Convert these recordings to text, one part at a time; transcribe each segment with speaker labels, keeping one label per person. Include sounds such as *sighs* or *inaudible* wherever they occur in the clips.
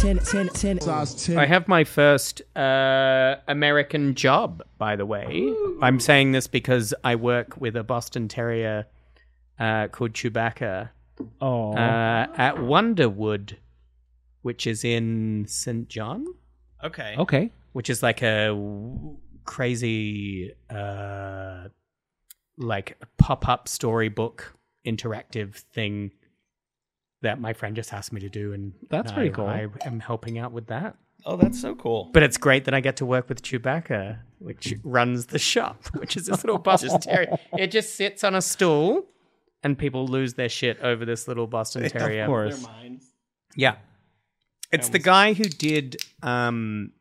Speaker 1: ten, ten, ten. Size ten.
Speaker 2: I have my first uh, American job, by the way. I'm saying this because I work with a Boston Terrier uh, called Chewbacca
Speaker 3: Oh,
Speaker 2: uh, at Wonderwood, which is in St. John,
Speaker 4: Okay.
Speaker 3: okay.
Speaker 2: which is like a w- crazy, uh, like pop up storybook interactive thing that my friend just asked me to do. And
Speaker 3: That's
Speaker 2: I-
Speaker 3: pretty cool.
Speaker 2: I am helping out with that.
Speaker 4: Oh, that's so cool.
Speaker 2: But it's great that I get to work with Chewbacca, which runs the shop, *laughs* which is this little Boston Terrier. It just sits on a stool, and people lose their shit over this little Boston Terrier.
Speaker 3: Of course.
Speaker 2: Yeah. It's the guy who did um,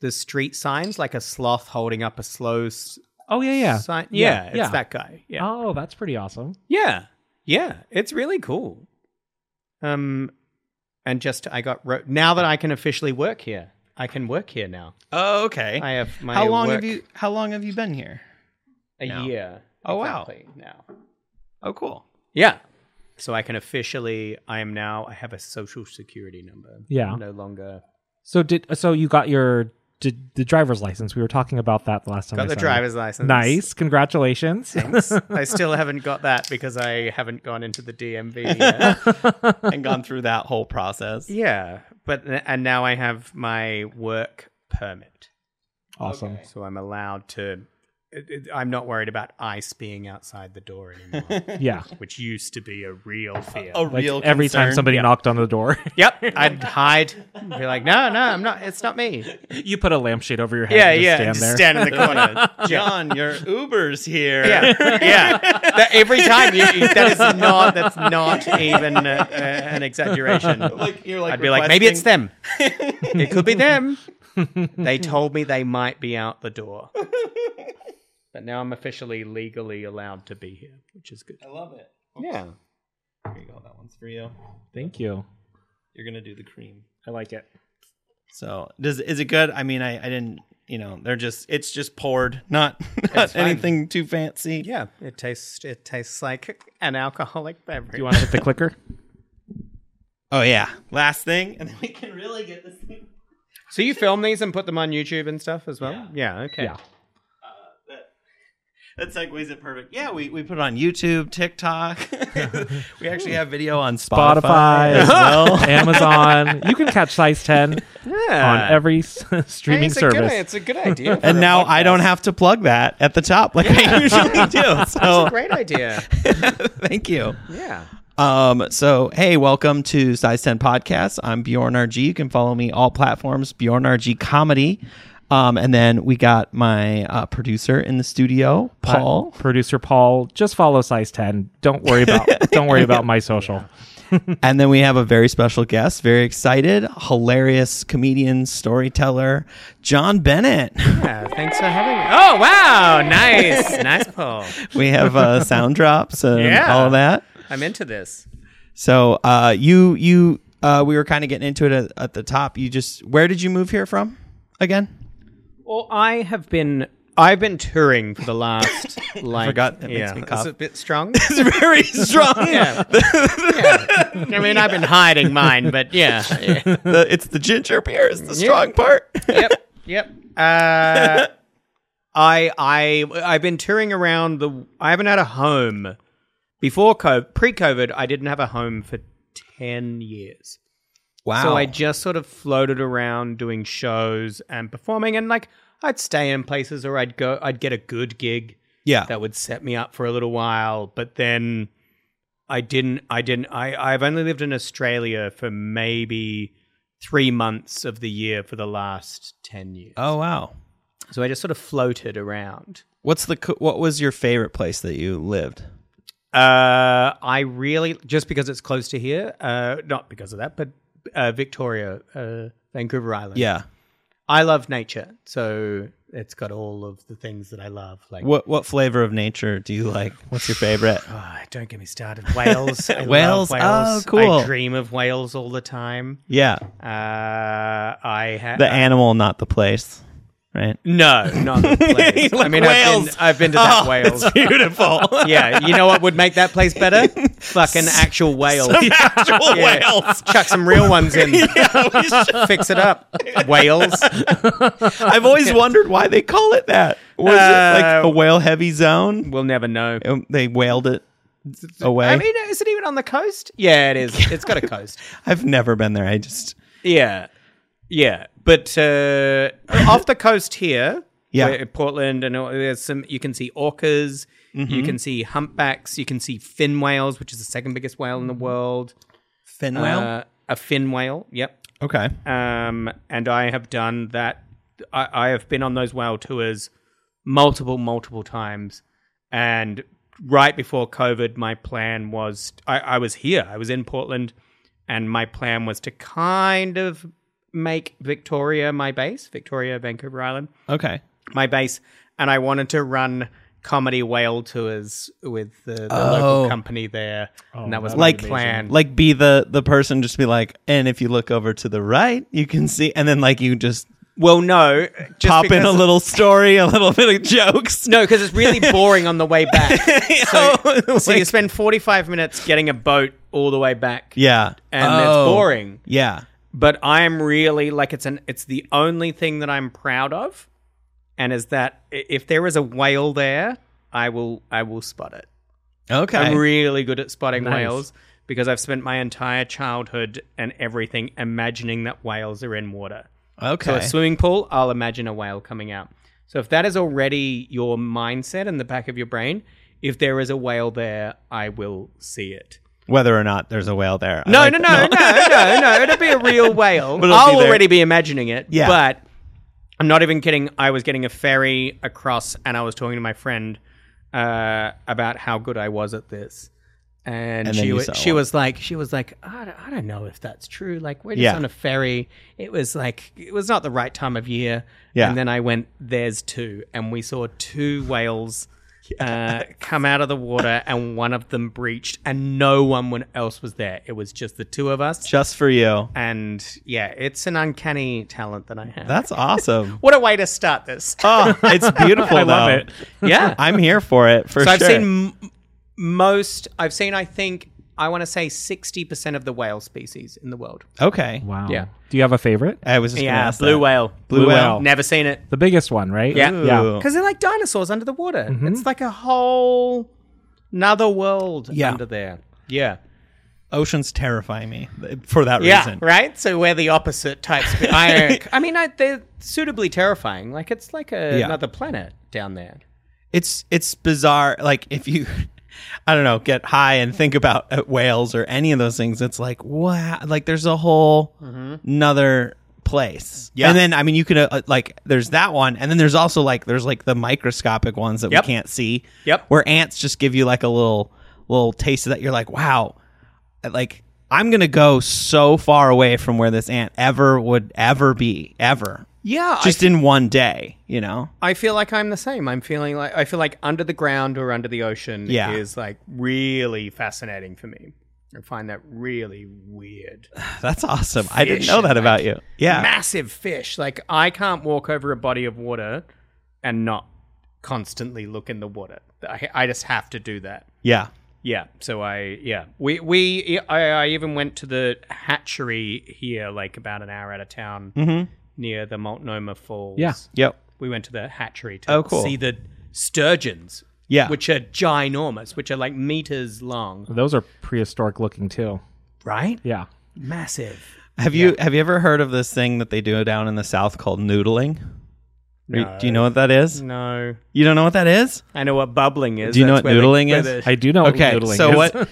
Speaker 2: the street signs, like a sloth holding up a slow s-
Speaker 3: Oh yeah, yeah.
Speaker 2: sign.
Speaker 3: Yeah,
Speaker 2: Yeah,
Speaker 3: yeah.
Speaker 2: it's that guy. Yeah.
Speaker 3: Oh, that's pretty awesome.
Speaker 2: Yeah. Yeah. It's really cool. Um, and just, I got, ro- now that I can officially work here, I can work here now.
Speaker 4: Oh, okay.
Speaker 2: I have my
Speaker 4: how long have
Speaker 2: work-
Speaker 4: you How long have you been here?
Speaker 2: a
Speaker 4: now.
Speaker 2: year.
Speaker 4: Oh, wow.
Speaker 2: exactly Now,
Speaker 4: Oh, cool.
Speaker 2: yeah. So I can officially. I am now. I have a social security number.
Speaker 3: Yeah.
Speaker 2: I'm no longer
Speaker 3: So did so you got your did the driver's license? We were talking about that the last time. I
Speaker 2: got the
Speaker 3: saw you.
Speaker 2: driver's license.
Speaker 3: Nice, congratulations.
Speaker 2: Thanks. *laughs* I still haven't got that because I haven't gone into the *laughs* DMV. Yet.
Speaker 4: and gone through that whole process.
Speaker 2: yeah, but and now I have my work permit,
Speaker 3: awesome.
Speaker 2: so I'm allowed to. it- it- I'm not worried about ice being outside the door
Speaker 4: *laughs*
Speaker 2: anymore,
Speaker 3: Yeah.
Speaker 2: which used to be a real fear.
Speaker 4: A
Speaker 3: Like
Speaker 4: real
Speaker 3: every time
Speaker 4: concern.
Speaker 3: somebody knocked on the door,
Speaker 2: Yep, I'd hide, be like, no, no, I'm not. It's not me.
Speaker 3: you put a lampshade over your head.
Speaker 2: Yeah,
Speaker 3: and just
Speaker 2: yeah,
Speaker 3: Stand
Speaker 2: just
Speaker 3: there.
Speaker 2: stand in the corner.
Speaker 4: *laughs* John, your Uber's
Speaker 2: *laughs*
Speaker 4: here.
Speaker 2: yeah, yeah. That- every time you, you- that is not. That's not even uh, uh, an exaggeration.
Speaker 4: *laughs* Like you're like
Speaker 2: I'd be like, maybe it's them. *laughs* it could be them. they told me they might be out the door. But now I'm officially legally allowed to be here, which is good.
Speaker 4: I love it.
Speaker 2: Yeah.
Speaker 4: Here you go. That one's for you.
Speaker 3: Thank you.
Speaker 4: You're gonna do the cream.
Speaker 3: I like it.
Speaker 4: So does is it good? I mean, I, I didn't. You know, they're just it's just poured, *laughs* not, not
Speaker 2: fine.
Speaker 4: anything too fancy.
Speaker 2: Yeah, it tastes it tastes like an alcoholic beverage.
Speaker 3: Do you want to hit the clicker?
Speaker 4: Oh yeah. Last thing, and then we can really get this thing.
Speaker 2: so you film these and put them on YouTube and stuff as well?
Speaker 4: Yeah.
Speaker 2: Yeah, okay.
Speaker 3: Yeah.
Speaker 4: *laughs* That segues it perfect. Yeah, we, we put it on YouTube, TikTok. *laughs* we actually have video on Spotify,
Speaker 3: Spotify
Speaker 4: as
Speaker 3: as
Speaker 4: well.
Speaker 2: *laughs*
Speaker 3: Amazon. You can catch size ten on
Speaker 2: Yeah.
Speaker 3: every s- *laughs* streaming
Speaker 2: Hey, it's A
Speaker 3: service.
Speaker 2: good, it's a good
Speaker 4: *laughs*
Speaker 2: idea. for
Speaker 4: and
Speaker 2: a
Speaker 4: now I
Speaker 2: podcast.
Speaker 4: don't have to plug that at the top like I *laughs* usually
Speaker 2: *laughs*
Speaker 4: do. So
Speaker 2: Great idea.
Speaker 4: *laughs* thank you.
Speaker 2: Yeah.
Speaker 4: Um, so hey, welcome to Size 10 Podcast. I'm Bjorn RG. You can follow me all platforms, Bjorn RG Comedy. Um, and then we got my uh, producer in the studio, Paul.
Speaker 3: Producer Paul, just follow size ten. Don't worry about don't worry about my social.
Speaker 4: And then we have a very special guest, very excited, hilarious comedian, storyteller, John Bennett. *laughs*
Speaker 2: Yeah, thanks for having me. *laughs* Oh, wow. Nice. nice pull.
Speaker 4: we have uh, sound drops and
Speaker 2: Yeah.
Speaker 4: all that.
Speaker 2: I'm into this.
Speaker 4: So uh, you you uh, we were kind of getting into it at, at the top. You just where did you move here from again?
Speaker 2: Well, I have been I've been touring for the *laughs* last like
Speaker 4: forgot that makes me cough.
Speaker 2: Is it a bit strong?
Speaker 4: *laughs* It's *laughs* very strong.
Speaker 2: *laughs* yeah. yeah. I mean, I've been hiding mine, but yeah. yeah.
Speaker 4: The- it's the ginger beer is the strong part.
Speaker 2: *laughs* Yep. Yep. Uh, I I I've been touring around the I haven't had a home before COVID, pre-COVID, I didn't have a home for 10 years.
Speaker 4: wow.
Speaker 2: So I just sort of floated around doing shows and performing, and like I'd stay in places or I'd go, I'd get a good gig
Speaker 4: yeah.
Speaker 2: that would set me up for a little while, but then I didn't, I didn't, I, I've only lived in Australia for maybe three months of the year for the last 10 years.
Speaker 4: oh wow.
Speaker 2: So I just sort of floated around.
Speaker 4: What's the co- what was your favorite place that you lived?
Speaker 2: Uh, I really just because it's close to here, uh, not because of that, but uh, Victoria, uh, Vancouver Island.
Speaker 4: Yeah.
Speaker 2: I love nature, so it's got all of the things that I love. Like,
Speaker 4: What what flavor of nature do you like? What's your favorite?
Speaker 2: Ah, *sighs* don't get me started. *laughs* Whales, I love
Speaker 4: Whales? Oh,
Speaker 2: whales.
Speaker 4: cool.
Speaker 2: I dream of whales all the time.
Speaker 4: Yeah.
Speaker 2: Uh, I have *laughs*
Speaker 4: The animal, not the place. Right.
Speaker 2: no, not the place.
Speaker 4: Like
Speaker 2: I mean, I've
Speaker 4: whales.
Speaker 2: been, I've been to that
Speaker 4: Oh,
Speaker 2: whales. *laughs*
Speaker 4: Beautiful.
Speaker 2: Yeah, you know what would make that place better? fucking actual whales.
Speaker 4: Oh,
Speaker 1: actual
Speaker 2: *laughs* Yeah.
Speaker 1: whales.
Speaker 2: Chuck some real ones in.
Speaker 1: Yeah, we should-
Speaker 2: *laughs* Fix it up. Whales.
Speaker 4: I've always wondered why they call it that. Was it
Speaker 2: Uh,
Speaker 4: like a whale heavy zone?
Speaker 2: We'll never know.
Speaker 4: Um, They whaled it away.
Speaker 2: I mean, is it even on the coast? Yeah, it is. It's got a coast.
Speaker 4: I've never been there. I just
Speaker 2: Yeah. Yeah. But uh, off the coast here,
Speaker 4: Yeah.
Speaker 2: where- Portland, and all- there's some, you can see orcas, you can see humpbacks, you can see fin whales, which is the second biggest whale in the world.
Speaker 4: fin
Speaker 2: Uh, a fin whale, yep.
Speaker 4: okay.
Speaker 2: Um, and I have done that. I, I have been on those whale tours multiple, multiple times. And right before COVID, my plan was I, I was here, I was in Portland, and my plan was to kind of make Victoria my base, Victoria, Vancouver Island,
Speaker 4: Okay.
Speaker 2: my base. And I wanted to run comedy whale tours with the, the
Speaker 4: Oh.
Speaker 2: local company there. and that was my
Speaker 4: Like-
Speaker 2: plan.
Speaker 4: Like be the the person just be like, and if you look over to the right, you can see, and then like you just
Speaker 2: well, no. Just
Speaker 4: pop in a
Speaker 2: because-
Speaker 4: little story, a little bit of jokes. *laughs*
Speaker 2: No, because it's really boring on the way back. So, so you
Speaker 4: Oh, Like-
Speaker 2: spend 45 minutes getting a boat all the way back.
Speaker 4: yeah,
Speaker 2: And
Speaker 4: Oh.
Speaker 2: it's boring.
Speaker 4: Yeah,
Speaker 2: But I'm really like it's an it's the only thing that I'm proud of and is that i- if there is a whale there, I will I will spot it.
Speaker 4: okay.
Speaker 2: I'm really good at spotting
Speaker 3: Nice.
Speaker 2: whales because I've spent my entire childhood and everything imagining that whales are in water. So
Speaker 4: Okay.
Speaker 2: a swimming pool, I'll imagine a whale coming out. So if that is already your mindset in the back of your brain, if there is a whale there, I will see it.
Speaker 4: Whether or not there's a whale there. I
Speaker 2: No,
Speaker 4: like
Speaker 2: no,
Speaker 4: that.
Speaker 2: no, no, no, no. It'll be a
Speaker 4: *laughs*
Speaker 2: real whale.
Speaker 4: But it'll
Speaker 2: I'll
Speaker 4: be there.
Speaker 2: already be imagining it.
Speaker 4: Yeah.
Speaker 2: But I'm not even kidding. I was getting a ferry across and I was talking to my friend uh, about how good I was at this. And,
Speaker 4: And then
Speaker 2: she
Speaker 4: you
Speaker 2: wa-
Speaker 4: saw
Speaker 2: she
Speaker 4: one.
Speaker 2: was like she was like I don't, I don't know if that's true like we're just
Speaker 4: Yeah.
Speaker 2: on a ferry it was like it was not the right time of year
Speaker 4: Yeah.
Speaker 2: and then I went there's two and we saw two
Speaker 4: *laughs*
Speaker 2: whales uh, come out of the water and one of them breached and no one when- else was there it was just the two of us
Speaker 4: Just for you.
Speaker 2: and yeah it's an uncanny talent that I have *laughs*
Speaker 4: That's awesome.
Speaker 2: what a way to start this
Speaker 4: oh, *laughs*
Speaker 2: *laughs*
Speaker 4: it's beautiful.
Speaker 3: I love
Speaker 4: though.
Speaker 3: it.
Speaker 2: yeah
Speaker 4: I'm here for it for
Speaker 2: so I've
Speaker 4: sure.
Speaker 2: seen m- most. I've seen. I think I want to say sixty percent of the whale species in the world.
Speaker 4: okay.
Speaker 3: Wow.
Speaker 2: Yeah.
Speaker 3: Do you have a favorite?
Speaker 4: I was just gonna ask that.
Speaker 2: whale.
Speaker 4: Blue
Speaker 3: Blue
Speaker 4: whale.
Speaker 3: whale.
Speaker 2: Never seen it.
Speaker 3: The biggest one, right?
Speaker 2: Yeah.
Speaker 4: Ooh.
Speaker 3: Yeah.
Speaker 2: Because they're like dinosaurs under the water.
Speaker 4: Mm-hmm.
Speaker 2: It's like a whole another world
Speaker 4: Yeah.
Speaker 2: under there. Yeah.
Speaker 4: Oceans terrify me uh, for that
Speaker 2: Yeah.
Speaker 4: reason.
Speaker 2: Right. So we're the opposite types.
Speaker 4: *laughs*
Speaker 2: of- I, I mean, I, they're suitably terrifying. Like it's like a,
Speaker 4: Yeah.
Speaker 2: another planet down there.
Speaker 4: It's it's bizarre. Like if you, *laughs* I don't know, get high and think about uh, whales or any of those things, it's like wow. Like there's a whole another place.
Speaker 2: Mm-hmm. Yeah.
Speaker 4: And then I mean, you could uh, like there's that one, and then there's also like there's like the microscopic ones that
Speaker 2: Yep.
Speaker 4: we can't see.
Speaker 2: Yep.
Speaker 4: Where ants just give you like a little little taste of that. You're like, wow, like. I'm gonna go so far away from where this ant ever would ever be ever.
Speaker 2: Yeah.
Speaker 4: just in one day, you know?
Speaker 2: I feel like I'm the same. I'm feeling like I feel like under the ground or under the ocean
Speaker 4: Yeah.
Speaker 2: is like really fascinating for me. I find that really weird.
Speaker 4: That's awesome. I didn't
Speaker 2: Fish
Speaker 4: know that
Speaker 2: and,
Speaker 4: about
Speaker 2: like,
Speaker 4: you. Yeah.
Speaker 2: Massive fish. Like I can't walk over a body of water and not constantly look in the water. I, I just have to do that.
Speaker 4: yeah.
Speaker 2: Yeah. So I yeah we we I, I even went to the hatchery here like about an hour out of town
Speaker 4: Mm-hmm.
Speaker 2: near the Multnomah Falls.
Speaker 3: Yeah.
Speaker 4: Yep.
Speaker 2: we went to the hatchery to
Speaker 4: Oh, cool.
Speaker 2: see the sturgeons.
Speaker 4: Yeah.
Speaker 2: Which are ginormous, which are like meters long.
Speaker 3: Those are prehistoric looking too.
Speaker 2: Right?
Speaker 3: Yeah.
Speaker 2: Massive.
Speaker 4: Have you have you ever heard of this thing that they do down in the south called noodling? Or you- Do you know what that is?
Speaker 2: No.
Speaker 4: You don't know what that is?
Speaker 2: I know what bubbling is.
Speaker 4: Do you know
Speaker 2: That's
Speaker 4: what
Speaker 2: where the-
Speaker 4: noodling
Speaker 2: where
Speaker 4: is?
Speaker 2: the-
Speaker 3: I do know. *laughs*
Speaker 4: okay,
Speaker 3: what noodling
Speaker 4: so
Speaker 3: is.
Speaker 4: what?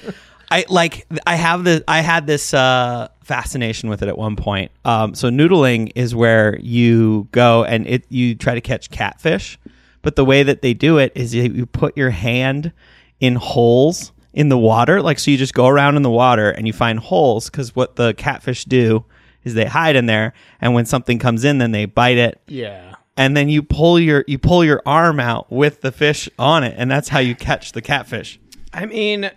Speaker 4: I like I have this I had this uh, fascination with it at one point. Um, so noodling is where you go and it you try to catch catfish, but the way that they do it is you, you put your hand in holes in the water, like so you just go around in the water and you find holes because what the catfish do is they hide in there, and when something comes in, then they bite it,
Speaker 2: yeah.
Speaker 4: and then you pull your you pull your arm out with the fish on it, and that's how you catch the catfish.
Speaker 2: I mean,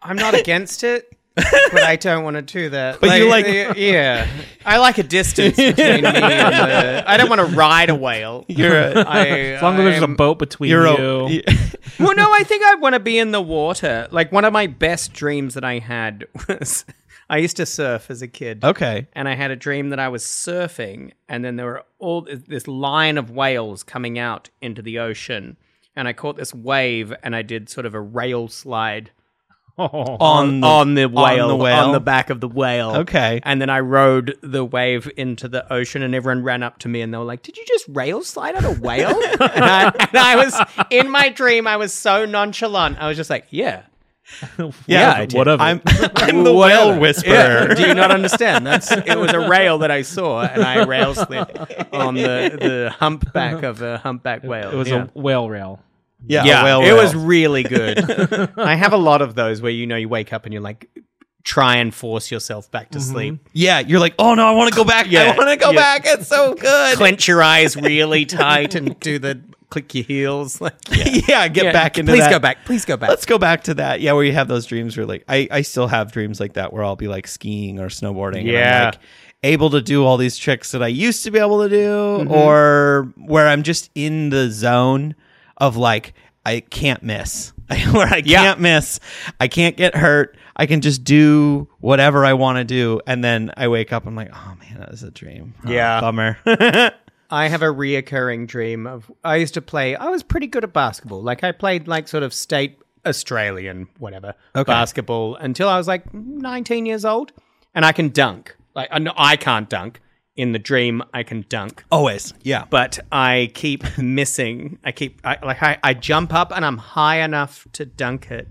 Speaker 2: I'm not against it. but I don't want to do that.
Speaker 4: But
Speaker 2: *laughs*
Speaker 4: you like-
Speaker 2: yeah. I like a *laughs* distance between me and the. I don't want to ride a whale. *laughs*
Speaker 4: You're a,
Speaker 2: I,
Speaker 3: As long as there's a
Speaker 2: I'm-
Speaker 3: boat between
Speaker 4: you're
Speaker 3: you.
Speaker 4: a,
Speaker 2: *laughs*
Speaker 3: *laughs*
Speaker 4: *laughs*
Speaker 2: Well, no, I think I want to be in the water. Like one of my best dreams that I had *laughs* was I used to surf as a kid.
Speaker 4: okay.
Speaker 2: And I had a dream that I was surfing, and then there were all this line of whales coming out into the ocean. And I caught this wave, and I did sort of a rail slide
Speaker 3: Oh.
Speaker 4: On the-
Speaker 2: on the
Speaker 4: on the
Speaker 2: whale, on the,
Speaker 4: whale?
Speaker 2: back of the whale.
Speaker 4: Okay.
Speaker 2: And then I rode the wave into the ocean, and everyone ran up to me and they were like, Did you just rail slide on a whale?
Speaker 4: *laughs*
Speaker 2: and, I, and I was, in my dream, I was so nonchalant. I was just like, Yeah.
Speaker 4: Yeah,
Speaker 2: I did.
Speaker 3: whatever.
Speaker 4: I'm *laughs* I'm the whale whisperer.
Speaker 2: Do you not understand? That's It was a rail that I saw, and I rail slid on the, the humpback of a humpback whale.
Speaker 3: it was
Speaker 2: yeah.
Speaker 3: a whale rail.
Speaker 4: Yeah, a
Speaker 2: Yeah,
Speaker 4: whale
Speaker 2: it was
Speaker 4: whale.
Speaker 2: really good.
Speaker 4: *laughs*
Speaker 2: I have a lot of those where you know you wake up and you're like, try and force yourself back
Speaker 4: Mm-hmm.
Speaker 2: to sleep.
Speaker 4: Yeah, you're like, oh no, I want to go back.
Speaker 2: Yeah.
Speaker 4: I want to go
Speaker 2: Yeah.
Speaker 4: back. It's so good.
Speaker 2: Clench your eyes *laughs* really tight and do the click your heels. *laughs* Like,
Speaker 4: *laughs* yeah, get
Speaker 2: Yeah,
Speaker 4: back into
Speaker 2: please
Speaker 4: that.
Speaker 2: go back. Please go back.
Speaker 4: Let's go back to that. Yeah, where you have those dreams where like I, I still have dreams like that where I'll be like skiing or snowboarding. And I'm
Speaker 2: Yeah.
Speaker 4: like able to do all these tricks that I used to be able to do
Speaker 2: Mm-hmm.
Speaker 4: or where I'm just in the zone of like I can't miss. *laughs* where I
Speaker 2: Yeah.
Speaker 4: can't miss. I can't get hurt. I can just do whatever I want to do. And then I wake up, I'm like, oh man, that was a dream. Oh,
Speaker 2: Yeah.
Speaker 4: Bummer. *laughs*
Speaker 2: I have a reoccurring dream of I used to play. I was pretty good at basketball. Like I played like sort of state Australian whatever basketball until I was like 19 years old, and I can dunk. Like I- no, I can't dunk. In the dream, I can dunk.
Speaker 4: Always. Yeah.
Speaker 2: but I keep *laughs* missing. I keep I, like I, I jump up and I'm high enough to dunk it,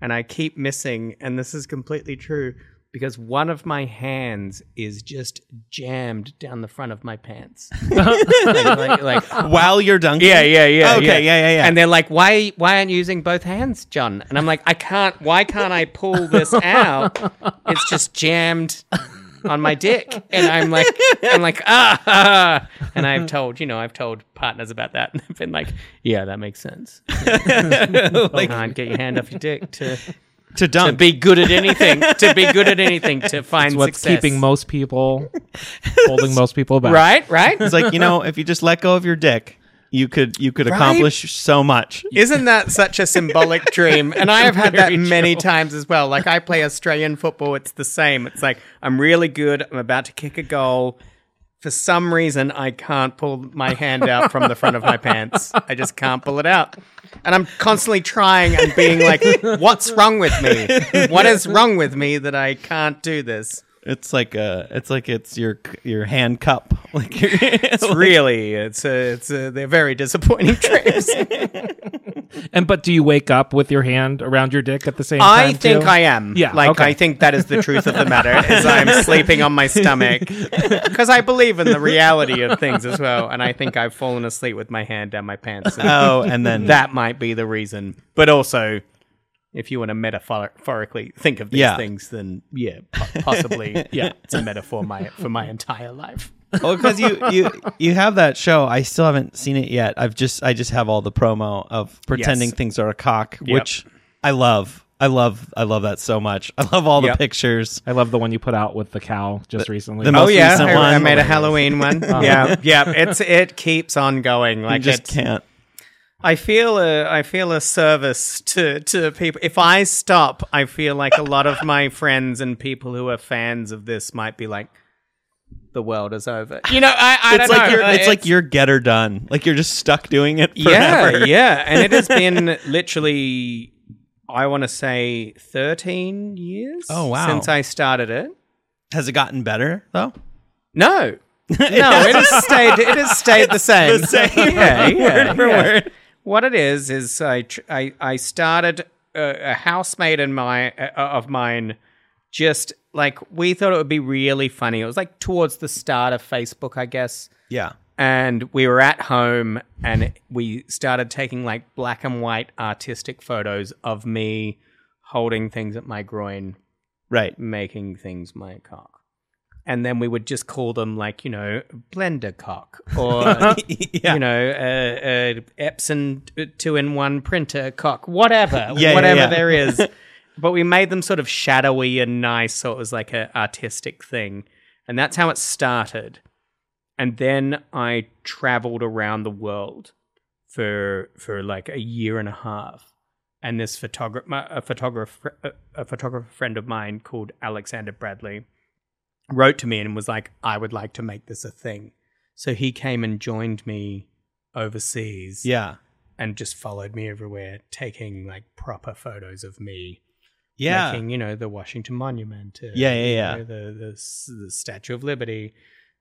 Speaker 2: and I keep missing. And this is completely true because one of my hands is just jammed down the front of my pants. *laughs* like, like
Speaker 4: While you're dunking.
Speaker 2: yeah, yeah, yeah.
Speaker 4: Okay, yeah, yeah, yeah.
Speaker 2: And they're like, "Why, why aren't you using both hands, John?" And I'm like, "I can't. Why can't I pull this out? It's just jammed on my dick." And I'm like, "I'm like, ah." ah." And I've told, you know, I've told partners about that, *laughs* and I've been like, "Yeah, that makes
Speaker 4: *laughs*
Speaker 2: sense. like, can't get your hand off your dick to
Speaker 4: To
Speaker 2: to
Speaker 4: dunk.
Speaker 2: be good at anything. To be good at anything. To find
Speaker 3: What's
Speaker 2: success.
Speaker 3: keeping most
Speaker 4: *laughs*
Speaker 3: people, holding most people back.
Speaker 2: right, right.
Speaker 4: It's like you know, if you just let go of your dick, you could you could accomplish so much.
Speaker 2: Isn't that such a symbolic dream? And I have had that many times as well. Like I play Australian football, it's the same. It's like I'm really good. I'm about to kick a goal. For some reason, I can't pull my hand out from the front of my pants. I just can't pull it out. And I'm constantly trying and being like, what's wrong with me? What is wrong with me that I can't do this?
Speaker 4: It's like uh it's like it's your your hand cup. *laughs* Like *laughs*
Speaker 2: It's really, it's a, it's a, they're very disappointing *laughs* dreams.
Speaker 3: And but do you wake up with your hand around your dick at the same time?
Speaker 2: I think
Speaker 3: too?
Speaker 2: I am.
Speaker 3: Yeah,
Speaker 2: Like
Speaker 3: okay.
Speaker 2: I think that is the truth of the
Speaker 4: *laughs*
Speaker 2: matter is I'm sleeping on my stomach because I believe in the reality of things as well, and I think I've fallen asleep with my hand down my pants. And
Speaker 4: oh, and then
Speaker 2: that might be the reason, but also. If you want to metaphorically think of these
Speaker 4: Yeah.
Speaker 2: things, then yeah, po- possibly yeah, it's a metaphor my, for my entire life.
Speaker 4: well, because you you you have that show. I still haven't seen it yet. I've just I just have all the promo of pretending
Speaker 2: Yes.
Speaker 4: things are a cock, which I love. I love I love that so much. I love all
Speaker 2: Yep.
Speaker 4: the pictures.
Speaker 3: I love the one you put out with the cow just recently.
Speaker 4: the
Speaker 2: Oh
Speaker 4: most
Speaker 2: yeah,
Speaker 4: recent
Speaker 2: I, I
Speaker 4: one.
Speaker 2: made a Halloween one. yeah, yeah, it's it keeps on going.
Speaker 4: I
Speaker 2: Like
Speaker 4: Uh-huh. just
Speaker 2: it's,
Speaker 4: can't.
Speaker 2: I feel a I feel a service to to people. If I stop, I feel like a lot
Speaker 4: *laughs*
Speaker 2: of my friends and people who are fans of this might be like, "The world is over." You know, I, I
Speaker 4: It's
Speaker 2: don't
Speaker 4: like
Speaker 2: know.
Speaker 4: you're it's, like you're getter done. Like you're just stuck doing it
Speaker 2: yeah,
Speaker 4: forever.
Speaker 2: yeah, and it has
Speaker 4: *laughs*
Speaker 2: been literally, I want to say, thirteen years.
Speaker 4: Oh, wow.
Speaker 2: Since I started it,
Speaker 4: Has it gotten better though?
Speaker 2: no, *laughs* no, it has stayed. It has stayed the same.
Speaker 4: the same.
Speaker 2: yeah, yeah,
Speaker 4: *laughs* Word for
Speaker 2: yeah.
Speaker 4: word.
Speaker 2: What it is is I tr- I, I started uh, a, a housemate in my uh, of mine just like we thought it would be really funny. It was like towards the start of Facebook, I guess.
Speaker 4: *laughs* Yeah.
Speaker 2: And we were at home and we started taking like black and white artistic photos of me holding things at my groin
Speaker 4: Right.
Speaker 2: making things my cock. And then we would just call them like, you know, blender
Speaker 4: *laughs*
Speaker 2: cock or, you know, uh, uh, Epson two in one printer cock, whatever,
Speaker 4: *laughs* Yeah, yeah,
Speaker 2: whatever
Speaker 4: yeah. *laughs*
Speaker 2: there is. but we made them sort of shadowy and nice, so it was like an artistic thing, and that's how it started. And then I traveled around the world for for like a year and a half. And this photographer, a photographer, a photographer friend of mine called Alexander Bradley, wrote to me and was like, "I would like to make this a thing." So he came and joined me overseas
Speaker 4: Yeah.
Speaker 2: and just followed me everywhere, taking like proper photos of me.
Speaker 4: Yeah.
Speaker 2: Making, you know, the Washington Monument. uh,
Speaker 4: Yeah, yeah,
Speaker 2: you
Speaker 4: yeah.
Speaker 2: know, the, the, s- the Statue of Liberty,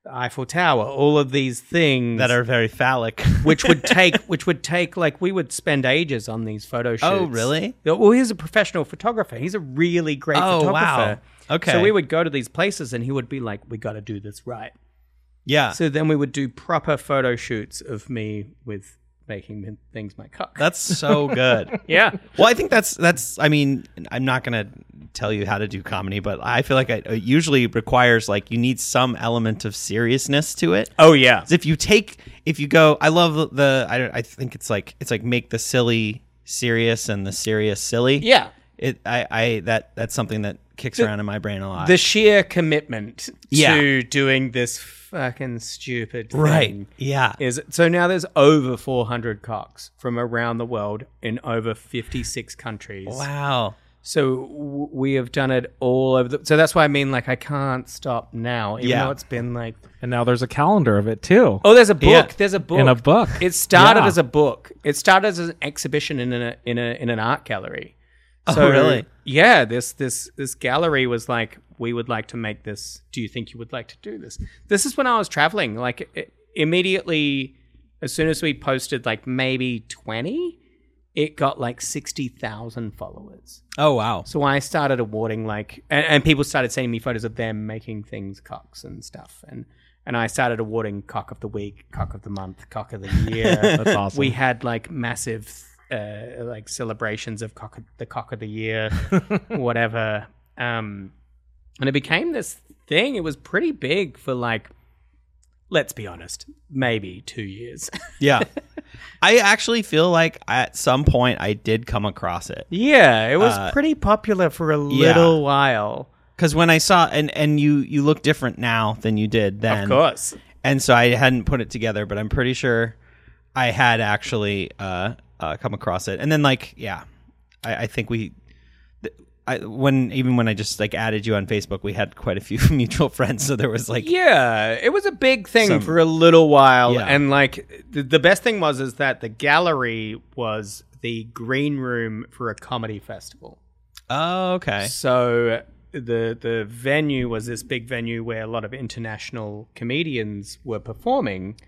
Speaker 2: the Eiffel Tower, all of these things
Speaker 4: that are very phallic.
Speaker 2: which would take, which would take, like, we would spend ages on these photo shoots.
Speaker 4: Oh, really?
Speaker 2: Well, he's a professional photographer. He's a really great
Speaker 4: Oh, wow.
Speaker 2: photographer.
Speaker 4: Okay.
Speaker 2: So we would go to these places and he would be like, we got to do this right.
Speaker 4: *laughs* yeah.
Speaker 2: So then we would do proper photo shoots of me with making things my cock.
Speaker 4: that's *laughs* so good.
Speaker 2: yeah.
Speaker 4: Well, I think that's that's. I mean, I'm not gonna tell you how to do comedy, but I feel like it, it usually requires like you need some element of seriousness to it.
Speaker 2: Oh yeah.
Speaker 4: 'Cause If you take, if you go, I love the. I don't. I think it's like it's like make the silly serious and the serious silly.
Speaker 2: Yeah.
Speaker 4: It. I. I. That. That's something that kicks around in my brain a lot.
Speaker 2: The sheer commitment
Speaker 4: Yeah.
Speaker 2: to doing this fucking stupid
Speaker 4: right.
Speaker 2: thing
Speaker 4: Yeah.
Speaker 2: is so now there's over 400 cocks from around the world in over 56 countries.
Speaker 4: Wow.
Speaker 2: So w- we have done it all over the So that's why I mean like I can't stop now even
Speaker 4: Yeah.
Speaker 2: though it's been like
Speaker 3: And now there's a calendar of it too.
Speaker 2: Oh, there's a book.
Speaker 4: Yeah.
Speaker 2: There's a book.
Speaker 3: In a book.
Speaker 2: It started
Speaker 3: Yeah.
Speaker 2: as a book. It started as an exhibition in a in a in an art gallery.
Speaker 4: Oh, really?
Speaker 2: Yeah. This this this gallery was like, we would like to make this. Do you think you would like to do this? This is when I was traveling. Like i immediately, as soon as we posted, like maybe twenty, it got like sixty thousand followers.
Speaker 4: Oh wow.
Speaker 2: So I started awarding like, and, and people started sending me photos of them making things cocks and stuff, and and I started awarding cock of the week, cock of the month, cock *laughs* of the year.
Speaker 3: That's awesome.
Speaker 2: we had like massive uh, like celebrations of cock of, the cock of the *laughs* year, whatever. Um, and it became this thing. It was pretty big for like, let's be honest, maybe two years.
Speaker 4: Yeah. I actually feel like at some point I did come across it.
Speaker 2: *laughs* yeah, it was
Speaker 4: Uh,
Speaker 2: pretty popular for a little while.
Speaker 4: because when I saw and and you you look different now than you did then,
Speaker 2: Of course.
Speaker 4: and so I hadn't put it together, but I'm pretty sure I had actually uh, uh, come across it, and then like yeah, I, I think we. th- I, when even when I just like added you on Facebook, we had quite a few *laughs* mutual friends, so there was like
Speaker 2: Yeah, it was a big thing
Speaker 4: Some-
Speaker 2: for a little while,
Speaker 4: Yeah.
Speaker 2: and like the, the best thing was is that the gallery was the green room for a comedy festival.
Speaker 4: oh okay,
Speaker 2: So the the venue was this big venue where a lot of international comedians were performing,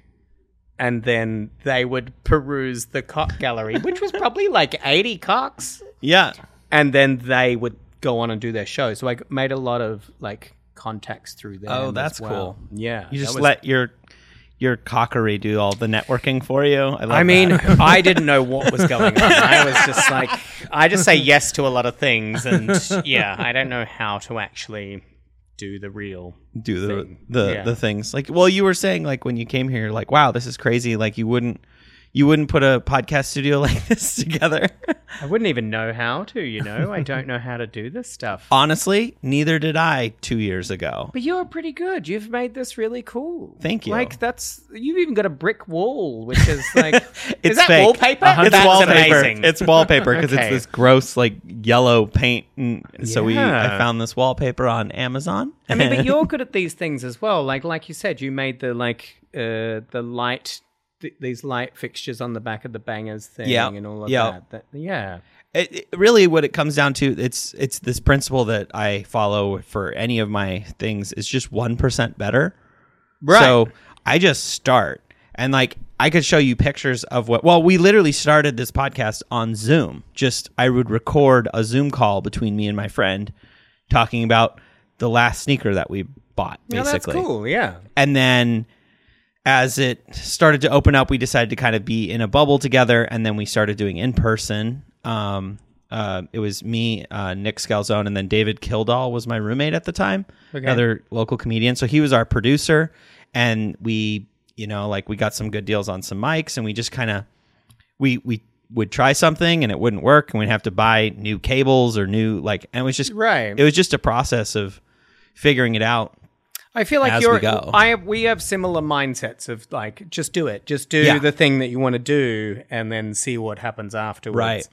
Speaker 2: and then they would peruse the cock gallery, which was probably like eighty cocks
Speaker 4: yeah,
Speaker 2: and then they would go on and do their show. So I made a lot of like contacts through them.
Speaker 4: Oh,
Speaker 2: as
Speaker 4: that's
Speaker 2: well.
Speaker 4: cool.
Speaker 2: Yeah,
Speaker 4: you
Speaker 2: that
Speaker 4: just
Speaker 2: was-
Speaker 4: let your your cockery do all the networking for you. I, love
Speaker 2: I mean,
Speaker 4: that.
Speaker 2: I didn't know what
Speaker 4: *laughs*
Speaker 2: was going on. I was just like, I just say yes to a lot of things, and yeah, I don't know how to actually do the real.
Speaker 4: do the
Speaker 2: thing.
Speaker 4: the,
Speaker 2: Yeah.
Speaker 4: the things like well you were saying like when you came here you're like wow this is crazy like you wouldn't you wouldn't put a podcast studio *laughs* like this together *laughs*
Speaker 2: I wouldn't even know how to. You know, I don't know how to do this stuff.
Speaker 4: Uh, honestly neither did i two years ago
Speaker 2: But you're pretty good. You've made this really cool.
Speaker 4: Thank you.
Speaker 2: Like that's you've even got a brick wall, which is
Speaker 4: *laughs*
Speaker 2: like is that
Speaker 4: fake.
Speaker 2: wallpaper?
Speaker 4: it's
Speaker 2: That's
Speaker 4: wallpaper
Speaker 2: amazing.
Speaker 4: it's wallpaper
Speaker 2: *laughs*
Speaker 4: because
Speaker 2: Okay.
Speaker 4: it's this gross like yellow paint and so we i
Speaker 2: Yeah.
Speaker 4: found this wallpaper on amazon
Speaker 2: I mean,
Speaker 4: *laughs*
Speaker 2: but you're good at these things as well. Like, like you said, you made the like uh, the light, th- these light fixtures on the back of the bangers thing,
Speaker 4: Yeah.
Speaker 2: and all of
Speaker 4: Yeah.
Speaker 2: that. that. Yeah,
Speaker 4: it, it- really what it comes down to it's it's this principle that i follow for any of my things is just 1% better
Speaker 2: Right.
Speaker 4: so i just start and like i could show you pictures of what well we literally started this podcast on zoom just i would record a zoom call between me and my friend talking about the last sneaker that we bought
Speaker 2: Yeah, that's
Speaker 4: basically
Speaker 2: cool. Yeah,
Speaker 4: and then as it started to open up, we decided to kind of be in a bubble together, and then we started doing in person. Um, uh, it was me, uh, Nick Scalzone, and then David Kildall was my roommate at the time, another local comedian. So he was our producer, and we, you know, like we got some good deals on some mics, and we just kind of we we would try something and it wouldn't work and we'd have to buy new cables or new like and it was just
Speaker 2: Right.
Speaker 4: it was just a process of figuring it out
Speaker 2: I feel like
Speaker 4: as
Speaker 2: you're.
Speaker 4: we go.
Speaker 2: I have, we have similar mindsets of like just do it, just do
Speaker 4: Yeah.
Speaker 2: the thing that you want to do, and then see what happens afterwards.
Speaker 4: Right.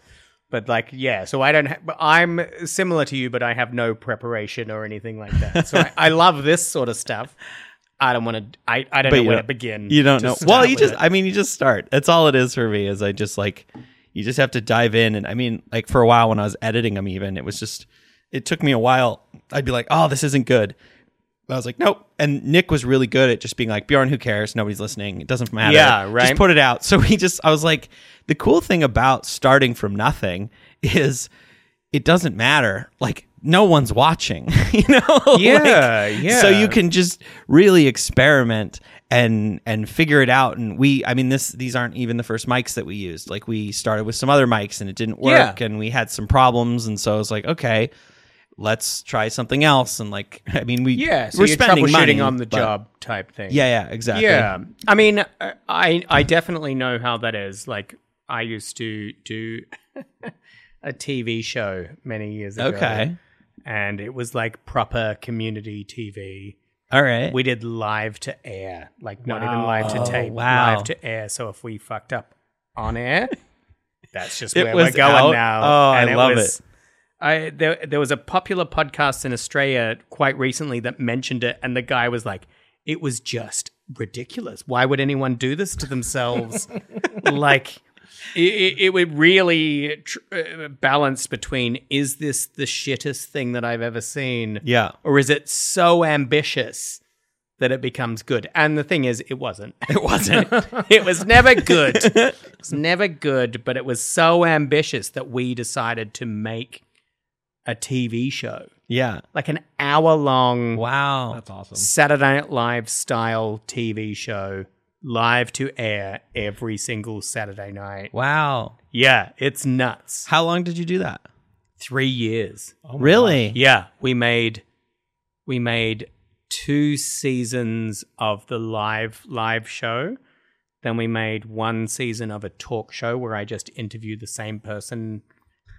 Speaker 2: But like, yeah. So I don't. Ha- but I'm similar to you, but I have no preparation or anything like that. So I, I love this sort of stuff. I don't want to. I, I don't know
Speaker 4: you
Speaker 2: where
Speaker 4: don't-
Speaker 2: to begin.
Speaker 4: you don't
Speaker 2: to
Speaker 4: know
Speaker 2: start
Speaker 4: well you
Speaker 2: with
Speaker 4: just
Speaker 2: it.
Speaker 4: i mean you just start that's all it is for me is i just like you just have to dive in and i mean like for a while when i was editing them even it was just it took me a while i'd be like oh this isn't good i was like nope and nick was really good at just being like bjorn who cares nobody's listening it doesn't matter
Speaker 2: Yeah,
Speaker 4: just
Speaker 2: right.
Speaker 4: put it out *laughs* so he just i was like the cool thing about starting from nothing is it doesn't matter like no one's watching *laughs* you know Like,
Speaker 2: Yeah, yeah.
Speaker 4: so you can just really experiment and and figure it out and we i mean this these aren't even the first mics that we used like we started with some other mics and it didn't work
Speaker 2: Yeah.
Speaker 4: and we had some problems and so I was like okay let's try something else and like *laughs* i mean we
Speaker 2: yeah. So
Speaker 4: we're
Speaker 2: you're
Speaker 4: spending
Speaker 2: troubleshooting
Speaker 4: money,
Speaker 2: on the
Speaker 4: but-
Speaker 2: job type thing.
Speaker 4: yeah yeah exactly
Speaker 2: Yeah, I mean, uh, I I definitely know how that is. Like, I used to do *laughs* a TV show many years ago.
Speaker 4: Okay.
Speaker 2: and it was like proper community TV.
Speaker 4: all right Oh,
Speaker 2: We did live to air, like not even
Speaker 3: Wow.
Speaker 2: live to tape,
Speaker 4: wow.
Speaker 2: live to air. So if we fucked up on
Speaker 4: *laughs*
Speaker 2: air, that's just
Speaker 4: It
Speaker 2: where
Speaker 4: was
Speaker 2: we're going
Speaker 4: out?
Speaker 2: now.
Speaker 4: Oh, I love
Speaker 2: it. I, there, there was a popular podcast in Australia quite recently that mentioned it, and the guy was like, "It was just ridiculous. Why would anyone do this to
Speaker 4: *laughs*
Speaker 2: themselves?" like, it, it, it would really tr- uh, balance between is this the shittest thing that I've ever seen,
Speaker 4: yeah
Speaker 2: or is it so ambitious that it becomes good? And the thing is, it wasn't. *laughs*
Speaker 4: it wasn't
Speaker 2: it was never good. it was never good, but it was so ambitious that we decided to make a TV show,
Speaker 4: yeah
Speaker 2: like an hour long
Speaker 4: wow
Speaker 3: That's awesome.
Speaker 2: Saturday Night Live style TV show, live to air every single Saturday night.
Speaker 4: wow
Speaker 2: Yeah, it's nuts.
Speaker 4: how long did you do that
Speaker 2: Three years.
Speaker 4: Oh, really
Speaker 2: Yeah, we made we made two seasons of the live live show. Then we made one season of a talk show where I just interview the same person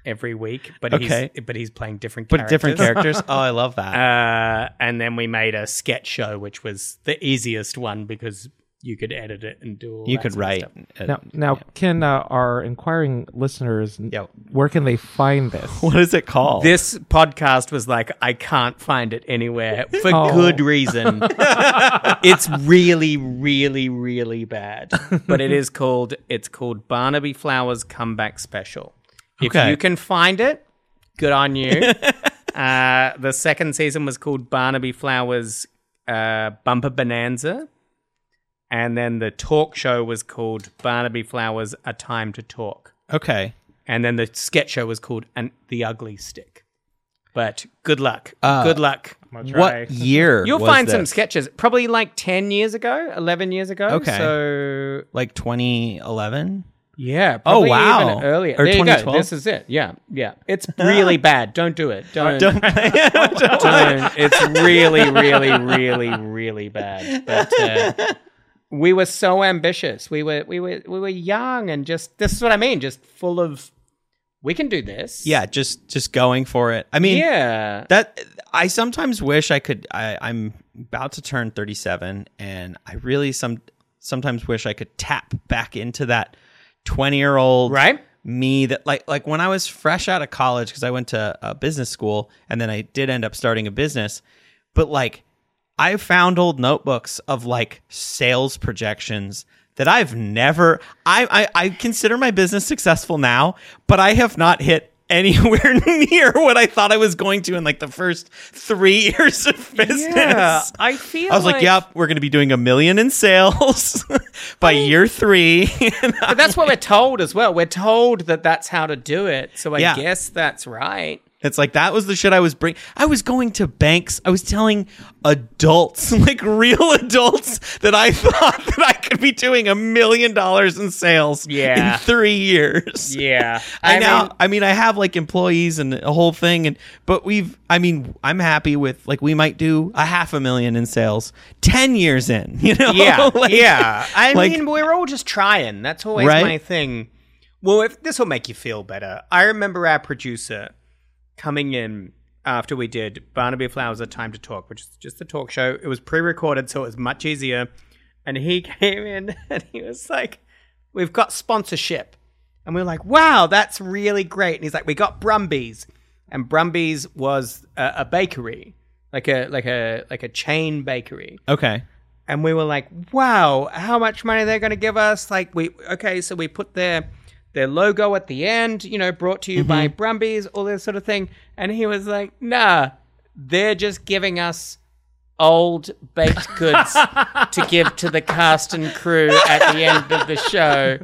Speaker 2: every week, but
Speaker 4: Okay.
Speaker 2: he's but he's playing different
Speaker 4: but different
Speaker 2: characters.
Speaker 4: characters oh i love
Speaker 2: *laughs*
Speaker 4: that
Speaker 2: Uh, and then we made a sketch show, which was the easiest one because you could edit it and do all
Speaker 4: you
Speaker 2: that
Speaker 4: could
Speaker 2: sort of
Speaker 4: write
Speaker 2: stuff.
Speaker 4: uh,
Speaker 3: Now, now, can uh, our inquiring listeners,
Speaker 4: Yeah.
Speaker 3: where can they find this?
Speaker 4: what is it called
Speaker 2: This podcast was like, I can't find it anywhere for
Speaker 3: Oh.
Speaker 2: good reason. it's really, really, really bad. But it is called it's called Barnaby Flowers Comeback Special. If
Speaker 4: Okay.
Speaker 2: you can find it, good on you. uh, the second season was called Barnaby Flowers uh, Bumper Bonanza. And then the talk show was called Barnaby Flowers A Time to Talk
Speaker 4: okay
Speaker 2: and then the sketch show was called "And the Ugly Stick." But good luck,
Speaker 4: Uh,
Speaker 2: good luck.
Speaker 4: What year?
Speaker 2: You'll
Speaker 4: was
Speaker 2: find some
Speaker 4: this?
Speaker 2: sketches, probably like ten years ago, eleven years ago.
Speaker 4: Okay.
Speaker 2: so
Speaker 4: like 2011.
Speaker 2: yeah, probably
Speaker 4: Oh, wow.
Speaker 2: even earlier.
Speaker 4: Or
Speaker 2: there you go.
Speaker 4: 2012?
Speaker 2: This is it. Yeah, yeah. It's really bad. Don't do it. Don't. *laughs* Don't. It's really, really, really, really bad. But. Uh, we were so ambitious. We were we were we were young and just this is what I mean, just full of we can do this.
Speaker 4: Yeah, just just going for it. I mean,
Speaker 2: Yeah.
Speaker 4: that I sometimes wish I could. I, I'm about to turn 37, and I really some sometimes wish I could tap back into that 20 year old
Speaker 2: Right.
Speaker 4: me that like like when I was fresh out of college because I went to uh, business school and then I did end up starting a business, but like I found old notebooks of like sales projections that I've never I I, I consider my business successful now, but I have not hit anywhere *laughs* near what I thought I was going to in like the first three *laughs* years of business.
Speaker 2: I feel
Speaker 4: I was like, yep, we're going to be doing a million in sales *laughs* by year three. *laughs*
Speaker 2: But that's what we're told as well. We're told that that's how to do it. So I
Speaker 4: Yeah.
Speaker 2: guess that's right.
Speaker 4: It's like that was the shit I was bring. I was going to banks. I was telling adults, *laughs* like real adults, that I thought that I could be doing a million dollars in sales
Speaker 2: Yeah.
Speaker 4: in three years.
Speaker 2: Yeah.
Speaker 4: I, now, I mean, I have like employees and a whole thing, and but we've. I mean, I'm happy with like we might do a half a million in sales ten
Speaker 2: *laughs*
Speaker 4: years in. *laughs* You know,
Speaker 2: yeah,
Speaker 4: Like-
Speaker 2: yeah. I
Speaker 4: like-
Speaker 2: mean, we're all just trying. That's always
Speaker 4: Right?
Speaker 2: my thing. Well, if this will make you feel better, I remember our producer coming in after we did Barnaby Flowers: A Time to Talk, which is just a talk show. It was pre-recorded, so it was much easier. And he *laughs* came in and he was like, "We've got sponsorship," and we were like, "Wow, that's really great!" And he's like, "We got Brumbies," and Brumbies was a, a bakery, like a like a like a chain bakery
Speaker 4: Okay.
Speaker 2: and we were like, "Wow, how much money they're going to give us?" Like we okay, so we put their their logo at the end, you know, brought to you by Brumbies, all this sort of thing. And he was like, "Nah, they're just giving us old baked goods to give to the cast and crew at the end of the show."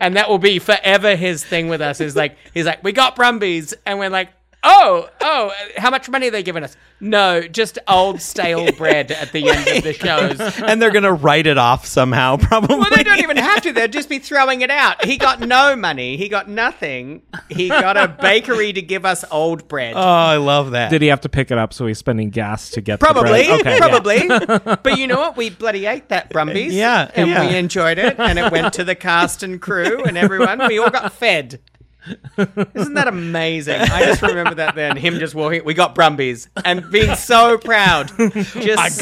Speaker 2: And that will be forever his thing with us. Is like he's like, "We got Brumbies," and we're like. Oh, oh, how much money are they giving us? No, just old stale bread at the end of the shows.
Speaker 4: and they're gonna write it off somehow, *laughs* probably.
Speaker 2: Well, they don't even have to. They'd just be throwing it out. He got no money. He got nothing. He got a bakery to give us old bread.
Speaker 4: oh, I love that.
Speaker 3: Did he have to pick it up so he's spending gas to get the
Speaker 2: probably,
Speaker 3: bread? Okay, yeah.
Speaker 2: probably. but you know what? We bloody ate that Brumbies.
Speaker 4: Yeah,
Speaker 2: and
Speaker 4: yeah.
Speaker 2: we enjoyed it, and it went to the cast and crew and everyone. We all got fed. Isn't that amazing? I just remember that then. Him just walking. We got Brumbies and being so proud. Just
Speaker 4: *laughs* I got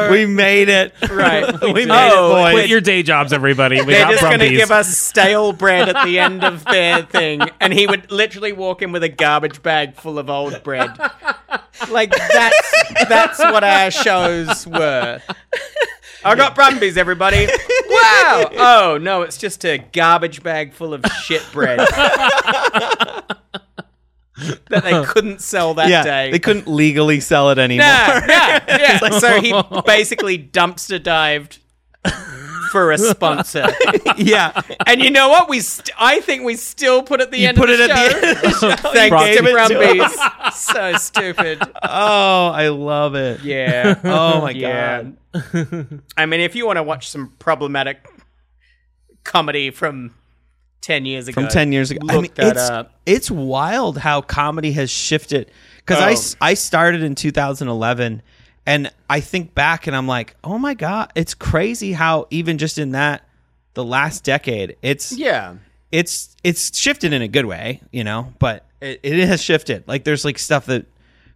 Speaker 2: so,
Speaker 4: him. We made it.
Speaker 2: right.
Speaker 4: *laughs* we made
Speaker 2: Oh,
Speaker 4: it, boys.
Speaker 3: Quit your day jobs, everybody. We
Speaker 2: They're
Speaker 3: got
Speaker 2: just going to
Speaker 3: Brumbies.
Speaker 2: give us stale bread at the end of
Speaker 4: *laughs*
Speaker 2: their thing. And he would literally walk in with a garbage bag full of old bread. Like, that's, that's what our shows were. I got Brumbies, everybody. Wow. Oh, no, it's just a garbage bag full of shit
Speaker 4: *laughs*
Speaker 2: bread. that they couldn't sell that
Speaker 4: yeah,
Speaker 2: day.
Speaker 4: they couldn't legally sell it
Speaker 2: *laughs*
Speaker 4: anymore.
Speaker 2: Yeah, yeah,
Speaker 4: *laughs*
Speaker 2: yeah. so he *laughs* basically dumpster dived for a sponsor.
Speaker 4: yeah,
Speaker 2: And you know what? We st- I think we still put at the
Speaker 4: you
Speaker 2: end
Speaker 4: put
Speaker 2: of
Speaker 4: it
Speaker 2: the
Speaker 4: at
Speaker 2: show.
Speaker 4: the end. Of the *laughs*
Speaker 2: *laughs*
Speaker 4: show.
Speaker 2: Thank
Speaker 4: You
Speaker 2: you,
Speaker 4: gave it to him. *laughs*
Speaker 2: Brumbies. so stupid.
Speaker 4: Oh, I love it.
Speaker 2: Yeah.
Speaker 4: Oh
Speaker 2: *laughs*
Speaker 4: my
Speaker 2: Yeah.
Speaker 4: god.
Speaker 2: I mean, if you want to watch some problematic comedy from ten years ago,
Speaker 4: From ten years ago, I
Speaker 2: Look
Speaker 4: mean,
Speaker 2: that
Speaker 4: it's
Speaker 2: up.
Speaker 4: it's wild how comedy has shifted. Because I
Speaker 2: Oh.
Speaker 4: s- I started in 2011, and I think back and I'm like, oh my god, it's crazy how even just in that the last decade, it's
Speaker 2: Yeah.
Speaker 4: it's it's shifted in a good way, you know, but it, it has shifted. Like there's like stuff that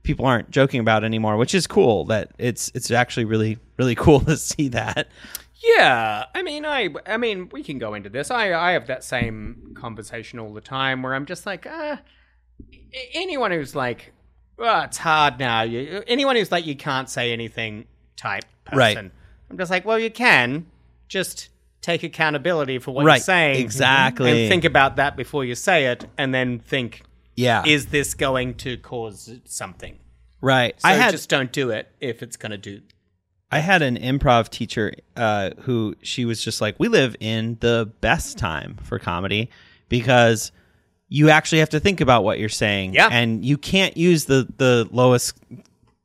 Speaker 4: people aren't joking about anymore, which is cool. That it's it's actually really really *laughs* cool to see that.
Speaker 2: Yeah, I mean, I, I mean, we can go into this. I, I have that same conversation all the time where I'm just like, uh, a- anyone who's like, oh, it's hard now. You, anyone who's like, you can't say anything type person.
Speaker 4: Right.
Speaker 2: I'm just like, well, you can. Just take accountability for what
Speaker 4: Right,
Speaker 2: you're saying.
Speaker 4: exactly.
Speaker 2: And think about that before you say it, and then think,
Speaker 4: Yeah,
Speaker 2: is this going to cause something?
Speaker 4: right.
Speaker 2: So
Speaker 4: I had
Speaker 2: just don't do it if it's going to do.
Speaker 4: I had an improv teacher uh, who she was just like, we live in the best time for comedy because you actually have to think about what you're saying,
Speaker 2: Yeah.
Speaker 4: and you can't use the the lowest,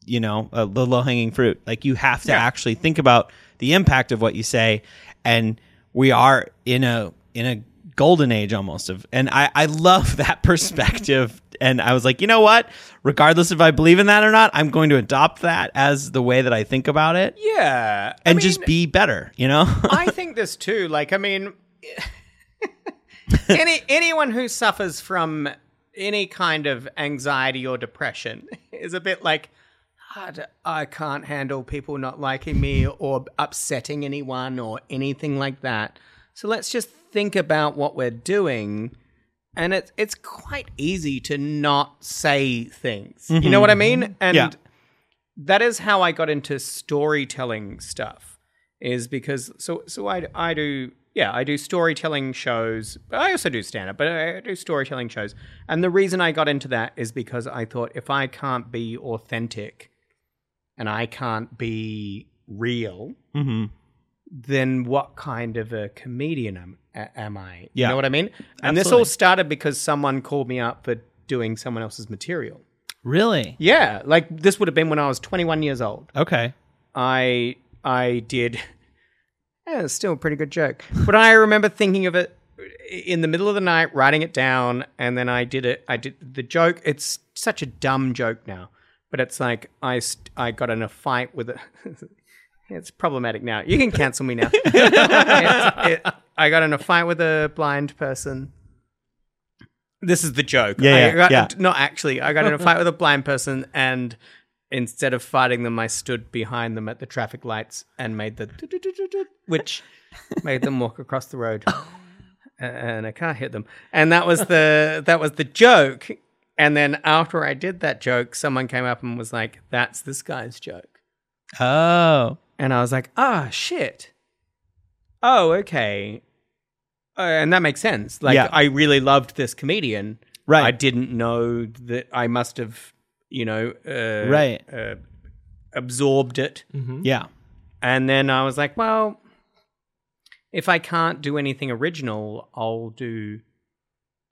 Speaker 4: you know, uh, the low hanging fruit. Like you have to actually think about the impact of what you say, and we are in a in a golden age almost of and I, I love *laughs* that perspective and I was like, you know what? Regardless if I believe in that or not, I'm going to adopt that as the way that I think about it
Speaker 2: Yeah,
Speaker 4: and just be better, you know? *laughs*
Speaker 2: I think this too. Like, I mean, *laughs* any anyone who suffers from any kind of anxiety or depression is a bit like, I, d- I can't handle people not liking me or upsetting anyone or anything like that. So let's just think about what we're doing. And it's it's quite easy to not say things. You know what I mean? And
Speaker 4: Yeah.
Speaker 2: that is how I got into storytelling stuff is because so so I I do yeah I do storytelling shows but I also do stand up but I do storytelling shows and the reason I got into that is because I thought if I can't be authentic and I can't be real
Speaker 4: mm-hmm.
Speaker 2: then what kind of a comedian am, a- am I you
Speaker 4: Yeah.
Speaker 2: know what I mean and this
Speaker 4: Absolutely.
Speaker 2: all started because someone called me up for doing someone else's material
Speaker 4: Really?
Speaker 2: yeah like this would have been when I was 21 years old
Speaker 4: Okay.
Speaker 2: I I did. *laughs* Yeah, it's still a pretty good joke. But I remember thinking of it in the middle of the night, writing it down, and then I did it. I did the joke. It's such a dumb joke now, but it's like I st- I got in a fight with a. *laughs* it's problematic now. You can *laughs* cancel me now. It's- it- I got in a fight with a blind person This is the joke.
Speaker 4: Yeah,
Speaker 2: I
Speaker 4: yeah,
Speaker 2: got-
Speaker 4: yeah.
Speaker 2: Not actually. I got in a fight with a blind person, and instead of fighting them, I stood behind them at the traffic lights and made the which made them walk across the road, and a car hit them. And that was the that was the joke. And then after I did that joke, someone came up and was like, "That's this guy's joke."
Speaker 4: Oh.
Speaker 2: And I was like, ah, shit. Oh, okay. Uh, and that makes sense. Like,
Speaker 4: Yeah.
Speaker 2: I really loved this comedian.
Speaker 4: Right.
Speaker 2: I didn't know that I must have, you know, uh,
Speaker 4: Right.
Speaker 2: uh, absorbed it.
Speaker 4: Yeah.
Speaker 2: And then I was like, well, if I can't do anything original, I'll do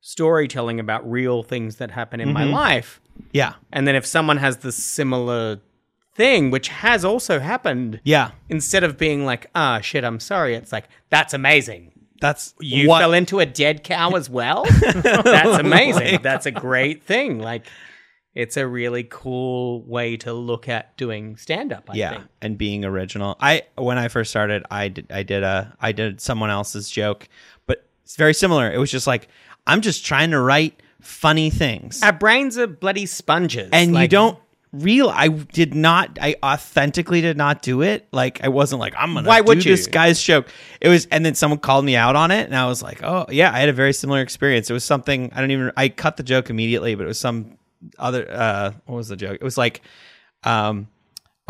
Speaker 2: storytelling about real things that happen in
Speaker 4: Mm-hmm.
Speaker 2: my life.
Speaker 4: Yeah.
Speaker 2: And then if someone has the similar thing, which has also happened
Speaker 4: Yeah.
Speaker 2: instead of being like, ah, shit, I'm sorry, it's like, that's amazing.
Speaker 4: That's
Speaker 2: You
Speaker 4: what- Oh
Speaker 2: fell into a dead cow as
Speaker 4: *laughs*
Speaker 2: well? that's amazing. that's a great thing. Like, it's a really cool way to look at doing stand up, I
Speaker 4: yeah
Speaker 2: think.
Speaker 4: and being original i when i first started i did i did a i did someone else's joke but it's very similar it was just like i'm just trying to write funny things
Speaker 2: Our brains are bloody sponges.
Speaker 4: and you
Speaker 2: Like,
Speaker 4: don't real i did not i authentically did not do it like i wasn't like i'm gonna
Speaker 2: Why
Speaker 4: do
Speaker 2: would you?
Speaker 4: this guy's joke it was and then someone called me out on it and i was like oh yeah i had a very similar experience it was something i don't even i cut the joke immediately but it was some other uh what was the joke it was like um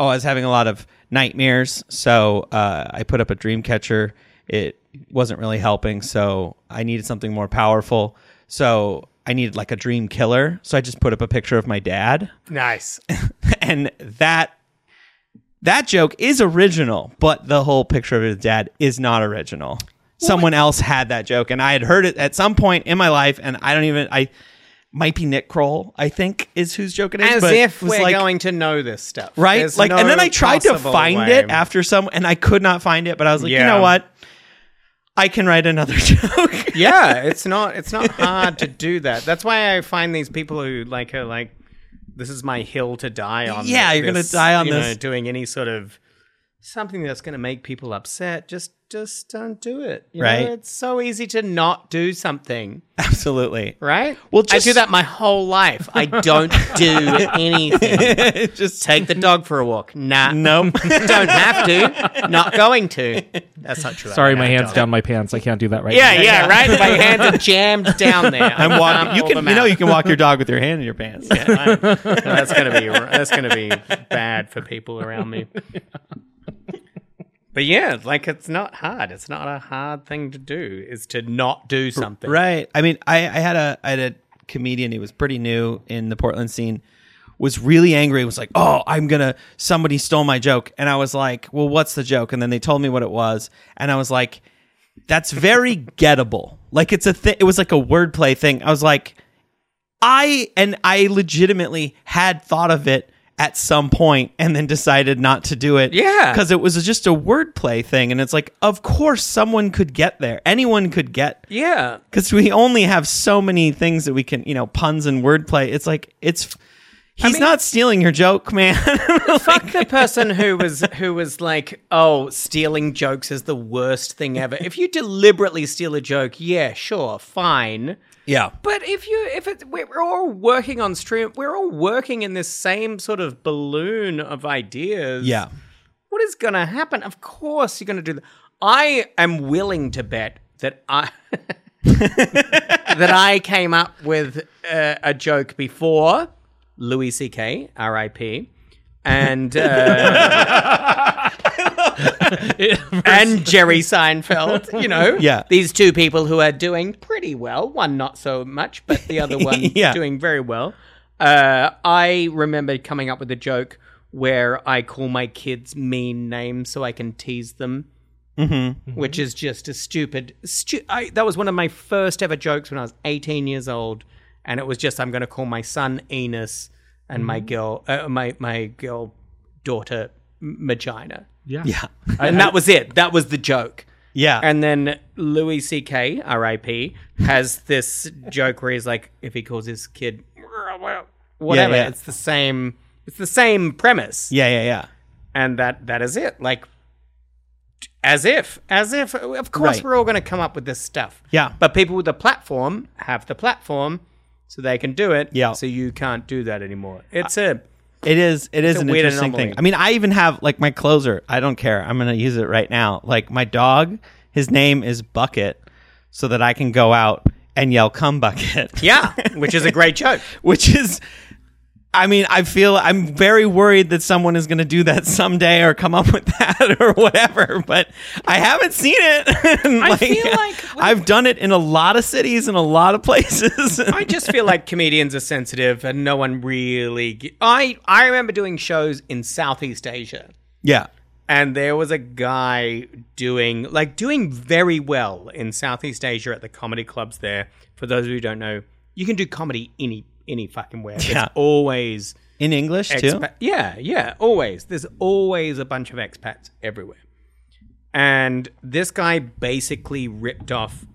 Speaker 4: oh i was having a lot of nightmares so uh i put up a dream catcher it wasn't really helping so i needed something more powerful so i needed like a dream killer so i just put up a picture of my dad *laughs*
Speaker 2: Nice.
Speaker 4: and that that joke is original, but the whole picture of his dad is not original. Someone else had that joke, and I had heard it at some point in my life, and I don't even I might be Nick Kroll, I think is whose joke it is.
Speaker 2: As
Speaker 4: but
Speaker 2: if
Speaker 4: it was
Speaker 2: we're
Speaker 4: like,
Speaker 2: going to know this stuff.
Speaker 4: right,
Speaker 2: There's
Speaker 4: like, and
Speaker 2: no
Speaker 4: then I tried to
Speaker 2: possible
Speaker 4: find
Speaker 2: way.
Speaker 4: it after some, and I could not find it. But I was like, you
Speaker 2: Yeah.
Speaker 4: know what, I can write another *laughs* joke.
Speaker 2: yeah, it's not it's not hard to do that. That's why I find these people who like are like, this is my hill to die on.
Speaker 4: Yeah, you're gonna
Speaker 2: this,
Speaker 4: die on
Speaker 2: you know,
Speaker 4: this.
Speaker 2: doing any sort of something that's going to make people upset. Just just don't do it. you
Speaker 4: Right.
Speaker 2: know? It's so easy to not do something. *laughs*
Speaker 4: Absolutely,
Speaker 2: Right.
Speaker 4: *laughs* Well,
Speaker 2: I do
Speaker 4: just-
Speaker 2: that my whole life. I don't do
Speaker 4: *laughs*
Speaker 2: anything.
Speaker 4: It's just
Speaker 2: Take the dog for a walk. Nah.
Speaker 4: nope.
Speaker 2: *laughs* Don't have to. Not going to. That's not true. I
Speaker 3: Sorry,
Speaker 2: don't
Speaker 3: my
Speaker 2: have
Speaker 3: hands
Speaker 2: dogs.
Speaker 3: down my pants. I can't do that right
Speaker 2: Yeah,
Speaker 3: now.
Speaker 2: yeah, right. My hands
Speaker 4: *laughs*
Speaker 2: are jammed down there.
Speaker 4: I'm walking. You
Speaker 2: Pull
Speaker 4: can,
Speaker 2: them
Speaker 4: you know,
Speaker 2: out.
Speaker 4: you can walk your dog with your hand in
Speaker 2: *laughs*
Speaker 4: your pants.
Speaker 2: I- no, that's gonna be that's gonna be bad for people around me. But yeah, like it's not hard. It's not a hard thing to do. Is to not do something.
Speaker 4: Right. I mean, I, I had a I had a comedian who was pretty new in the Portland scene, was really angry, was like, Oh, I'm gonna somebody stole my joke. And I was like, Well, what's the joke? And then they told me what it was, and I was like, That's very *laughs* gettable. Like it's a thing it was like a wordplay thing. I was like, I and I legitimately had thought of it at some point and then decided not to do it.
Speaker 2: Yeah.
Speaker 4: Because it was just a wordplay thing. And it's like, of course someone could get there. Anyone could get
Speaker 2: Yeah.
Speaker 4: because we only have so many things that we can, you know, puns and wordplay. It's like it's he's not stealing your joke, man. *laughs*
Speaker 2: Fuck the person who was who was like, oh, stealing jokes is the worst thing ever. If you deliberately steal a joke, yeah, sure, fine.
Speaker 4: yeah,
Speaker 2: But if you if it we're all working on stream, we're all working in this same sort of balloon of ideas.
Speaker 4: yeah,
Speaker 2: What is going to happen? Of course you're going to do that. I am willing to bet that I *laughs* that I came up with uh, a joke before Louis C.K. R.I.P. and uh, and Jerry Seinfeld. You know,
Speaker 4: Yeah.
Speaker 2: these two people who are doing pretty well. One not so much, but the other one
Speaker 4: Yeah.
Speaker 2: doing very well. Uh, I remember coming up with a joke where I call my kids mean names so I can tease them which is just a stupid. Stu- I, that was one of my first ever jokes when I was 18 years old, and it was just I'm going to call my son Enos and my girl, uh, my my girl daughter M- Magina,
Speaker 3: Yeah.
Speaker 4: yeah,
Speaker 2: and that was it. That was the joke.
Speaker 4: yeah.
Speaker 2: And then Louis C.K. R.I.P. has this joke where he's like, if he calls his kid whatever,
Speaker 4: yeah.
Speaker 2: it's the same. It's the same premise
Speaker 4: yeah, yeah, yeah.
Speaker 2: and that that is it like as if, as if, of course,
Speaker 4: Right.
Speaker 2: we're all going to come up with this stuff.
Speaker 4: Yeah.
Speaker 2: But people with the platform have the platform, so they can do it.
Speaker 4: Yeah. Uh,
Speaker 2: So you can't do that anymore. It's a
Speaker 4: It is. It is
Speaker 2: a
Speaker 4: an
Speaker 2: weird
Speaker 4: interesting
Speaker 2: anomaly.
Speaker 4: thing. I mean, I even have like my closer. I don't care. I'm gonna use it right now. Like my dog, his name is Bucket, so that I can go out and yell
Speaker 2: *laughs*
Speaker 4: "Come Bucket," *laughs*
Speaker 2: yeah, which is a great joke.
Speaker 4: which is. I mean, I feel I'm very worried that someone is going to do that someday or come up with *laughs* that or whatever, but I haven't seen it. *laughs* And,
Speaker 2: feel like-
Speaker 4: I've done it in a lot of cities and a lot of
Speaker 2: *laughs*
Speaker 4: places.
Speaker 2: I just feel like comedians are sensitive, and no one really. Ge- I I remember doing shows in Southeast Asia,
Speaker 4: *laughs* yeah.
Speaker 2: and there was a guy doing like doing very well in Southeast Asia at the comedy clubs there. For those who don't know, you can do comedy any any fucking where.
Speaker 4: Yeah.
Speaker 2: It's always
Speaker 4: In English, too?
Speaker 2: expat- yeah, yeah, always. There's always a bunch of expats everywhere. And this guy basically ripped off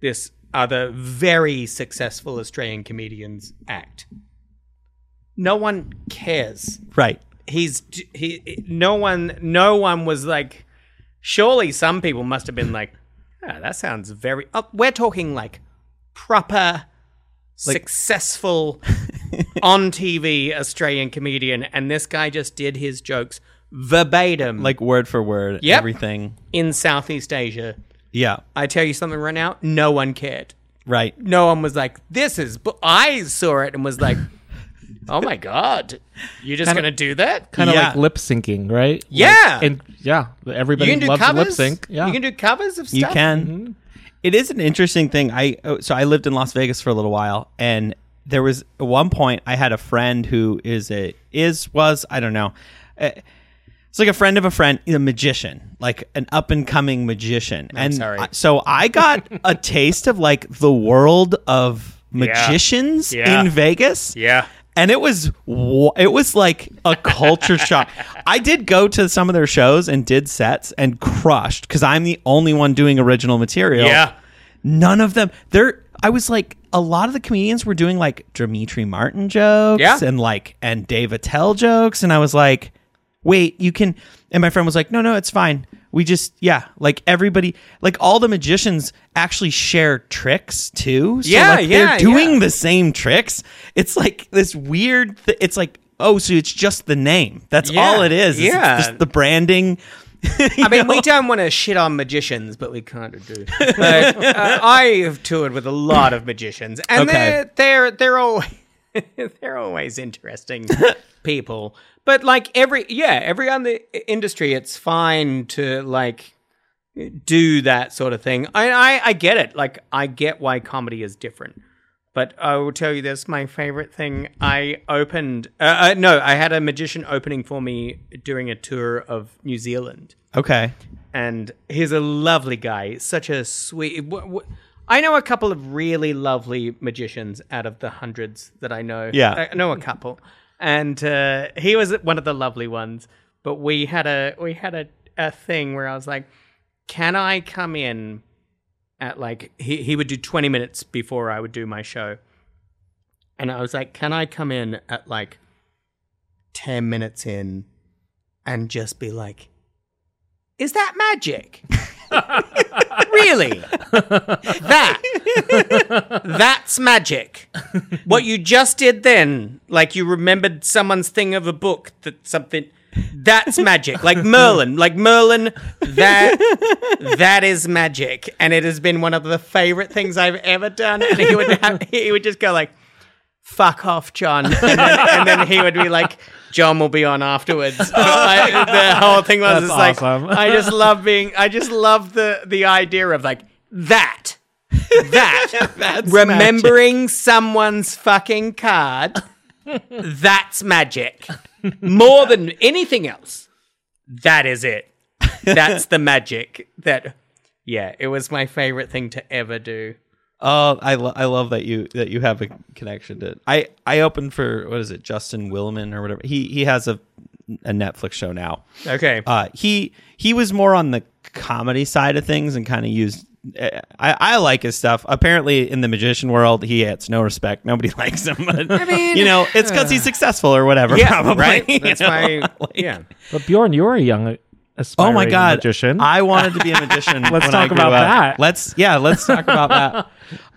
Speaker 2: this other very successful Australian comedian's act. No one cares.
Speaker 4: Right.
Speaker 2: He's he no one no one was like surely some people must have been like "Ah, that sounds very oh, we're talking like proper successful on TV Australian comedian, and this guy just did his jokes verbatim,
Speaker 4: Like word for word,
Speaker 2: Yep.
Speaker 4: everything.
Speaker 2: in Southeast Asia.
Speaker 4: Yeah.
Speaker 2: I tell you something right now, no one cared.
Speaker 4: Right.
Speaker 2: No one was like, "This is." But I saw it and was like, "Oh my god, you're just gonna do that?"
Speaker 3: Kind of
Speaker 4: Yeah.
Speaker 3: like lip syncing, right? Like-
Speaker 2: Yeah.
Speaker 3: and yeah,
Speaker 2: you
Speaker 3: everybody
Speaker 2: can do
Speaker 3: loves
Speaker 2: covers.
Speaker 3: lip sync. Yeah.
Speaker 2: You can do covers of stuff. Mm-hmm.
Speaker 4: You can. It is an interesting thing. I oh, so I lived in Las Vegas for a little while, and there was at one point I had a friend who is a is was I don't know. Uh, It's like a friend of a friend, a magician, like an up and coming magician. and
Speaker 2: sorry.
Speaker 4: I- so I got a taste of like the world of magicians
Speaker 2: Yeah.
Speaker 4: in Vegas.
Speaker 2: Yeah.
Speaker 4: and it was wa- it was like a culture shock. I did go to some of their shows and did sets and crushed because I'm the only one doing original material.
Speaker 2: Yeah.
Speaker 4: none of them. They're I was like a lot of the comedians were doing like Dimitri Martin jokes
Speaker 2: Yeah.
Speaker 4: and like and Dave Attell jokes, and I was like, wait, you can. And my friend was like, no, no, it's fine. We just yeah, like everybody, like all the magicians actually share tricks too. So
Speaker 2: Yeah,
Speaker 4: like
Speaker 2: yeah,
Speaker 4: they're doing
Speaker 2: yeah.
Speaker 4: the same tricks. It's like this weird. Th- it's like oh, so it's just the name. That's
Speaker 2: Yeah,
Speaker 4: all it is. It's
Speaker 2: yeah.
Speaker 4: just the branding. *laughs*
Speaker 2: I mean, we don't want to shit on magicians, but we kind of do. Like, uh, I have toured with a lot of magicians, and
Speaker 4: Okay.
Speaker 2: they're they're they're all *laughs* they're always interesting people. But like every yeah, every other industry, it's fine to like do that sort of thing. I, I I get it. Like I get why comedy is different. But I will tell you this: my favorite thing. I opened. Uh, uh, no, I had a magician opening for me during a tour of New Zealand
Speaker 4: Okay.
Speaker 2: and he's a lovely guy. Such a sweet. W- w- I know a couple of really lovely magicians out of the hundreds that I know.
Speaker 4: Yeah.
Speaker 2: I know a couple, and uh, he was one of the lovely ones. But we had a we had a, a thing where I was like, "Can I come in?" At like he he would do twenty minutes before I would do my show, and I was like, "Can I come in at like ten minutes in, and just be like." Is that magic? *laughs* really? That. That's magic. What you just did then, like you remembered someone's thing of a book that something that's magic. Like Merlin, like Merlin, that that is magic. And it has been one of the favorite things I've ever done. And he would have, he would just go like fuck off, John. And then, and then he would be like, John will be
Speaker 3: *laughs*
Speaker 2: on afterwards. I- the whole thing was
Speaker 3: That's
Speaker 2: just like,
Speaker 3: awesome.
Speaker 2: I just love being, I just love the, the idea of like, that, that, remembering someone's fucking card, that's magic. More than anything else, that is it. That's the magic that, yeah, it was my favorite thing to ever do.
Speaker 4: Oh, I, lo- I love that you that you have a connection to. I I opened for what is it, Justin Willman or whatever. He he has a a Netflix show now.
Speaker 2: Okay.
Speaker 4: Uh, he he was more on the comedy side of things and kind of used. eh, I, I like his stuff. Apparently, in the magician world, he gets no respect. Nobody *laughs* likes him. But, I mean, you know, it's because he's successful or whatever.
Speaker 2: yeah,
Speaker 4: *laughs* probably.
Speaker 2: right?
Speaker 4: you
Speaker 2: That's
Speaker 4: know?
Speaker 2: why,
Speaker 4: *laughs* Like-
Speaker 2: yeah.
Speaker 3: But Bjorn, you were a young aspiring
Speaker 4: oh my god
Speaker 3: magician.
Speaker 4: i wanted to be a magician let's
Speaker 3: talk about that.
Speaker 4: let's yeah let's talk about that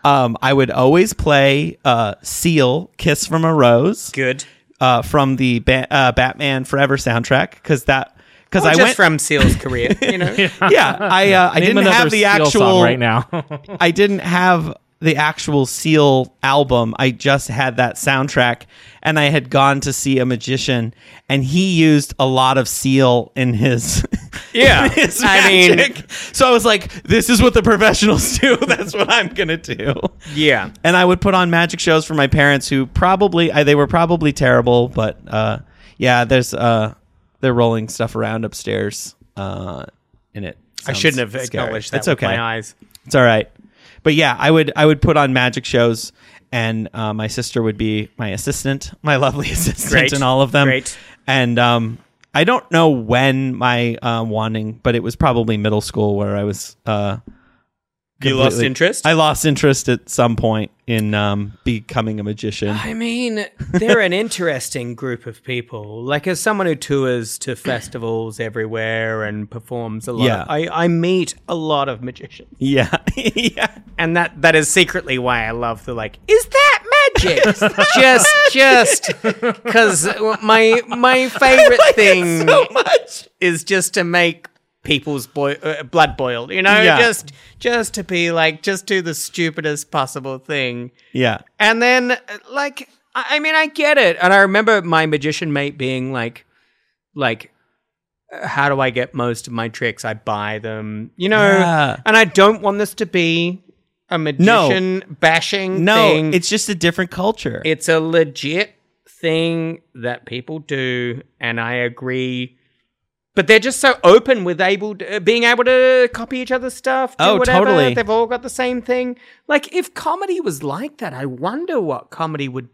Speaker 4: um i would always play uh seal kiss from a rose
Speaker 2: Good.
Speaker 4: uh from the ba- uh, batman forever soundtrack because that because
Speaker 2: Or
Speaker 4: i
Speaker 2: just
Speaker 4: went
Speaker 2: from Seal's
Speaker 4: *laughs*
Speaker 2: career, you know.
Speaker 4: yeah i uh, i
Speaker 3: Name
Speaker 4: didn't
Speaker 3: another
Speaker 4: have the
Speaker 3: Seal song
Speaker 4: actual
Speaker 3: right
Speaker 2: *laughs*
Speaker 3: now.
Speaker 4: I didn't have the actual Seal album. I just had that soundtrack, and I had gone to see a magician, and he used a lot of Seal in his.
Speaker 2: Yeah.
Speaker 4: in *laughs* his
Speaker 2: I mean-
Speaker 4: magic. so I was like, "This is what the professionals *laughs* do. That's what I'm gonna do."
Speaker 2: Yeah.
Speaker 4: And I would put on magic shows for my parents, who probably I, they were probably terrible, but uh, yeah, there's uh, they're rolling stuff around upstairs, uh, and it.
Speaker 2: I
Speaker 4: sounds
Speaker 2: shouldn't have
Speaker 4: scary.
Speaker 2: acknowledged that
Speaker 4: It's
Speaker 2: with
Speaker 4: okay.
Speaker 2: my eyes.
Speaker 4: It's all right. But yeah, I would I would put on magic shows, and uh, my sister would be my assistant, my lovely *laughs* assistant
Speaker 2: Great.
Speaker 4: in all of them.
Speaker 2: Great.
Speaker 4: And um, I don't know when my uh, wanting, but it was probably middle school where I was. Uh,
Speaker 2: You lost
Speaker 4: completely-
Speaker 2: interest?
Speaker 4: I lost interest at some point in um, becoming a
Speaker 2: *laughs*
Speaker 4: magician.
Speaker 2: I mean, they're an interesting group of people. Like, as someone who tours
Speaker 4: *clears throat*
Speaker 2: to festivals everywhere and performs a lot,
Speaker 4: Yeah.
Speaker 2: I, I meet a lot of magicians.
Speaker 4: Yeah, *laughs* yeah.
Speaker 2: And that, that is secretly why I love the, like, is that
Speaker 4: *laughs*
Speaker 2: magic? just, just because my, my favorite thing
Speaker 4: So much.
Speaker 2: is just to make people's boi- uh, blood boil, you know?
Speaker 4: Yeah.
Speaker 2: Just, just to be like, just do the stupidest possible thing.
Speaker 4: Yeah,
Speaker 2: And then, uh, like, I I mean, I get it. And I remember my magician mate being like, like, uh, how do I get most of my tricks? I buy them, you know.
Speaker 4: Yeah.
Speaker 2: And I don't want this to be a magician bashing
Speaker 4: no,
Speaker 2: thing.
Speaker 4: it's just a different culture.
Speaker 2: it's a legit thing that people do, and I agree. But they're just so open with able to, uh, being able to copy each other's stuff. Do
Speaker 4: Oh,
Speaker 2: whatever.
Speaker 4: totally.
Speaker 2: They've all got the same thing. Like if comedy was like that, I wonder what comedy would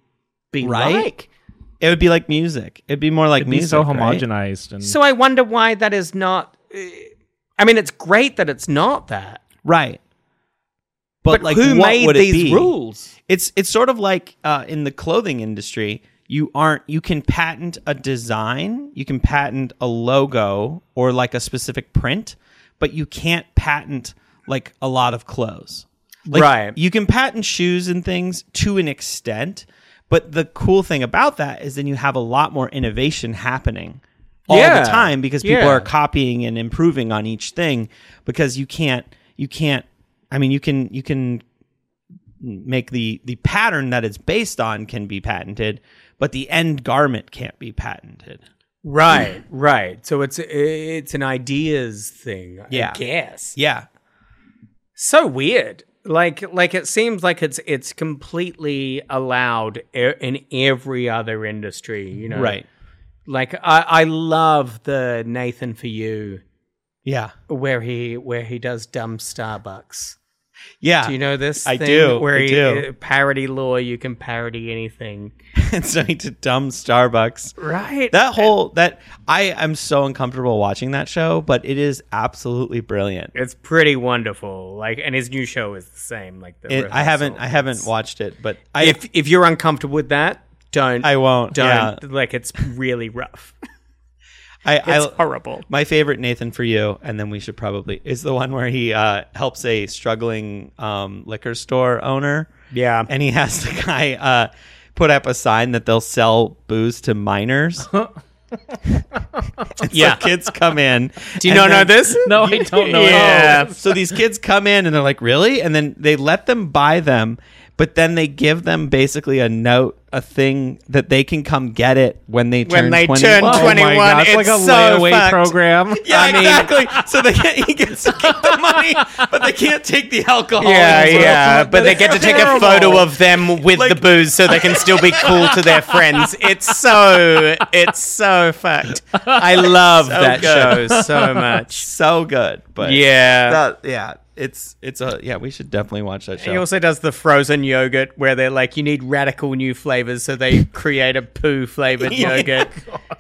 Speaker 2: be
Speaker 4: Right?
Speaker 2: like.
Speaker 4: it would be like music. It'd be more like
Speaker 3: It'd be
Speaker 4: music.
Speaker 3: so
Speaker 4: right?
Speaker 3: homogenized and
Speaker 2: So I wonder why that is not. uh, I mean, it's great that it's not that.
Speaker 4: Right.
Speaker 2: But, who
Speaker 4: what
Speaker 2: made
Speaker 4: would it
Speaker 2: these
Speaker 4: be?
Speaker 2: rules?
Speaker 4: It's it's sort of like uh, in the clothing industry, you aren't you can patent a design, you can patent a logo or like a specific print, but you can't patent like a lot of clothes. Like,
Speaker 2: Right.
Speaker 4: You can patent shoes and things to an extent, but the cool thing about that is then you have a lot more innovation happening all
Speaker 2: Yeah.
Speaker 4: the time because people
Speaker 2: Yeah.
Speaker 4: are copying and improving on each thing because you can't you can't I mean you can you can make the the pattern that it's based on can be patented, but the end garment can't be patented.
Speaker 2: Right, right. So it's it's an ideas thing,
Speaker 4: Yeah.
Speaker 2: I guess.
Speaker 4: Yeah.
Speaker 2: so weird like like it seems like it's it's completely allowed e- in every other industry you know
Speaker 4: Right.
Speaker 2: like i i love the nathan for you
Speaker 4: Yeah.
Speaker 2: where he where he does dumb starbucks
Speaker 4: Yeah.
Speaker 2: do you know this
Speaker 4: I
Speaker 2: thing
Speaker 4: do,
Speaker 2: where
Speaker 4: I
Speaker 2: he,
Speaker 4: do. *laughs*
Speaker 2: uh, *laughs* parody law you can parody anything
Speaker 4: and so to dumb Starbucks.
Speaker 2: right
Speaker 4: That whole that I am so uncomfortable watching that show, but it is absolutely brilliant.
Speaker 2: it's pretty wonderful like and his new show is the same like the
Speaker 4: It, I haven't I
Speaker 2: rehearsal.
Speaker 4: haven't watched it, but I
Speaker 2: if if you're uncomfortable with that don't
Speaker 4: I won't.
Speaker 2: don't
Speaker 4: Yeah.
Speaker 2: like it's really rough *laughs*
Speaker 4: I,
Speaker 2: it's
Speaker 4: I
Speaker 2: horrible
Speaker 4: My favorite Nathan for you, and then we should probably is the one where he uh, helps a struggling um, liquor store owner.
Speaker 2: Yeah.
Speaker 4: and he has the guy uh, put up a sign that they'll sell booze to
Speaker 3: *laughs*
Speaker 4: minors. And
Speaker 2: Yeah.
Speaker 4: so kids come in.
Speaker 2: Do you
Speaker 4: and
Speaker 2: not know
Speaker 4: then-
Speaker 2: this?
Speaker 3: *laughs* no, I don't know.
Speaker 2: Yeah.
Speaker 4: Oh, *laughs* so these kids come in and they're like, really? And then they let them buy them, but then they give them basically a note, a thing that they can come get it when they turn
Speaker 2: When they
Speaker 4: 21.
Speaker 2: turn
Speaker 3: Oh my
Speaker 2: 21,
Speaker 3: god, it's like a
Speaker 2: it's so
Speaker 3: layaway
Speaker 2: fucked.
Speaker 3: program.
Speaker 4: Yeah,
Speaker 2: I mean-
Speaker 4: exactly. so they get, he gets to keep the money, but they can't take the alcohol.
Speaker 2: Yeah,
Speaker 4: as well.
Speaker 2: yeah, but they
Speaker 4: It's
Speaker 2: get to take a
Speaker 4: terrible.
Speaker 2: photo of them with the
Speaker 4: Like-
Speaker 2: booze so they
Speaker 4: *laughs*
Speaker 2: can still be cool to their friends. It's so it's so fucked.
Speaker 3: *laughs*
Speaker 2: I love that
Speaker 4: good.
Speaker 2: show so
Speaker 4: *laughs*
Speaker 2: much.
Speaker 4: So good, but
Speaker 2: Yeah.
Speaker 4: that, yeah, it's it's a yeah. We should definitely watch that show.
Speaker 2: he also does the frozen
Speaker 4: *laughs*
Speaker 2: yogurt where they're like, you need radical new flavors, so they create a poo flavored yogurt.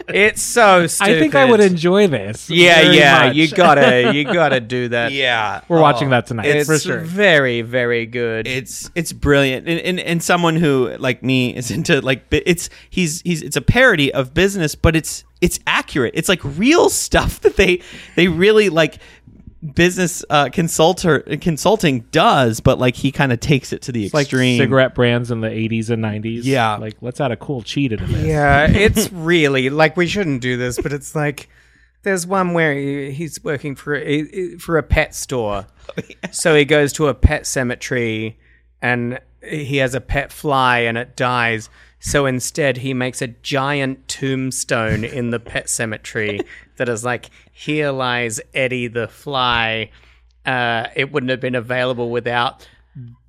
Speaker 2: It's so stupid.
Speaker 3: I think I would enjoy this.
Speaker 2: Yeah,
Speaker 3: very
Speaker 2: yeah,
Speaker 3: much.
Speaker 2: you gotta,
Speaker 3: *laughs*
Speaker 2: you gotta do that.
Speaker 4: Yeah,
Speaker 3: We're watching
Speaker 4: Oh.
Speaker 3: that tonight
Speaker 2: it's
Speaker 3: for sure.
Speaker 2: very, very good.
Speaker 4: It's it's brilliant, and, and and someone who like me is into like bi- it's he's he's it's a parody of business, but it's it's accurate. It's like real stuff *laughs* that they they really like business uh, consulter consulting does, but like he kind of takes it to the
Speaker 3: like
Speaker 4: extreme.
Speaker 3: cigarette brands in the 80s and 90s.
Speaker 4: Yeah.
Speaker 3: Like, let's add a cool cheat into this.
Speaker 2: yeah, it's really like we shouldn't do this, but it's like there's one where he, he's working for a, for a pet store, so he goes to a pet cemetery and he has a pet fly and it dies. So instead, he makes a giant tombstone in the pet cemetery that is like, "Here lies Eddie the fly." Uh, it wouldn't have been available without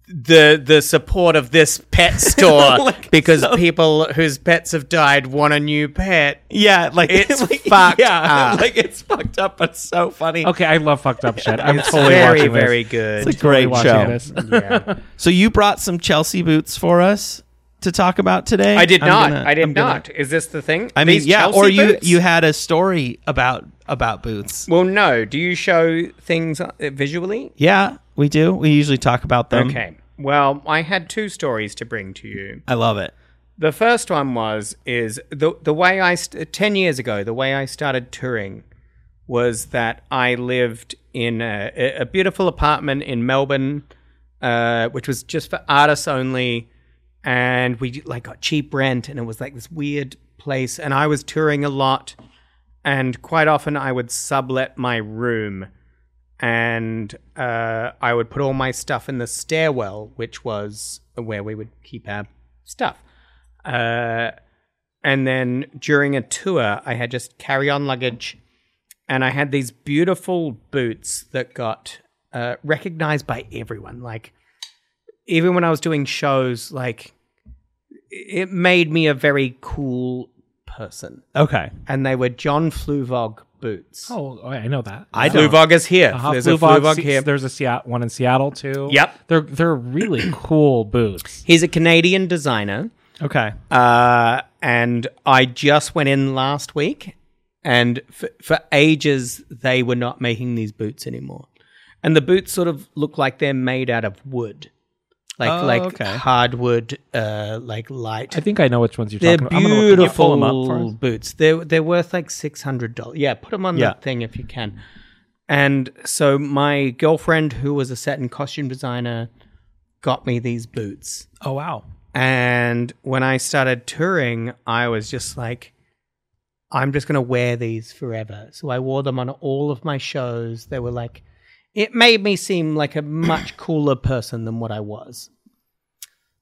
Speaker 2: the the support of this
Speaker 4: *laughs*
Speaker 2: pet store because people whose pets have died want a new pet.
Speaker 4: Yeah, like
Speaker 2: It's
Speaker 4: *laughs* like,
Speaker 2: fucked
Speaker 4: yeah,
Speaker 2: up.
Speaker 4: *laughs* like it's fucked up, but it's so funny.
Speaker 3: Okay, I love fucked up shit. I'm
Speaker 2: It's
Speaker 3: totally
Speaker 2: very
Speaker 3: watching this.
Speaker 2: very good.
Speaker 4: It's a
Speaker 3: Totally
Speaker 4: great show.
Speaker 3: watching this.
Speaker 2: *laughs* Yeah.
Speaker 4: So you brought some Chelsea boots for us to talk about today.
Speaker 2: I did
Speaker 4: I'm
Speaker 2: not.
Speaker 4: gonna-
Speaker 2: I did
Speaker 4: I'm gonna-
Speaker 2: not. Is this the thing?
Speaker 4: I mean,
Speaker 2: These
Speaker 4: yeah,
Speaker 2: Chelsea
Speaker 4: or you
Speaker 2: boots?
Speaker 4: you had a story about about boots.
Speaker 2: Well, no. Do you show things uh, visually?
Speaker 4: Yeah, we do. We usually talk about them.
Speaker 2: Okay. Well, I had two stories to bring to you.
Speaker 4: I love it.
Speaker 2: The first one was is the the way I st- ten years ago the way I started touring was that I lived in a, a- a beautiful apartment in Melbourne, uh, which was just for artists only, and we like got cheap rent, and it was like this weird place, and I was touring a lot, and quite often I would sublet my room, and uh, I would put all my stuff in the stairwell, which was where we would keep our stuff. Uh, and then during a tour, I had just carry on luggage and I had these beautiful boots that got uh, recognized by everyone. Like, even when I was doing shows, like, it made me a very cool person.
Speaker 4: Okay.
Speaker 2: And they were John Fluvog boots.
Speaker 3: Oh, oh, I know that.
Speaker 4: I don't.
Speaker 2: Fluvog is here.
Speaker 3: Uh-huh,
Speaker 2: There's
Speaker 3: Fluvog
Speaker 2: a Fluvog
Speaker 3: Se-
Speaker 2: here.
Speaker 3: There's a Seattle, one in Seattle too.
Speaker 2: Yep.
Speaker 3: They're they're
Speaker 2: *clears throat*
Speaker 3: really cool boots.
Speaker 2: He's a Canadian designer.
Speaker 4: Okay.
Speaker 2: Uh, and I just went in last week, and for, for ages they were not making these boots anymore, and the boots sort of look like they're made out of wood, like
Speaker 4: Oh,
Speaker 2: like
Speaker 4: okay.
Speaker 2: hardwood, uh, like light.
Speaker 3: I think I know which ones you're
Speaker 2: They're
Speaker 3: talking about. I'm gonna look them up.
Speaker 4: pull 'em up for
Speaker 2: beautiful
Speaker 4: us?
Speaker 2: boots. They're they're worth like six hundred dollars. Yeah, put them on
Speaker 4: Yeah.
Speaker 2: that thing if you can. And so my girlfriend, who was a set and costume designer, got me these boots.
Speaker 4: Oh wow.
Speaker 2: And when I started touring, I was just like, I'm just going to wear these forever. So I wore them on all of my shows. They were like, it made me seem like a much cooler person than what I was.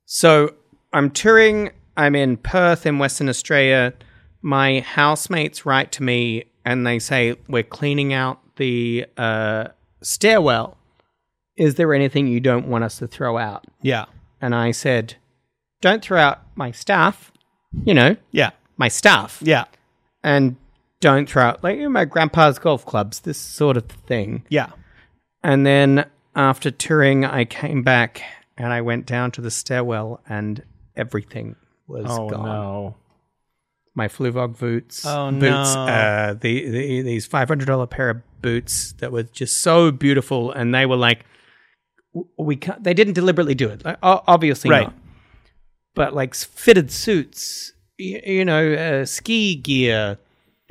Speaker 2: So I'm touring. I'm in Perth in Western Australia. My housemates write to me and they say, We're cleaning out the uh, stairwell. Is there anything you don't want us to throw out?
Speaker 4: Yeah.
Speaker 2: and I said, "Don't throw out my stuff, you know,
Speaker 4: Yeah.
Speaker 2: my stuff,
Speaker 4: Yeah.
Speaker 2: and don't throw out like my grandpa's golf clubs, this sort of thing."
Speaker 4: Yeah.
Speaker 2: And then after touring, I came back and I went down to the stairwell, and everything was
Speaker 3: Oh
Speaker 2: gone.
Speaker 3: no.
Speaker 2: My Fluvog boots,
Speaker 4: Oh,
Speaker 2: boots,
Speaker 4: no.
Speaker 2: uh, the, the these five hundred dollar pair of boots that were just so beautiful, and they were like, w- we can't, they didn't deliberately do it, like, o- obviously
Speaker 4: Right.
Speaker 2: not. but like s- fitted suits, you, you know, uh, ski gear.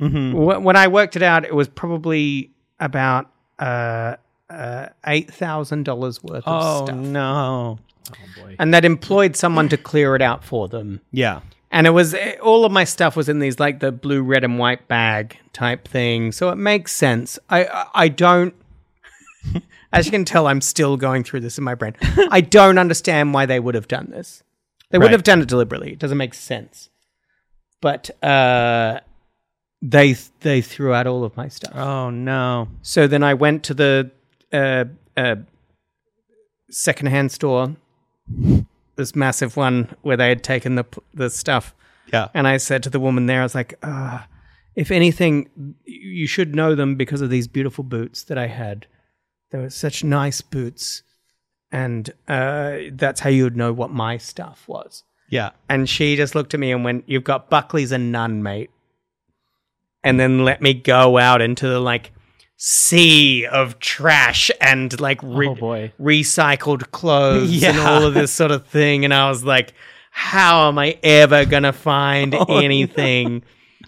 Speaker 4: Mm-hmm.
Speaker 2: Wh- When I worked it out, it was probably about uh, uh, eight thousand dollars worth
Speaker 4: Oh
Speaker 2: of stuff,
Speaker 4: no.
Speaker 2: and that employed someone to clear it out for them.
Speaker 4: Yeah.
Speaker 2: And it was eh, all of my stuff was in these like the blue, red, and white bag type thing, so it makes sense. I I, I don't. *laughs* As you can tell, I'm still going through this in my
Speaker 4: *laughs*
Speaker 2: brain. I don't understand why they would have done this. They would
Speaker 4: Right.
Speaker 2: have done it deliberately. It doesn't make sense. But uh, they they threw out all of my stuff.
Speaker 4: Oh no.
Speaker 2: So then I went to the uh, uh, secondhand store, this massive one where they had taken the the stuff,
Speaker 4: Yeah.
Speaker 2: and I said to the woman there, I was like, uh, "If anything, you should know them because of these beautiful boots that I had. They were such nice boots, and uh, that's how you would know what my stuff was."
Speaker 4: Yeah.
Speaker 2: And she just looked at me and went, "You've got Buckley's and none, mate." and then let me go out into the like sea of trash and like re-
Speaker 3: Oh, boy.
Speaker 2: recycled clothes and
Speaker 4: Yeah.
Speaker 2: all of this sort of thing. And I was like, how am I ever
Speaker 3: *laughs*
Speaker 2: gonna find
Speaker 3: Oh,
Speaker 2: anything?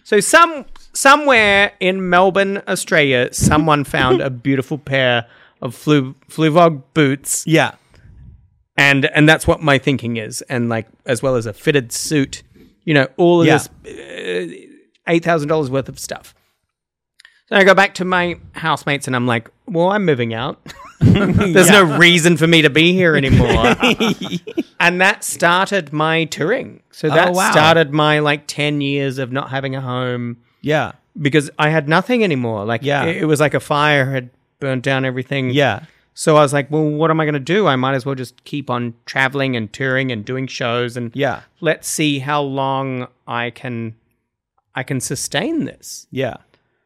Speaker 2: So some somewhere in Melbourne, Australia, someone found a beautiful pair of flu fluvog boots
Speaker 4: Yeah.
Speaker 2: and and that's what my thinking is and like as well as a fitted suit you know all of
Speaker 4: Yeah.
Speaker 2: this uh, $8000 worth of stuff so i go back to my housemates and i'm like well i'm moving
Speaker 4: *laughs*
Speaker 2: out there's no reason for me to be here anymore
Speaker 4: *laughs*
Speaker 2: and that started my touring so that
Speaker 4: Oh, wow.
Speaker 2: started my like 10 years of not having a home
Speaker 4: Yeah.
Speaker 2: because i had nothing anymore like
Speaker 4: Yeah.
Speaker 2: it, it was like a fire had burnt down everything
Speaker 4: Yeah.
Speaker 2: so I was like, well, what am I going to do? I might as well just keep on traveling and touring and doing shows and
Speaker 4: Yeah.
Speaker 2: let's see how long I can I can sustain this.
Speaker 4: Yeah.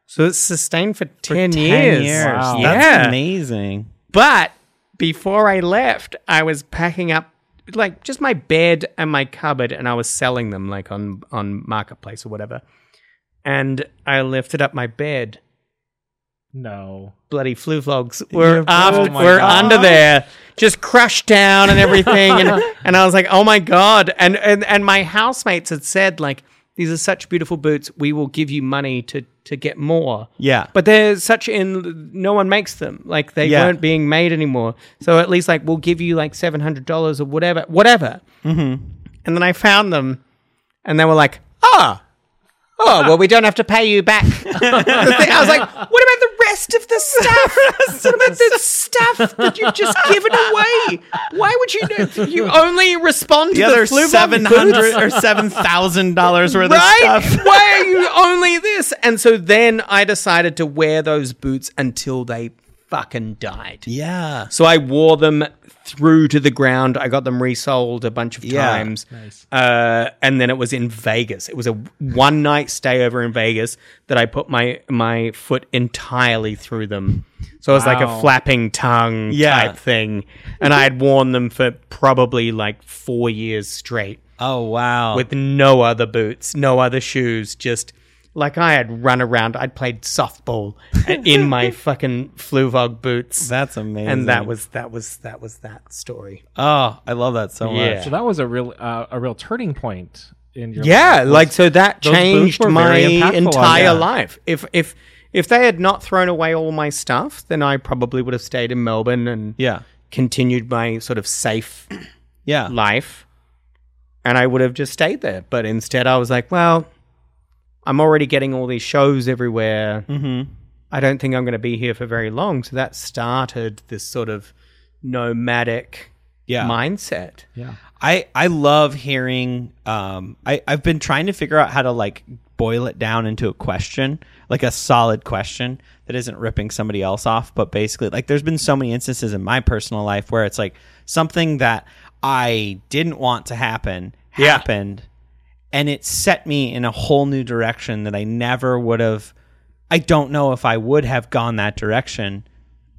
Speaker 2: So it's sustained for 10,
Speaker 4: 10
Speaker 2: years.
Speaker 3: Wow.
Speaker 2: Yeah.
Speaker 4: That's amazing.
Speaker 2: But before I left, I was packing up like just my bed and my cupboard and I was selling them like on on marketplace or whatever. And I lifted up my bed
Speaker 3: No.
Speaker 2: bloody flu vlogs were
Speaker 4: Yeah,
Speaker 2: after,
Speaker 3: oh my
Speaker 2: were
Speaker 3: God.
Speaker 2: under there, just crushed down and
Speaker 3: *laughs*
Speaker 2: everything. and, and I was like, oh my god! And, and and my housemates had said like, these are such beautiful boots. We will give you money to to get more.
Speaker 4: Yeah.
Speaker 2: But they're such in no one makes them. Like they
Speaker 4: Yeah.
Speaker 2: weren't being made anymore. So at least like we'll give you like seven hundred dollars or whatever, whatever.
Speaker 4: Mm-hmm.
Speaker 2: And then I found them, and they were like, ah. Oh well, we don't have to pay you back. *laughs* The thing- I was like, "What about the rest of the stuff? What about the stuff that you've just given away? Why would you? do- You only respond to
Speaker 4: The other
Speaker 2: flu
Speaker 4: seven hundred or seven thousand dollars worth
Speaker 2: right?
Speaker 4: of
Speaker 2: *laughs*
Speaker 4: stuff.
Speaker 2: Why are you only this? And so then I decided to wear those boots until they fucking died.
Speaker 4: Yeah.
Speaker 2: So I wore them through to the ground. I got them resold a bunch of
Speaker 4: Yeah.
Speaker 2: times. Uh, and then it was in Vegas. It was a one night stay over in Vegas that I put my my foot entirely through them. So it was like a
Speaker 3: Wow.
Speaker 2: flapping tongue
Speaker 4: Yeah.
Speaker 2: type thing. And I had worn them for probably like four years straight
Speaker 4: Oh wow.
Speaker 2: with no other boots, no other shoes, just like I had run around. I'd
Speaker 3: *laughs*
Speaker 2: played softball in my fucking Fluvog boots.
Speaker 4: That's amazing.
Speaker 2: and that was that was that was that story.
Speaker 4: Oh, I love that so
Speaker 2: Yeah.
Speaker 4: much.
Speaker 3: So that was a real uh, a real turning point in your
Speaker 2: Yeah, like so that
Speaker 3: those boots
Speaker 2: changed
Speaker 3: were very
Speaker 2: my
Speaker 3: impactful on
Speaker 2: entire
Speaker 3: you.
Speaker 2: life. If if if they had not thrown away all my stuff, then I probably would have stayed in Melbourne and
Speaker 4: Yeah.
Speaker 2: continued my sort of safe
Speaker 4: Yeah.
Speaker 2: life and I would have just stayed there. But instead, I was like, well, I'm already getting all these shows everywhere. Mm-hmm. I don't think I'm going to be here for very long. So that started this sort of nomadic
Speaker 4: Yeah.
Speaker 2: mindset.
Speaker 3: Yeah.
Speaker 4: I I love hearing. Um, I I've been trying to figure out how to like boil it down into a question, like a solid question that isn't ripping somebody else off, but basically, like, there's been so many instances in my personal life where it's like something that I didn't want to happen
Speaker 2: Yeah.
Speaker 4: happened, and it set me in a whole new direction that I never would have. I don't know if I would have gone that direction.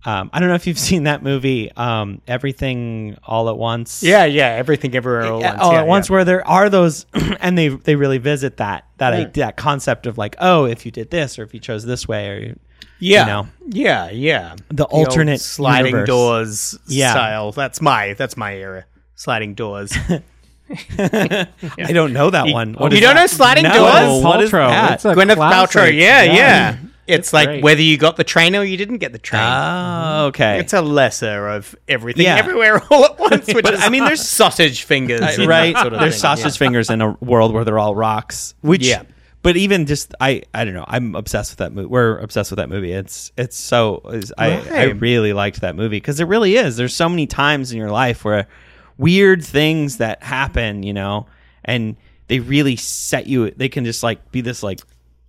Speaker 4: Um, I don't know if you've *laughs* seen that movie, um, Everything All at Once
Speaker 2: Yeah, yeah. Everything everywhere all at
Speaker 4: yeah,
Speaker 2: once.
Speaker 4: all
Speaker 2: yeah,
Speaker 4: at once where there are those *clears throat* and they they really visit that that idea, that concept of like oh if you did this or if you chose this way or you-
Speaker 2: Yeah.
Speaker 4: you know
Speaker 2: Yeah, yeah.
Speaker 4: The
Speaker 2: old
Speaker 4: alternate
Speaker 2: sliding
Speaker 4: universe.
Speaker 2: doors
Speaker 4: Yeah.
Speaker 2: style. That's my that's my era. Sliding *laughs* doors.
Speaker 4: I don't know that one What
Speaker 2: you
Speaker 4: is
Speaker 2: don't
Speaker 4: that?
Speaker 2: know sliding
Speaker 4: No,
Speaker 2: doors?
Speaker 4: what is
Speaker 3: Paltrow,
Speaker 4: that?
Speaker 3: it's a
Speaker 2: Gwyneth
Speaker 3: classic.
Speaker 2: Paltrow. Yeah, yeah. It's, like
Speaker 3: great.
Speaker 2: whether you got the train or you didn't get the train.
Speaker 4: oh okay
Speaker 2: It's a lesser of everything
Speaker 4: Yeah.
Speaker 2: everywhere all at *laughs* once. Which
Speaker 4: But,
Speaker 2: is,
Speaker 4: I mean, there's-
Speaker 2: sausage fingers, and
Speaker 4: right
Speaker 2: that Sort of
Speaker 4: there's
Speaker 2: thing.
Speaker 4: sausage fingers in a world where they're all rocks which
Speaker 2: Yeah.
Speaker 4: but even just I I don't know I'm obsessed with that movie we're obsessed with that movie it's it's so it's- I I
Speaker 2: Right.
Speaker 4: really liked that movie because it really is there's so many times in your life where weird things that happen you know and they really set you they can just like be this like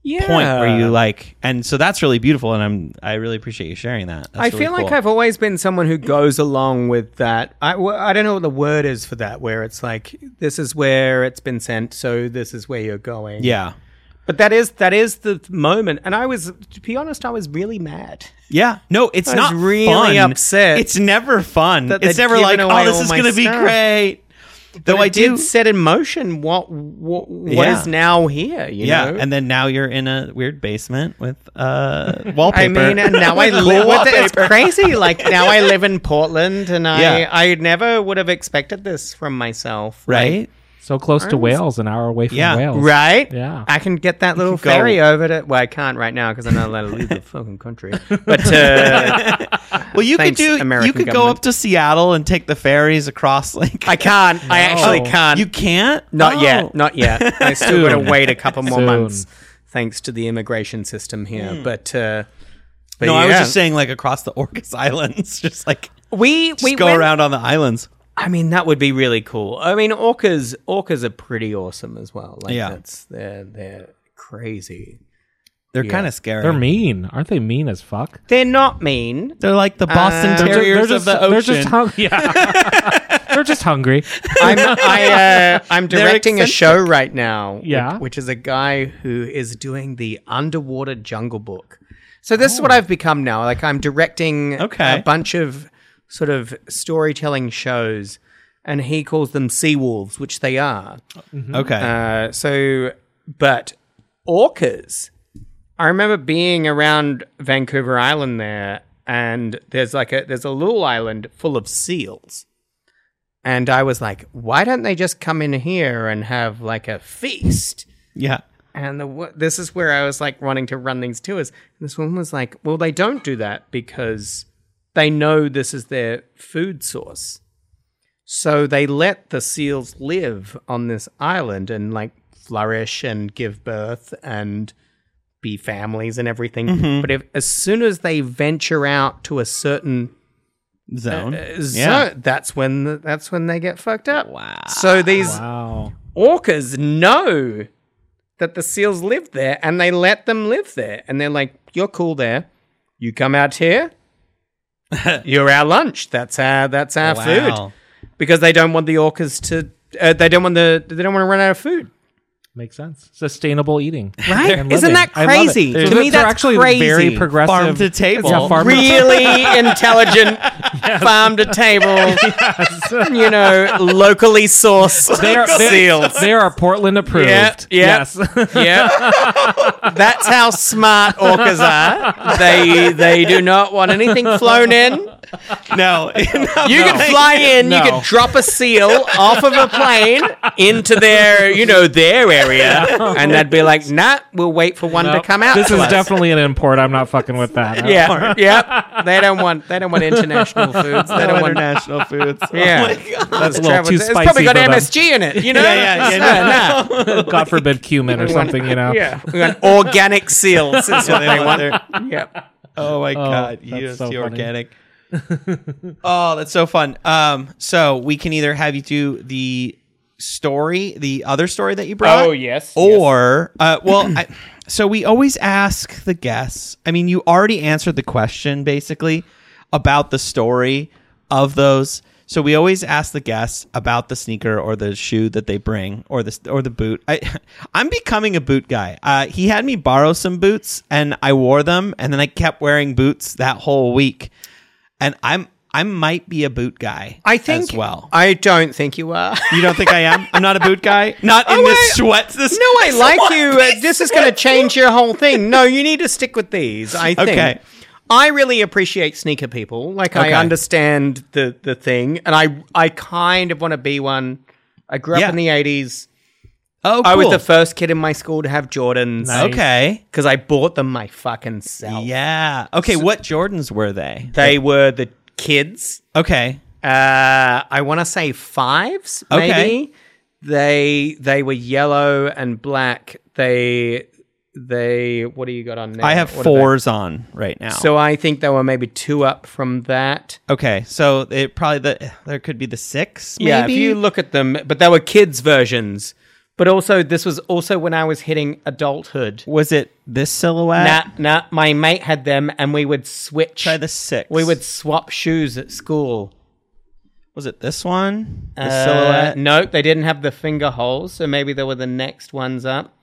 Speaker 2: Yeah.
Speaker 4: point where you like and so that's really beautiful and I'm I really appreciate you sharing that That's
Speaker 2: I
Speaker 4: really
Speaker 2: feel like
Speaker 4: cool.
Speaker 2: I've always been someone who goes along with that. I, well, I don't know what the word is for that, where it's like this is where it's been sent, so this is where you're going.
Speaker 4: yeah
Speaker 2: But that is that is the moment, and I was, to be honest, I was really mad.
Speaker 4: Yeah, no, it's
Speaker 2: I was
Speaker 4: not
Speaker 2: really
Speaker 4: fun.
Speaker 2: upset
Speaker 4: It's never fun.
Speaker 2: that
Speaker 4: It's
Speaker 2: they'd
Speaker 4: never like,
Speaker 2: given
Speaker 4: oh,
Speaker 2: away
Speaker 4: this
Speaker 2: all
Speaker 4: is
Speaker 2: my
Speaker 4: gonna be
Speaker 2: stuff."
Speaker 4: great. Though I
Speaker 2: it did
Speaker 4: do,
Speaker 2: set in motion what what, what is
Speaker 4: Yeah.
Speaker 2: now here. You
Speaker 4: yeah.
Speaker 2: know?
Speaker 4: And then now you're in a weird basement with uh,
Speaker 2: *laughs*
Speaker 4: wallpaper.
Speaker 2: I mean, and now I
Speaker 4: Cool
Speaker 2: live with it. It's
Speaker 4: wallpaper.
Speaker 2: crazy. Like now I live
Speaker 4: *laughs*
Speaker 2: in Portland, and I
Speaker 4: Yeah.
Speaker 2: I never would have expected this from myself.
Speaker 4: *laughs* right?
Speaker 3: So close to Wales, an hour away from
Speaker 4: Yeah.
Speaker 3: Wales.
Speaker 2: Right?
Speaker 3: Oh, Yeah.
Speaker 2: I can get that little
Speaker 4: Go.
Speaker 2: ferry over to. Well, I can't right now because I'm not allowed to leave the fucking
Speaker 4: *laughs*
Speaker 2: country. But uh,
Speaker 4: Well, you
Speaker 2: Thanks,
Speaker 4: could do.
Speaker 2: American
Speaker 4: you could go
Speaker 2: government.
Speaker 4: up to Seattle and take the ferries across. *laughs* Like Oh,
Speaker 2: I can't. I actually
Speaker 3: No.
Speaker 2: can't.
Speaker 4: you can't.
Speaker 2: not
Speaker 4: Oh.
Speaker 2: yet. Not yet. I still got
Speaker 3: Soon.
Speaker 2: to wait a couple more
Speaker 3: Soon.
Speaker 2: months, thanks to the immigration system here. But. Uh, but
Speaker 4: Hmm. no, I was
Speaker 2: yeah.
Speaker 4: just saying, like across the Orcas *laughs* Islands, just like
Speaker 2: we
Speaker 4: just
Speaker 2: we
Speaker 4: go
Speaker 2: went-
Speaker 4: around on the islands.
Speaker 2: I mean, that would be really cool. I mean, orcas orcas are pretty awesome as well. Like,
Speaker 4: Yeah.
Speaker 2: that's they're they're crazy.
Speaker 4: They're kind of scary.
Speaker 3: They're mean, aren't they? Mean as fuck.
Speaker 2: They're not mean.
Speaker 4: They're like the Boston
Speaker 2: Uh, They're ju-
Speaker 4: Terriers of the
Speaker 3: they're
Speaker 4: ocean.
Speaker 3: just *laughs* hung- yeah. *laughs* they're just hungry.
Speaker 4: *laughs*
Speaker 2: I'm I, uh, I'm
Speaker 4: They're
Speaker 2: directing a show right now. which-
Speaker 3: Yeah.
Speaker 2: which, is a guy who is doing the underwater Jungle Book. So this is what I've become now. Like I'm directing
Speaker 4: Oh. Okay.
Speaker 2: a bunch of sort of storytelling shows, and he calls them sea wolves, which they are.
Speaker 4: okay.
Speaker 2: Uh, so, but orcas. I remember being around Vancouver Island there, and there's like a there's a little island full of seals, and I was like, why don't they just come in here and have like a feast?
Speaker 4: yeah.
Speaker 2: And the wo- this is where I was like wanting to run things to us. And this woman was like, well, they don't do that because they know this is their food source. So they let the seals live on this island and like flourish and give birth and be families and everything. But if as soon as they venture out to a certain
Speaker 4: Zone.
Speaker 2: uh, zone, that's when the, that's when they get fucked up.
Speaker 4: Wow.
Speaker 2: So these
Speaker 3: Wow.
Speaker 2: orcas know that the seals live there and they let them live there. And they're like, you're cool there. You come
Speaker 3: *laughs*
Speaker 2: out here, you're our lunch. That's our that's our
Speaker 4: Wow.
Speaker 2: food because they don't want the orcas to. Uh, they don't want the. They don't want to run out of food.
Speaker 3: Makes sense. Sustainable eating.
Speaker 2: Right?
Speaker 3: and living.
Speaker 2: Isn't that
Speaker 3: I love it.
Speaker 2: crazy?
Speaker 3: They're-
Speaker 2: To me,
Speaker 3: they're
Speaker 2: that's
Speaker 3: actually
Speaker 2: crazy.
Speaker 3: very progressive.
Speaker 4: Farm to table.
Speaker 3: Yeah, *laughs* farm to *laughs*
Speaker 2: Really intelligent farm to table, you know, locally sourced
Speaker 3: They are, they,
Speaker 2: seals.
Speaker 3: they are Portland approved.
Speaker 2: Yeah, yeah.
Speaker 3: Yes. *laughs*
Speaker 2: Yeah. *laughs* That's how smart orcas are. They they do not want anything flown in.
Speaker 4: No. *laughs*
Speaker 2: You can fly in, you
Speaker 3: No.
Speaker 2: can drop a seal off of a plane into their, you know, their area. And they'd be like, nah, we'll wait for one to
Speaker 3: Nope.
Speaker 2: come out.
Speaker 3: This
Speaker 2: to
Speaker 3: is
Speaker 2: us."
Speaker 3: definitely an import. I'm not fucking with that.
Speaker 2: Yeah. Yep. They don't want they don't want international foods. They don't
Speaker 4: no
Speaker 2: want *laughs*
Speaker 4: international foods. Oh
Speaker 2: Yeah.
Speaker 3: that's a little too
Speaker 2: it's
Speaker 3: spicy.
Speaker 2: probably got
Speaker 3: for them.
Speaker 2: MSG in it, you know?
Speaker 4: Yeah, yeah, yeah,
Speaker 2: yeah.
Speaker 3: *laughs* God forbid cumin or something. You know.
Speaker 2: yeah. We want organic seals is what they want.
Speaker 4: *laughs*
Speaker 2: Yep.
Speaker 4: Oh my god,
Speaker 3: that's
Speaker 4: you
Speaker 3: so
Speaker 4: so
Speaker 3: funny.
Speaker 2: *laughs*
Speaker 4: organic. oh, that's so fun. Um, so we can either have you do the story, the other story that you brought.
Speaker 2: Oh, yes,
Speaker 4: Or uh, well, I, *clears throat* so we always ask the guests. I mean, you already answered the question basically about the story of those. So we always ask the guests about the sneaker or the shoe that they bring or the or the boot. I, *laughs* I'm becoming a boot guy. Uh, he had me borrow some boots and I wore them, and then I kept wearing boots that whole week. And I'm I might be a boot guy.
Speaker 2: I think
Speaker 4: as well.
Speaker 2: I don't think you are.
Speaker 4: you don't think I am? I'm not a boot guy. Not in
Speaker 2: Oh,
Speaker 4: this
Speaker 2: I-
Speaker 4: sweat. This
Speaker 2: No,
Speaker 4: *laughs*
Speaker 2: I like you. Uh,
Speaker 4: Piece
Speaker 2: This is going to change your whole thing. No, you need to stick with these. I think.
Speaker 4: Okay.
Speaker 2: I really appreciate sneaker people. Like
Speaker 4: Okay.
Speaker 2: I understand the the thing, and I I kind of want to be one. I grew up
Speaker 4: Yeah.
Speaker 2: in the eighties.
Speaker 4: Oh,
Speaker 2: I was
Speaker 4: cool.
Speaker 2: the first kid in my school to have Jordans
Speaker 3: Nice.
Speaker 4: Okay.
Speaker 2: because I bought them my fucking self.
Speaker 4: Yeah. Okay. what Jordans were they?
Speaker 2: They were the kids.
Speaker 4: Okay.
Speaker 2: Uh, I want to say fives,
Speaker 4: Okay.
Speaker 2: maybe. They they were yellow and black. They they what do you got on now?
Speaker 4: I have
Speaker 2: What are they?
Speaker 4: fours on right now.
Speaker 2: So I think they were maybe two up from that.
Speaker 4: okay. So it probably the there could be the six. Maybe?
Speaker 2: Yeah, if you look at them, but they were kids versions. But also, this was also when I was hitting adulthood.
Speaker 4: was it this silhouette?
Speaker 2: Nah, nah, my mate had them, and we would switch.
Speaker 4: Try the six.
Speaker 2: we would swap shoes at school.
Speaker 4: Was it this one? The
Speaker 2: Uh,
Speaker 4: silhouette.
Speaker 2: Nope, they didn't have the finger holes, so maybe they were the next ones up.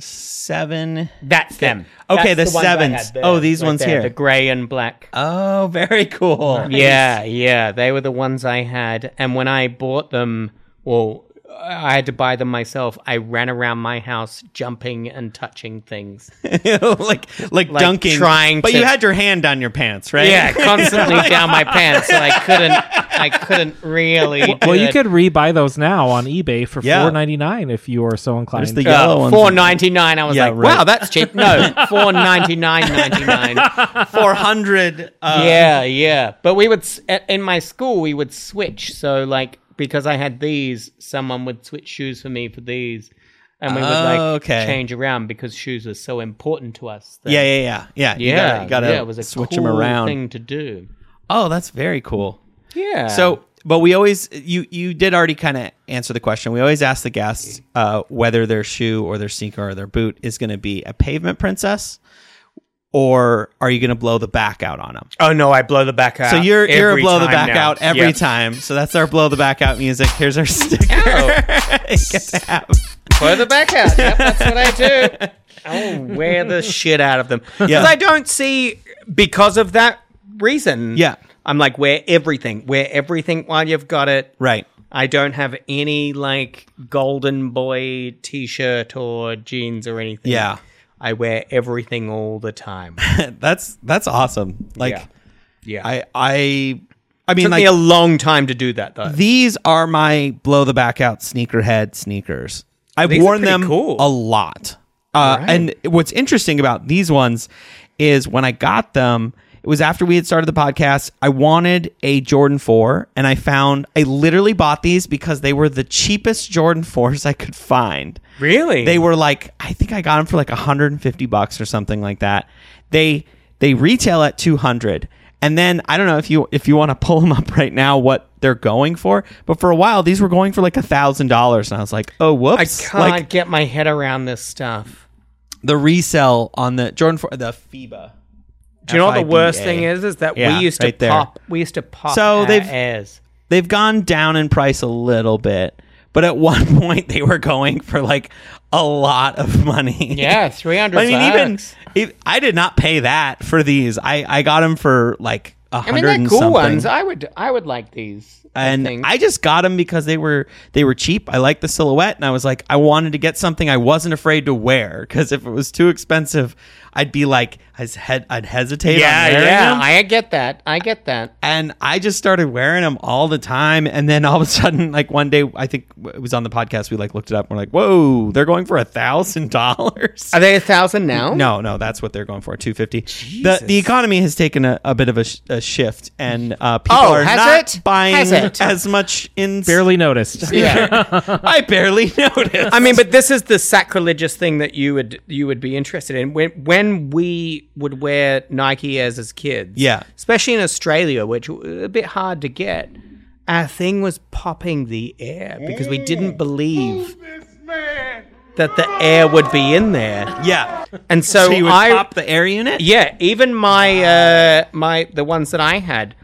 Speaker 4: Seven.
Speaker 2: That's them.
Speaker 4: Okay,
Speaker 2: That's
Speaker 4: the
Speaker 2: ones Uh, I
Speaker 4: sevens.
Speaker 2: had there,
Speaker 4: Oh, these ones here.
Speaker 2: the grey and black.
Speaker 4: Oh, very cool. *laughs*
Speaker 2: Yeah, yeah, they were the ones I had, and when I bought them, Well, I had to buy them myself. I ran around my house jumping and touching things.
Speaker 4: *laughs* like, like dunking,
Speaker 2: trying
Speaker 4: But
Speaker 2: to-
Speaker 4: you had your hand down your pants,
Speaker 2: *laughs*
Speaker 4: right?
Speaker 2: Yeah, *laughs* constantly down my pants. So I couldn't. I couldn't really.
Speaker 3: Well, you could re-buy those now on eBay for
Speaker 4: Yeah.
Speaker 3: four ninety nine if you are so inclined.
Speaker 4: There's the yellow ones.
Speaker 2: Uh, Four ninety nine. I was
Speaker 4: Yeah,
Speaker 2: like,
Speaker 4: right.
Speaker 2: wow, that's cheap. No, *laughs* four ninety nine ninety nine.
Speaker 4: *laughs* four hundred. Uh,
Speaker 2: yeah, yeah. But we would s- at, in my school we would switch. So like because I had these, someone would switch shoes for me for these, and we would like
Speaker 4: Oh, okay.
Speaker 2: change around because shoes were so important to us. that-
Speaker 4: yeah, yeah, yeah, yeah. You
Speaker 2: yeah.
Speaker 4: gotta, you gotta
Speaker 2: yeah, it was a
Speaker 4: switch
Speaker 2: cool
Speaker 4: them around.
Speaker 2: thing to do.
Speaker 4: Oh, that's very cool.
Speaker 2: Yeah.
Speaker 4: So, but we always you you did already kind of answer the question. We always ask the guests uh, whether their shoe or their sneaker or their boot is going to be a pavement princess, or are you going to blow the back out on them?
Speaker 2: oh no, I blow the back out.
Speaker 4: So you're you're a blow the back out
Speaker 2: *laughs*
Speaker 4: every time. So that's our blow the back out music. Here's our *laughs* sticker.
Speaker 2: Oh.
Speaker 4: you get to have.
Speaker 2: Blow the back out. Yep, that's what I *laughs* do. I'll wear the shit out of them. Because
Speaker 4: Yeah.
Speaker 2: I don't see, because of that reason.
Speaker 4: Yeah.
Speaker 2: I'm like, wear everything. Wear everything while you've got it.
Speaker 4: Right.
Speaker 2: I don't have any like golden boy t shirt or jeans or anything.
Speaker 4: Yeah.
Speaker 2: I wear everything all the
Speaker 4: *laughs*
Speaker 2: time.
Speaker 4: That's that's awesome. Like
Speaker 2: yeah. Yeah.
Speaker 4: I I I
Speaker 2: Took
Speaker 4: mean
Speaker 2: me
Speaker 4: like
Speaker 2: a long time to do that though.
Speaker 4: these are my blow the back out sneakerhead sneakers. I've
Speaker 2: These are
Speaker 4: worn
Speaker 2: pretty
Speaker 4: them
Speaker 2: cool.
Speaker 4: a lot. Uh, And what's interesting about these ones is when I got them, it was after we had started the podcast. I wanted a Jordan 4, and I found, I literally bought these because they were the cheapest Jordan 4s I could find.
Speaker 2: really?
Speaker 4: They were like, I think I got them for like 150 bucks or something like that. They they retail at 200, and then I don't know if you if you want to pull them up right now what they're going for, but for a while these were going for like a thousand dollars, and I was like, oh
Speaker 2: I
Speaker 4: whoops,
Speaker 2: can't
Speaker 4: like
Speaker 2: get my head around this stuff.
Speaker 4: the resell on the Jordan for the FIBA.
Speaker 2: Do you know what the
Speaker 4: FIBA.
Speaker 2: worst thing is? Is that
Speaker 4: Yeah,
Speaker 2: we used to
Speaker 4: Ah, right there.
Speaker 2: pop. We used to pop.
Speaker 4: So
Speaker 2: our
Speaker 4: they've-
Speaker 2: airs.
Speaker 4: They've gone down in price a little bit, but at *laughs* one point they were going for like a lot of money.
Speaker 2: yeah, three hundred.
Speaker 4: *laughs* I mean, even if, I did not pay that for these. I I got them for like a
Speaker 2: I mean,
Speaker 4: hundred
Speaker 2: they're
Speaker 4: and
Speaker 2: cool
Speaker 4: something,
Speaker 2: ones. I would, I would like these. I
Speaker 4: and
Speaker 2: think.
Speaker 4: I just got them because they were they were cheap. I liked the silhouette, and I was like, I wanted to get something I wasn't afraid to wear because if it was too expensive, I'd be like, I'd, he- I'd hesitate.
Speaker 2: yeah,
Speaker 4: on wearing
Speaker 2: yeah,
Speaker 4: them.
Speaker 2: I get that. I get that.
Speaker 4: and I just started wearing them all the time, and then all of a sudden, like one day, I think it was on the podcast. We like looked it up. And we're like, "Whoa, they're going for a thousand dollars."
Speaker 2: Are they a thousand now?
Speaker 4: No, no, that's what they're going for. Two fifty. The the economy has taken a, a bit of a, sh- a shift, and uh, people
Speaker 2: Oh,
Speaker 4: are
Speaker 2: has
Speaker 4: not
Speaker 2: it?
Speaker 4: buying
Speaker 2: Has it?
Speaker 4: as much in.
Speaker 3: barely noticed.
Speaker 2: *laughs* Yeah.
Speaker 4: *laughs* I barely noticed.
Speaker 2: I mean, but this is the sacrilegious thing that you would you would be interested in. When when we would wear Nike Airs as kids,
Speaker 4: Yeah.
Speaker 2: especially in Australia, which were a bit hard to get, our thing was popping the air because we didn't believe that the air would be in there,
Speaker 4: yeah.
Speaker 2: and so,
Speaker 4: So you would
Speaker 2: I
Speaker 4: pop the air unit.
Speaker 2: yeah, even my uh my the ones that I had.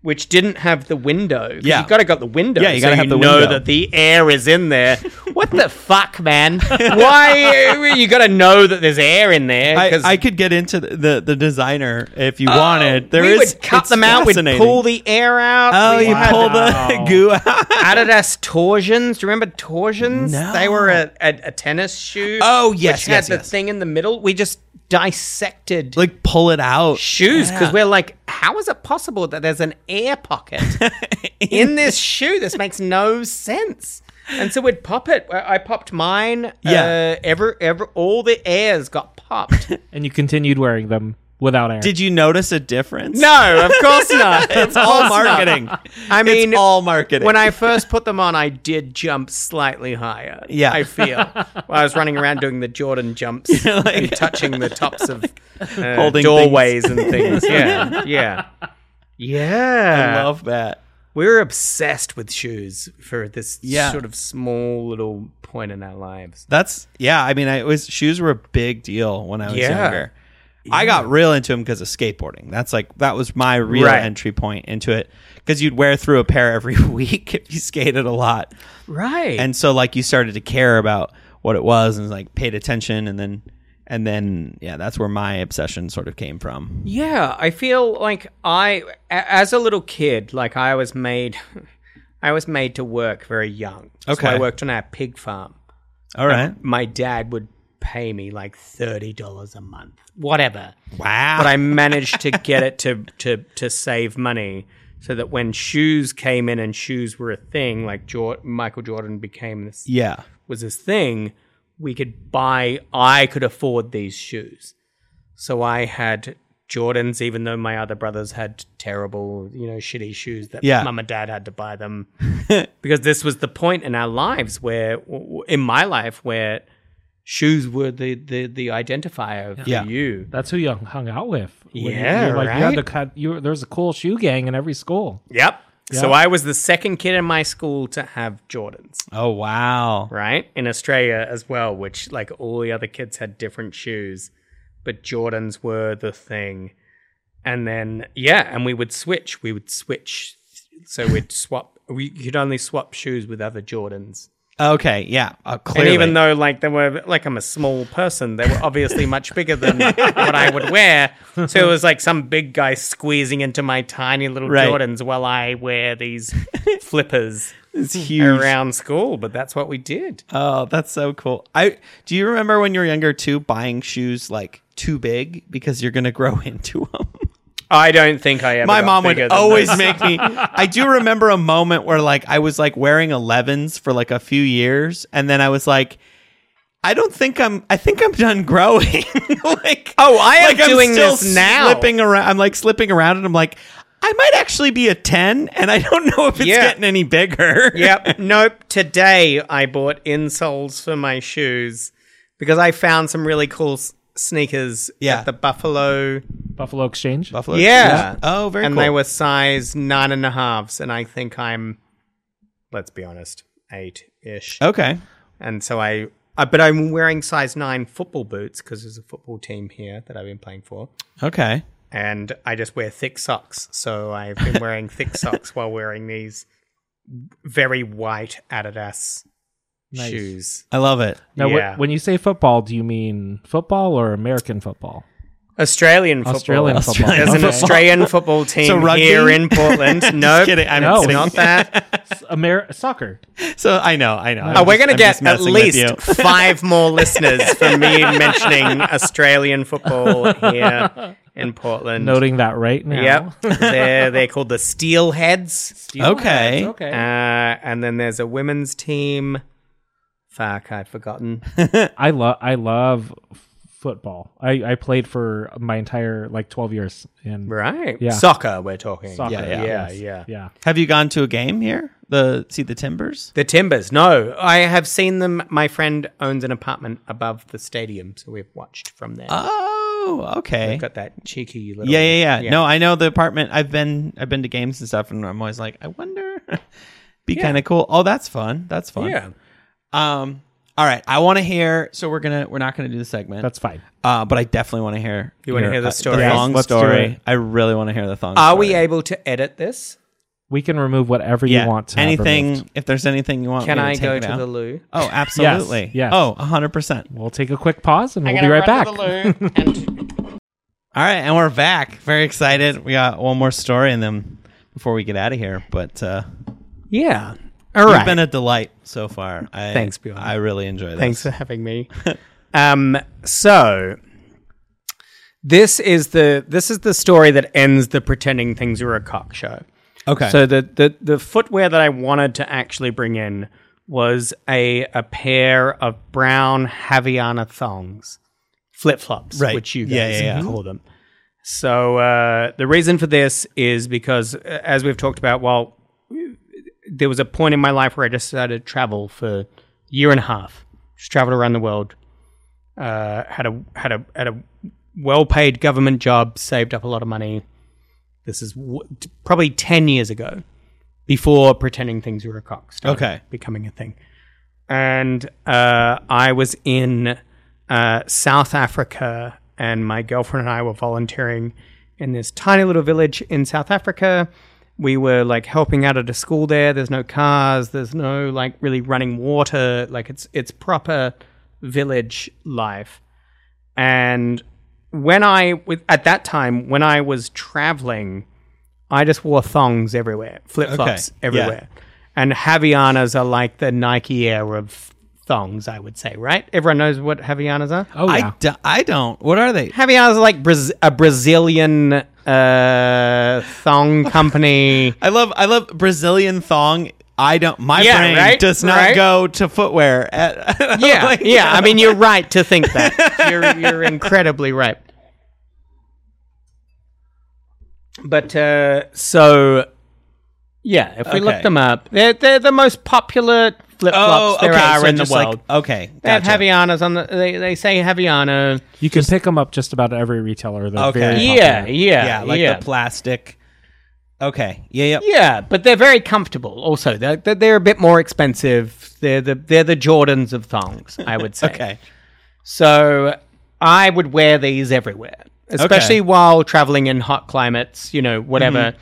Speaker 2: Which didn't have the window. 'Cause
Speaker 4: Yeah.
Speaker 2: you gotta got the window.
Speaker 4: Yeah, you
Speaker 2: so
Speaker 4: gotta have the
Speaker 2: know
Speaker 4: window.
Speaker 2: that the air is in
Speaker 4: *laughs*
Speaker 2: there. what the fuck, man? Why you gotta know that there's air in there?
Speaker 4: I,
Speaker 2: 'cause
Speaker 4: I could get into the, the, the designer if you wanted. There is
Speaker 2: Oh, we would cut
Speaker 4: it's
Speaker 2: them out. We'd
Speaker 4: fascinating.
Speaker 2: pull the air out.
Speaker 4: Oh,
Speaker 2: we
Speaker 4: you
Speaker 2: had
Speaker 4: pull
Speaker 3: Wow.
Speaker 4: the goo out. *laughs*
Speaker 2: Adidas torsions. Do you remember torsions?
Speaker 4: No.
Speaker 2: They were a, a, a tennis shoe.
Speaker 4: Oh, yes,
Speaker 2: which
Speaker 4: yes,
Speaker 2: had
Speaker 4: yes.
Speaker 2: the thing in the middle. We just dissected
Speaker 4: Like pull it out.
Speaker 2: shoes because
Speaker 4: Yeah.
Speaker 2: we're like, how is it possible that there's an air pocket
Speaker 4: *laughs*
Speaker 2: in this shoe? This makes no sense. And so we'd pop it. I I popped mine.
Speaker 4: Yeah.
Speaker 2: Uh, ever, ever, all the airs got
Speaker 4: *laughs*
Speaker 2: popped.
Speaker 3: and you continued wearing them without air.
Speaker 4: Did you notice a difference?
Speaker 2: no, of course not.
Speaker 4: *laughs* It's all marketing.
Speaker 2: I mean,
Speaker 4: it's all marketing.
Speaker 2: When I first put them on, I did jump slightly higher.
Speaker 4: Yeah.
Speaker 2: I
Speaker 4: *laughs*
Speaker 2: feel. While I was running around doing the Jordan jumps and touching the tops of uh,
Speaker 4: *laughs* Holding
Speaker 2: doorways and
Speaker 4: *laughs*
Speaker 2: things. Yeah. Yeah. Yeah.
Speaker 4: I love that.
Speaker 2: we were obsessed with shoes for this
Speaker 4: Yeah.
Speaker 2: sort of small little point in our lives.
Speaker 4: That's yeah. I mean, I it was shoes were a big deal when I was
Speaker 2: Yeah.
Speaker 4: younger. I got real into them because of skateboarding. That's like that was my real
Speaker 2: Right.
Speaker 4: entry point into it because you'd wear through a pair every *laughs* week if you skated a lot,
Speaker 2: Right.
Speaker 4: and so like you started to care about what it was and like paid attention, and then and then yeah, that's where my obsession sort of came from.
Speaker 2: Yeah, I feel like I, a- as a little kid, like I was made. *laughs* I was made to work very young.
Speaker 4: Okay.
Speaker 2: So I worked on our pig farm.
Speaker 4: All right.
Speaker 2: My dad would pay me like thirty dollars a month, whatever.
Speaker 4: Wow.
Speaker 2: But I managed to get it to *laughs* to to save money so that when shoes came in and shoes were a thing, like Jor- Michael Jordan became this
Speaker 4: yeah.
Speaker 2: was this thing we could buy i could afford these shoes so i had jordans even though my other brothers had terrible you know shitty shoes that
Speaker 4: Yeah.
Speaker 2: mum and dad had to buy them *laughs* because this was the point in our lives where w- w- in my life where shoes were the the, the identifier for
Speaker 4: Yeah.
Speaker 2: you
Speaker 3: That's who you hung out with. when you-
Speaker 2: Yeah,
Speaker 3: you're like, You had
Speaker 2: right?
Speaker 3: to cut. You were- there's a cool shoe gang in every school.
Speaker 2: yep so
Speaker 3: Yeah.
Speaker 2: i was the second kid in my school to have jordans
Speaker 4: Oh wow.
Speaker 2: right? In Australia as well, which like all the other kids had different shoes, but Jordans were the thing. And then yeah, and we would switch. We would switch. So we'd swap. We could only swap shoes with other Jordans.
Speaker 4: Okay. Yeah. Uh,
Speaker 2: And
Speaker 4: clearly.
Speaker 2: even though like they were like I'm a small person, they were obviously much bigger than what I would wear. So it was like some big guy squeezing into my tiny little
Speaker 4: Right.
Speaker 2: Jordans while I wear these flippers
Speaker 4: it's huge.
Speaker 2: around school. But that's what we did.
Speaker 4: Oh, that's so cool. I do you remember when you were younger too buying shoes like too big because you're gonna grow *laughs* into them.
Speaker 2: I don't think I ever.
Speaker 4: My
Speaker 2: got
Speaker 4: mom would
Speaker 2: bigger than
Speaker 4: always
Speaker 2: this.
Speaker 4: make me. I do remember a moment where like I was like wearing 11s for like a few years, and then I was like, I don't think I'm. I think I'm done growing. *laughs* like
Speaker 2: Oh, I am
Speaker 4: like, I'm
Speaker 2: doing
Speaker 4: still
Speaker 2: this now.
Speaker 4: Slipping around, I'm like slipping around, and I'm like, I might actually be a 10, and I don't know if it's
Speaker 2: Yeah.
Speaker 4: getting
Speaker 2: *laughs*
Speaker 4: any bigger.
Speaker 2: *laughs* yep. Nope. Today I bought insoles for my shoes because I found some really cool s- sneakers
Speaker 4: Yeah.
Speaker 2: at the Buffalo.
Speaker 3: Buffalo Exchange.
Speaker 4: *laughs* Buffalo.
Speaker 2: Yeah.
Speaker 4: Oh, very
Speaker 2: and
Speaker 4: cool.
Speaker 2: they were size nine and a halves, and I think I'm, let's be honest, eight ish.
Speaker 4: okay.
Speaker 2: And so I, uh, but I'm wearing size nine football boots because there's a football team here that I've been playing for.
Speaker 4: Okay.
Speaker 2: and I just wear thick socks. So I've
Speaker 4: *laughs*
Speaker 2: been wearing thick socks while wearing these very white Adidas
Speaker 3: Nice.
Speaker 2: shoes.
Speaker 4: I love it.
Speaker 3: Now, wh-
Speaker 2: Yeah.
Speaker 3: when you say football, do you mean football or American football?
Speaker 2: Australian football.
Speaker 3: Australian football.
Speaker 4: Australian
Speaker 2: There's an
Speaker 3: Okay.
Speaker 4: *laughs*
Speaker 2: Australian football team
Speaker 4: So rugby?
Speaker 2: here in
Speaker 4: *laughs*
Speaker 2: Portland. no,
Speaker 4: kidding. Oh. I'm
Speaker 3: No.
Speaker 2: it's
Speaker 3: kidding.
Speaker 2: not that.
Speaker 4: *laughs*
Speaker 3: Amer- soccer.
Speaker 4: So I know, I know.
Speaker 2: Oh,
Speaker 4: I'm
Speaker 2: we're
Speaker 4: just-
Speaker 2: going to get
Speaker 4: I'm just
Speaker 2: at
Speaker 4: messing with you.
Speaker 2: least *laughs* five more listeners for
Speaker 4: *laughs*
Speaker 2: me mentioning Australian football
Speaker 4: *laughs*
Speaker 2: here in Portland.
Speaker 3: Noting that right now.
Speaker 2: Yep. they're, they're called the Steelheads.
Speaker 4: Okay.
Speaker 3: Okay.
Speaker 2: Uh, and then there's a women's team. Fuck, I'd
Speaker 4: *laughs*
Speaker 2: forgotten.
Speaker 3: I love I love f- football. I I played for my entire like 12 years in
Speaker 2: right.
Speaker 3: Yeah.
Speaker 2: Soccer, we're talking.
Speaker 3: soccer.
Speaker 2: Yeah, yeah,
Speaker 3: Yes.
Speaker 2: yeah.
Speaker 3: Yeah.
Speaker 4: Have you gone to a game here? The see the Timbers?
Speaker 2: The Timbers. No, I have seen them. My friend owns an apartment above the stadium, so we've watched from there.
Speaker 4: Oh, okay.
Speaker 2: Got that cheeky little.
Speaker 4: Yeah, yeah, yeah, No, I know the apartment. I've been I've been to games and stuff and I'm always like, I wonder. *laughs* Be kind of cool. Oh, that's fun. That's fun.
Speaker 2: Yeah.
Speaker 4: Um all right, I want to hear so we're going to we're not going to do the segment.
Speaker 3: That's fine.
Speaker 4: uh but I definitely want to hear
Speaker 2: You wanna hear the
Speaker 4: uh,
Speaker 2: story?
Speaker 4: The
Speaker 2: Yes,
Speaker 4: long
Speaker 3: let's do
Speaker 4: story.
Speaker 3: it.
Speaker 4: I really want to hear the thong
Speaker 2: Are
Speaker 4: story.
Speaker 2: we able to edit this?
Speaker 3: We can remove whatever
Speaker 4: yeah.
Speaker 3: you want to have removed.
Speaker 4: anything if there's anything you want
Speaker 2: Can
Speaker 4: me to
Speaker 2: I
Speaker 4: take
Speaker 2: go
Speaker 4: it
Speaker 2: to
Speaker 4: out?
Speaker 2: the loo? *laughs*
Speaker 4: Oh, absolutely.
Speaker 3: yes.
Speaker 4: Oh, 100%.
Speaker 3: We'll take a quick pause and we'll be right back.
Speaker 2: loo and
Speaker 4: All right, and we're back. Very excited. We got one more story in them before we get out of here, but uh,
Speaker 2: yeah. All
Speaker 4: you've
Speaker 2: right.
Speaker 4: been a delight so far. I,
Speaker 2: Thanks, Bjorn.
Speaker 4: I really enjoy this. Oh, *laughs*
Speaker 2: Thanks for having me. um, so this is the this is the story that ends the pretending things are a cock show.
Speaker 4: Okay.
Speaker 2: So the the the footwear that I wanted to actually bring in was a a pair of brown Haviana thongs, flip flops,
Speaker 4: Right.
Speaker 2: which you guys
Speaker 4: Yeah, yeah, yeah.
Speaker 2: call them. So uh, the reason for this is because, uh, as we've talked about, well, there was a point in my life where I just started to travel for a year and a half. Just traveled around the world. Uh, had a had a had a well paid government job. Saved up a lot of money. This is w- t- probably ten years ago, before pretending things were a cock started
Speaker 4: Okay.
Speaker 2: becoming a thing. And uh, I was in uh, South Africa, and my girlfriend and I were volunteering in this tiny little village in South Africa. We were like helping out at a school there. There's no cars. There's no like really running water. Like it's it's proper village life. And when I with at that time when I was traveling, I just wore thongs everywhere, flip flops
Speaker 4: Okay, yeah.
Speaker 2: everywhere, And Javianas are like the Nike Air of thongs, I would say, right? Everyone knows what Javianas are.
Speaker 3: Oh yeah.
Speaker 4: I, d- I don't. What are they?
Speaker 2: Javianas are like Braz- a Brazilian uh,
Speaker 4: *laughs*
Speaker 2: thong company.
Speaker 4: I love I love Brazilian thong. I don't. My
Speaker 2: Yeah,
Speaker 4: brain
Speaker 2: right?
Speaker 4: does not
Speaker 2: Right?
Speaker 4: go to footwear.
Speaker 2: *laughs*
Speaker 4: At, *laughs*
Speaker 2: Yeah,
Speaker 4: like-
Speaker 2: yeah. I
Speaker 4: *laughs*
Speaker 2: mean, you're right to think that. You're you're incredibly right. But uh, so, yeah, if we look
Speaker 4: Okay.
Speaker 2: them up, they're they're the most popular flip
Speaker 4: Oh,
Speaker 2: flops there
Speaker 4: okay.
Speaker 2: are
Speaker 4: so
Speaker 2: in the
Speaker 4: just like-
Speaker 2: world.
Speaker 4: okay,
Speaker 2: they have
Speaker 4: gotcha.
Speaker 2: Javianas on the. They, they say Javiana.
Speaker 3: you can pick them up just about at every retailer. They're
Speaker 4: Okay.
Speaker 3: very
Speaker 2: Yeah, yeah,
Speaker 3: popular.
Speaker 2: yeah,
Speaker 4: yeah, like
Speaker 2: yeah.
Speaker 4: the plastic. Okay. Yeah. Yep.
Speaker 2: Yeah, but they're very comfortable. Also, they're, they're- they're a bit more expensive. They're the they're the Jordans of thongs, I would say.
Speaker 4: *laughs* Okay.
Speaker 2: So I would wear these everywhere, especially while traveling in hot climates. You know, whatever
Speaker 4: Mm-hmm.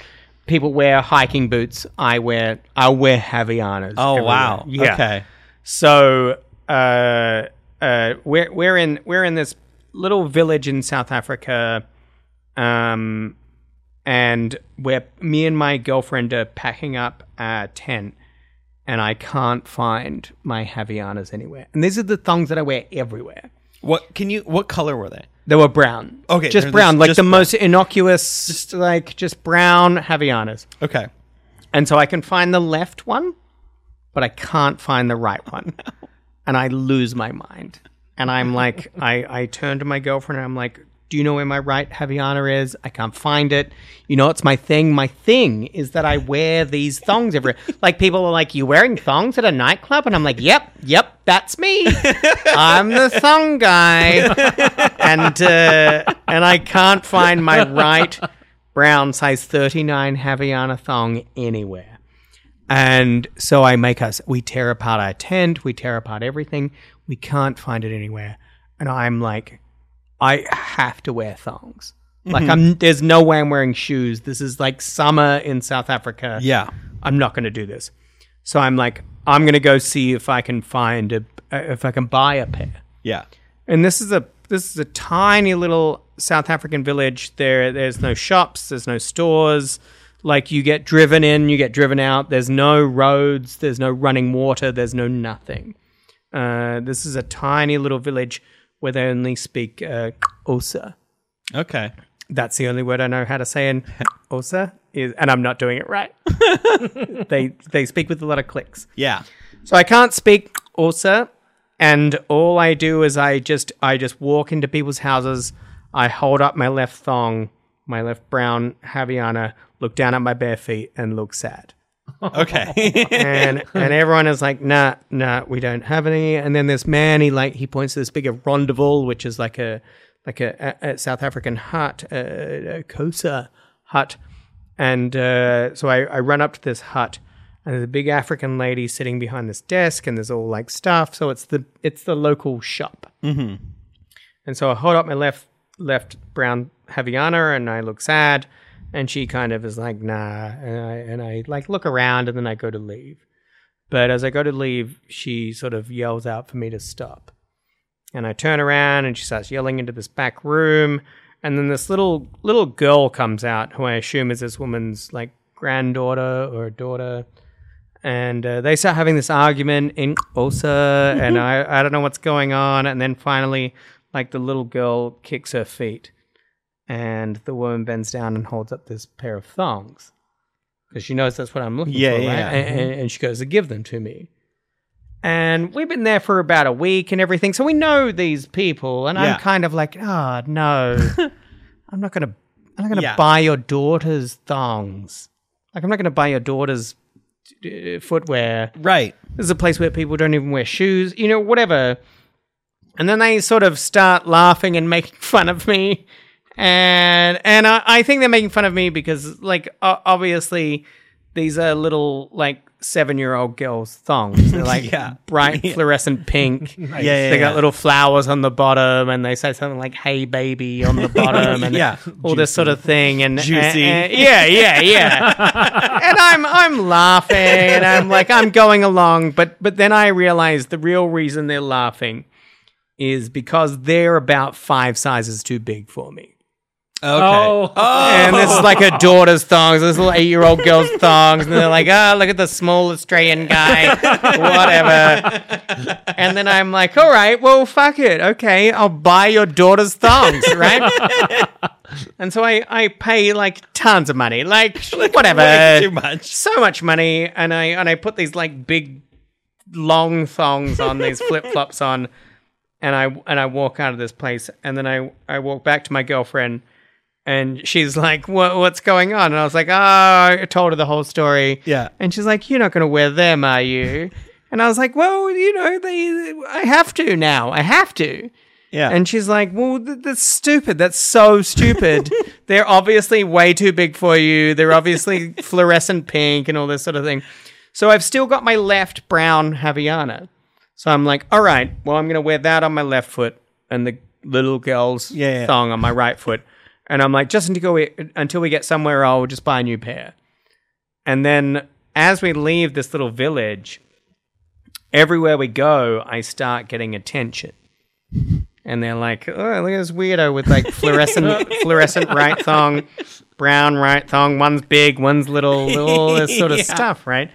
Speaker 2: people wear hiking boots, I wear I wear Javianas.
Speaker 4: Oh
Speaker 2: everywhere.
Speaker 4: wow.
Speaker 2: Yeah.
Speaker 4: Okay.
Speaker 2: So uh, uh, we're we're in we're in this little village in South Africa, um, and where me and my girlfriend are packing up a tent, and I can't find my Javianas anywhere. And these are the thongs that I wear everywhere.
Speaker 4: What can you? What color were they?
Speaker 2: They were brown.
Speaker 4: Okay,
Speaker 2: just
Speaker 4: they're
Speaker 2: brown,
Speaker 4: just-
Speaker 2: like
Speaker 4: just
Speaker 2: the
Speaker 4: brown.
Speaker 2: most innocuous, just like just brown Javianas.
Speaker 4: Okay.
Speaker 2: And so I can find the left one, but I can't find the right
Speaker 4: *laughs*
Speaker 2: one. And I lose my mind. And I'm like, I, I turn to my girlfriend and I'm like, do you know where my right Javiana is? I can't find it. You know, it's my thing. My thing is that I wear these thongs
Speaker 4: *laughs*
Speaker 2: everywhere. Like people are like, you wearing thongs at a nightclub? And I'm like, yep, yep, that's me. I'm the thong
Speaker 4: *laughs*
Speaker 2: guy. And, uh, and I can't find my right brown size 39 Haviana thong anywhere. And so I make us, we tear apart our tent, we tear apart everything. We can't find it anywhere. And I'm like, I have to wear thongs. Like I'm, there's no way I'm wearing shoes. This is like summer in South Africa.
Speaker 4: Yeah.
Speaker 2: I'm not going to do this. So I'm like, I'm going to go see if I can find a, if I can buy a pair
Speaker 4: Yeah.
Speaker 2: and this is a this is a tiny little South African village. There, there's no shops, there's no stores. Like you get driven in, you get driven out. There's no roads, there's no running water, there's no nothing. Uh, this is a tiny little village where they only speak uh, Xhosa.
Speaker 4: Okay.
Speaker 2: That's the only word I know how to say in Xhosa, is, and I'm not doing it right. *laughs* they they speak with a lot of clicks.
Speaker 4: Yeah.
Speaker 2: So I can't speak Xhosa, and all I do is I just I just walk into people's houses. I hold up my left thong, my left brown Javiana, look down at my bare feet, and look sad.
Speaker 4: Okay. *laughs*
Speaker 2: And and everyone is like, nah, nah, we don't have any. And then this man, he like he points to this bigger rendezvous, which is like a like a, a, a South African hut, a, a Kosa hut. And uh, so I, I run up to this hut, and there's a big African lady sitting behind this desk, and there's all like stuff. So it's the it's the local shop. Mm-hmm. And so I hold up my left left brown Haviana, and I look sad. And she kind of is like, nah. And I and I like look around, and then I go to leave. But as I go to leave, she sort of yells out for me to stop. And I turn around and she starts yelling into this back room. And then this little little girl comes out, who I assume is this woman's like granddaughter or daughter. And uh, they start having this argument in
Speaker 4: *laughs*
Speaker 2: Osa, and I, I don't know what's going on. And then finally, like the little girl kicks her feet, and the woman bends down and holds up this pair of thongs because she knows that's what I'm looking
Speaker 4: Yeah,
Speaker 2: for,
Speaker 4: yeah,
Speaker 2: right?
Speaker 4: yeah.
Speaker 2: And, and, and she goes to give them to me. And we've been there for about a week and everything, so we know these people. And
Speaker 4: Yeah.
Speaker 2: I'm kind of like, oh
Speaker 4: *laughs*
Speaker 2: no, I'm not gonna, I'm not gonna
Speaker 4: Yeah.
Speaker 2: buy your daughter's thongs. Like I'm not gonna buy your daughter's uh, footwear.
Speaker 4: right.
Speaker 2: This is a place where people don't even wear shoes, you know, whatever. And then they sort of start laughing and making *laughs* fun of me. And and I, I think they're making fun of me because, like, o- obviously, these are little, like, seven year old girls' thongs. They're like
Speaker 4: *laughs* Yeah.
Speaker 2: bright fluorescent pink.
Speaker 4: Yeah, yeah,
Speaker 2: they
Speaker 4: yeah.
Speaker 2: got little flowers on the bottom and they say something like, hey, baby, on the bottom. And
Speaker 4: *laughs* Yeah.
Speaker 2: all this sort of thing. And
Speaker 4: Juicy.
Speaker 2: and- and- yeah, yeah, yeah
Speaker 4: *laughs*
Speaker 2: and I'm I'm laughing and I'm like I'm going along, but but then I realize the real reason they're laughing is because they're about five sizes too big for me.
Speaker 3: Oh,
Speaker 2: And this is like her daughter's thongs, this little eight year old girl's thongs. And they're like, oh, look at the small Australian guy, whatever. And then I'm like, all right, well, fuck it. Okay, I'll buy your daughter's thongs, right? and so I, I pay like tons of money,
Speaker 4: *laughs*
Speaker 2: like, whatever.
Speaker 4: Way too much.
Speaker 2: So much money. And I, and I put these like big, long thongs on, these flip flops on. And I, and I walk out of this place. And then I, I walk back to my girlfriend and she's like, "What? What's going on?" And I was like, "Ah, I told her the whole story."
Speaker 4: Yeah.
Speaker 2: And she's like, "You're not going to wear them, are you?" And I was like, "Well, you know, they. I have to now. I have to."
Speaker 4: Yeah.
Speaker 2: And she's like, "Well, th- that's stupid. That's so
Speaker 4: *laughs*
Speaker 2: stupid. They're obviously way too big for you. They're
Speaker 4: *laughs*
Speaker 2: obviously fluorescent pink and all this sort of thing." So I've still got my left brown Haviana. So I'm like, "All right, well, I'm going to wear that on my left foot and the little girl's
Speaker 4: Yeah, yeah.
Speaker 2: thong on my right foot." And I'm like, "Just until we until we get somewhere, I'll just buy a new pair." And then as we leave this little village, everywhere we go, I start getting attention. And they're like, oh, look at this weirdo with
Speaker 3: *laughs*
Speaker 2: like fluorescent fluorescent right thong, brown right thong, one's big, one's little, all
Speaker 3: *laughs*
Speaker 2: this sort of stuff, right?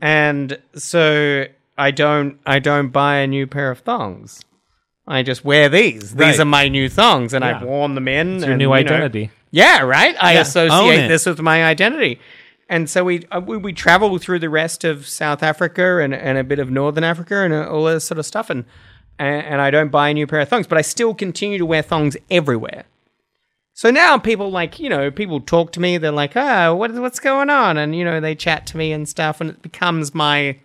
Speaker 2: And so I don't I don't buy a new pair of thongs. I just wear these. These
Speaker 4: Right.
Speaker 2: are my new thongs, and I've
Speaker 3: Yeah.
Speaker 2: worn them in.
Speaker 3: your
Speaker 2: and,
Speaker 3: new
Speaker 2: you know,
Speaker 3: identity.
Speaker 2: yeah, right. I
Speaker 4: Own it.
Speaker 2: associate this with my identity, and so we uh, we, we travel through the rest of South Africa and, and a bit of Northern Africa and uh, all this sort of stuff, and, and and I don't buy a new pair of thongs, but I still continue to wear thongs everywhere. So now people like you know people talk to me. They're like, oh, what, what's going on? And you know they chat to me and stuff, and it becomes my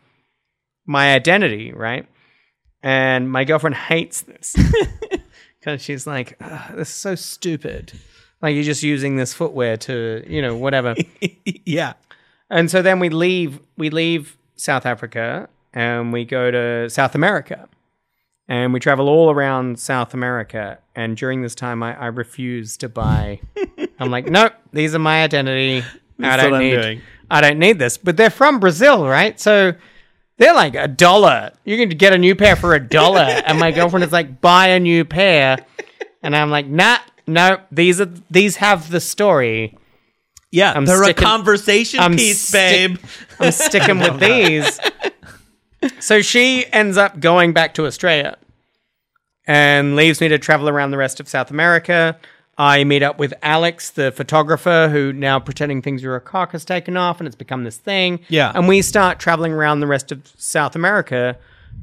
Speaker 2: my identity, right? And my girlfriend hates
Speaker 4: *laughs*
Speaker 2: this because she's like, "Ugh, "This is so stupid. Like you're just using this footwear to, you know, whatever."
Speaker 4: yeah.
Speaker 2: and so then we leave. We leave South Africa and we go to South America, and we travel all around South America. And during this time, I, I refuse to
Speaker 4: *laughs*
Speaker 2: buy. I'm like, nope, these are my identity. I
Speaker 4: is
Speaker 2: don't
Speaker 4: what I'm
Speaker 2: need.
Speaker 4: doing."
Speaker 2: I don't need this. But they're from Brazil, right? So. They're like a dollar. You can get a new pair for a
Speaker 4: *laughs*
Speaker 2: dollar. and my girlfriend is like, buy a new pair. And I'm like, nah, no, these are these have the story.
Speaker 4: Yeah.
Speaker 2: I'm
Speaker 4: they're
Speaker 2: sticking-
Speaker 4: a conversation
Speaker 2: I'm
Speaker 4: piece,
Speaker 2: stick-
Speaker 4: babe.
Speaker 2: I'm sticking with these. So she ends up going back to Australia and leaves me to travel around the rest of South America. I meet up with Alex, the photographer, who now pretending things are a cock has taken off and it's become this thing.
Speaker 4: Yeah.
Speaker 2: And we start traveling around the rest of South America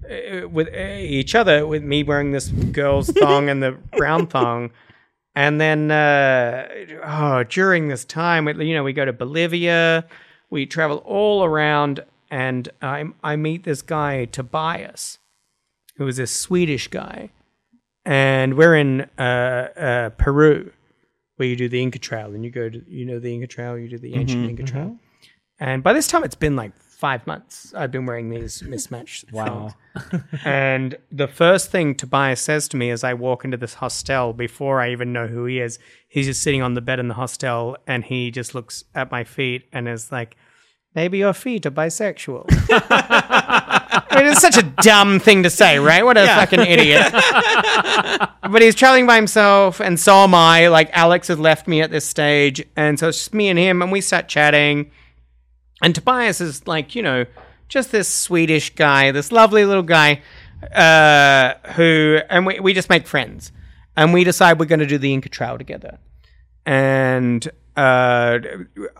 Speaker 2: uh, with uh, each other, with me wearing this girl's thong and the brown thong. And then, uh, oh, during this time, it- you know, we go to Bolivia, we travel all around, and I, I meet this guy, Tobias, who is this Swedish guy. And we're in uh, uh, Peru, where you do the Inca Trail, and you go to, you know, the Inca Trail, you do the ancient Inca Trail. And by this time, it's been like five months. I've been wearing these mismatched thongs. *laughs* And the first thing Tobias says to me as I walk into this hostel, before I even know who he is, he's just sitting on the bed in the hostel and he just looks at my feet and is like, Maybe your feet are bisexual. I mean, it's such a dumb thing to say, right? What a fucking idiot. but he's traveling by himself, and so am I. Like, Alex has left me at this stage. And so it's just me and him, and we start chatting. And Tobias is like, you know, just this Swedish guy, this lovely little guy, uh, who, and we, we just make friends. And we decide we're going to do the Inca Trail together. And uh,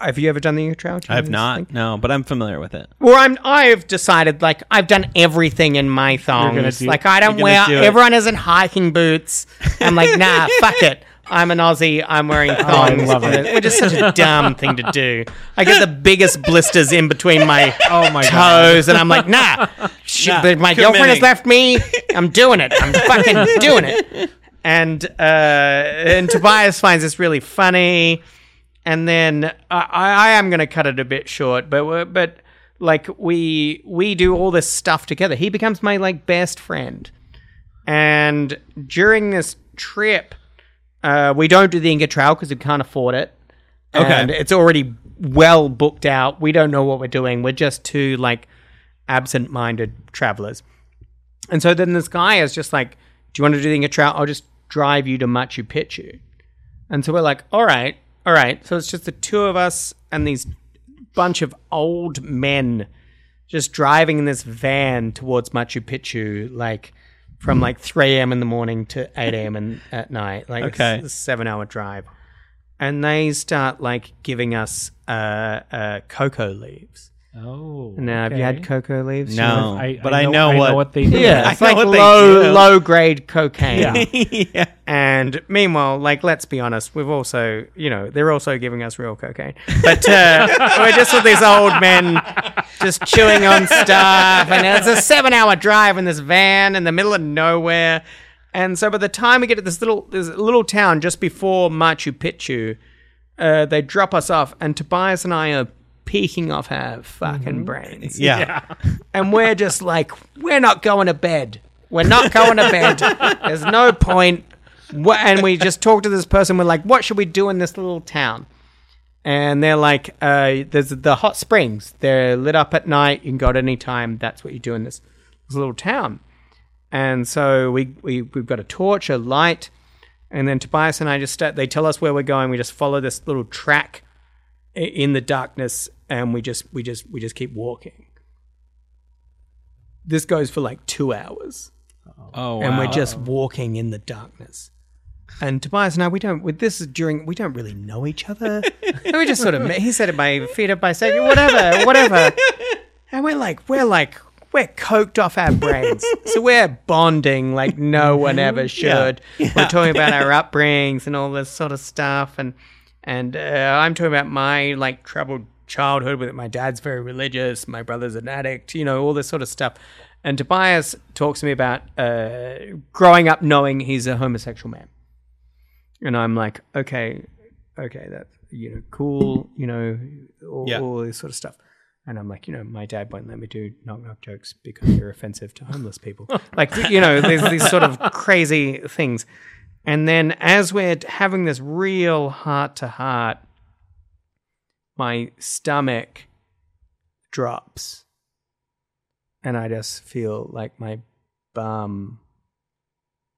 Speaker 2: have you ever done the Inca Trail?
Speaker 4: I have not. No, but I'm familiar with it.
Speaker 2: Well, I'm. I've decided like I've done everything in my thongs.
Speaker 3: do-
Speaker 2: like I don't
Speaker 4: you're gonna
Speaker 2: wear.
Speaker 4: do it.
Speaker 2: everyone is in hiking boots. I'm like,
Speaker 3: *laughs*
Speaker 2: nah, fuck it. I'm an Aussie. I'm wearing thongs.
Speaker 3: Oh, love it.
Speaker 2: Which is such a dumb thing to do. I get the biggest blisters in between my
Speaker 3: *laughs* Oh my god.
Speaker 2: toes, and I'm
Speaker 3: *laughs*
Speaker 2: like, nah. Sh-
Speaker 4: Nah,
Speaker 2: but my
Speaker 4: committing.
Speaker 2: girlfriend has left me. I'm doing it. I'm fucking
Speaker 4: *laughs*
Speaker 2: doing it. And uh, and Tobias finds this really funny. And then I, I I am going to cut it a bit short, but we're- but like we we do all this stuff together. He becomes my like best friend. And during this trip, uh, we don't do the Inga Trail because we can't afford it.
Speaker 4: Okay.
Speaker 2: And it's already well booked out. We don't know what we're doing. We're just two like absent-minded travelers. And so then this guy is just like, "Do you want to do the Inga Trail? I'll just drive you to Machu Picchu." And so we're like, all right, all right. So it's just the two of us and these bunch of old men just driving in this van towards Machu Picchu, like from like 3 a.m. in the morning to 8 a.m. in, at night. Like it's
Speaker 4: Okay.
Speaker 2: a seven hour drive. And they start like giving us uh, uh, cocoa leaves.
Speaker 3: Oh.
Speaker 2: Now, have you had cocoa leaves?
Speaker 4: No.
Speaker 3: I,
Speaker 4: But I know what- *laughs*
Speaker 3: they do.
Speaker 2: Yeah,
Speaker 4: I
Speaker 2: it's
Speaker 4: know
Speaker 2: like
Speaker 4: what they do.
Speaker 2: low low grade cocaine.
Speaker 3: Yeah.
Speaker 4: yeah.
Speaker 2: *laughs* And meanwhile, like let's be honest, we've also you know they're also giving us real cocaine, but *laughs* uh, we're just with these old men just chewing *laughs* on stuff, and it's a seven hour drive in this van in the middle of nowhere. And so by the time we get to this little this little town just before Machu Picchu, uh, they drop us off, and Tobias and I are peeking off our fucking brains
Speaker 4: Yeah.
Speaker 2: and we're just like, we're not going to bed. We're not going to bed. There's no point. Wha- And we just talk to this person. We're like, what should we do in this little town? And they're like, uh, there's the hot springs. They're lit up at night. You can go at any time. That's what you do in this, this little town. And so we, we, we've got a torch, a light. And then Tobias and I just, start, they tell us where we're going. We just follow this little track i- in the darkness. And we just, we just, we just keep walking this goes for like two hours
Speaker 4: Oh,
Speaker 2: and we're just walking in the darkness and tobias and i we don't with this is during we don't really know each other and we just sort of met- he said it my feet up my second whatever whatever and we're like we're like we're coked off our brains so we're bonding like no one ever should we're talking about our upbringings and all this sort of stuff and and uh, i'm talking about my like troubled childhood with my dad's very religious my brother's an addict you know all this sort of stuff and tobias talks to me about uh, growing up knowing he's a homosexual man and i'm like okay okay that's you know cool you know all,
Speaker 4: Yeah.
Speaker 2: all this sort of stuff and i'm like you know my dad won't let me do knock knock jokes because they're offensive to homeless people like you know there's these sort of crazy things and then as we're having this real heart to heart my stomach drops and i just feel like my bum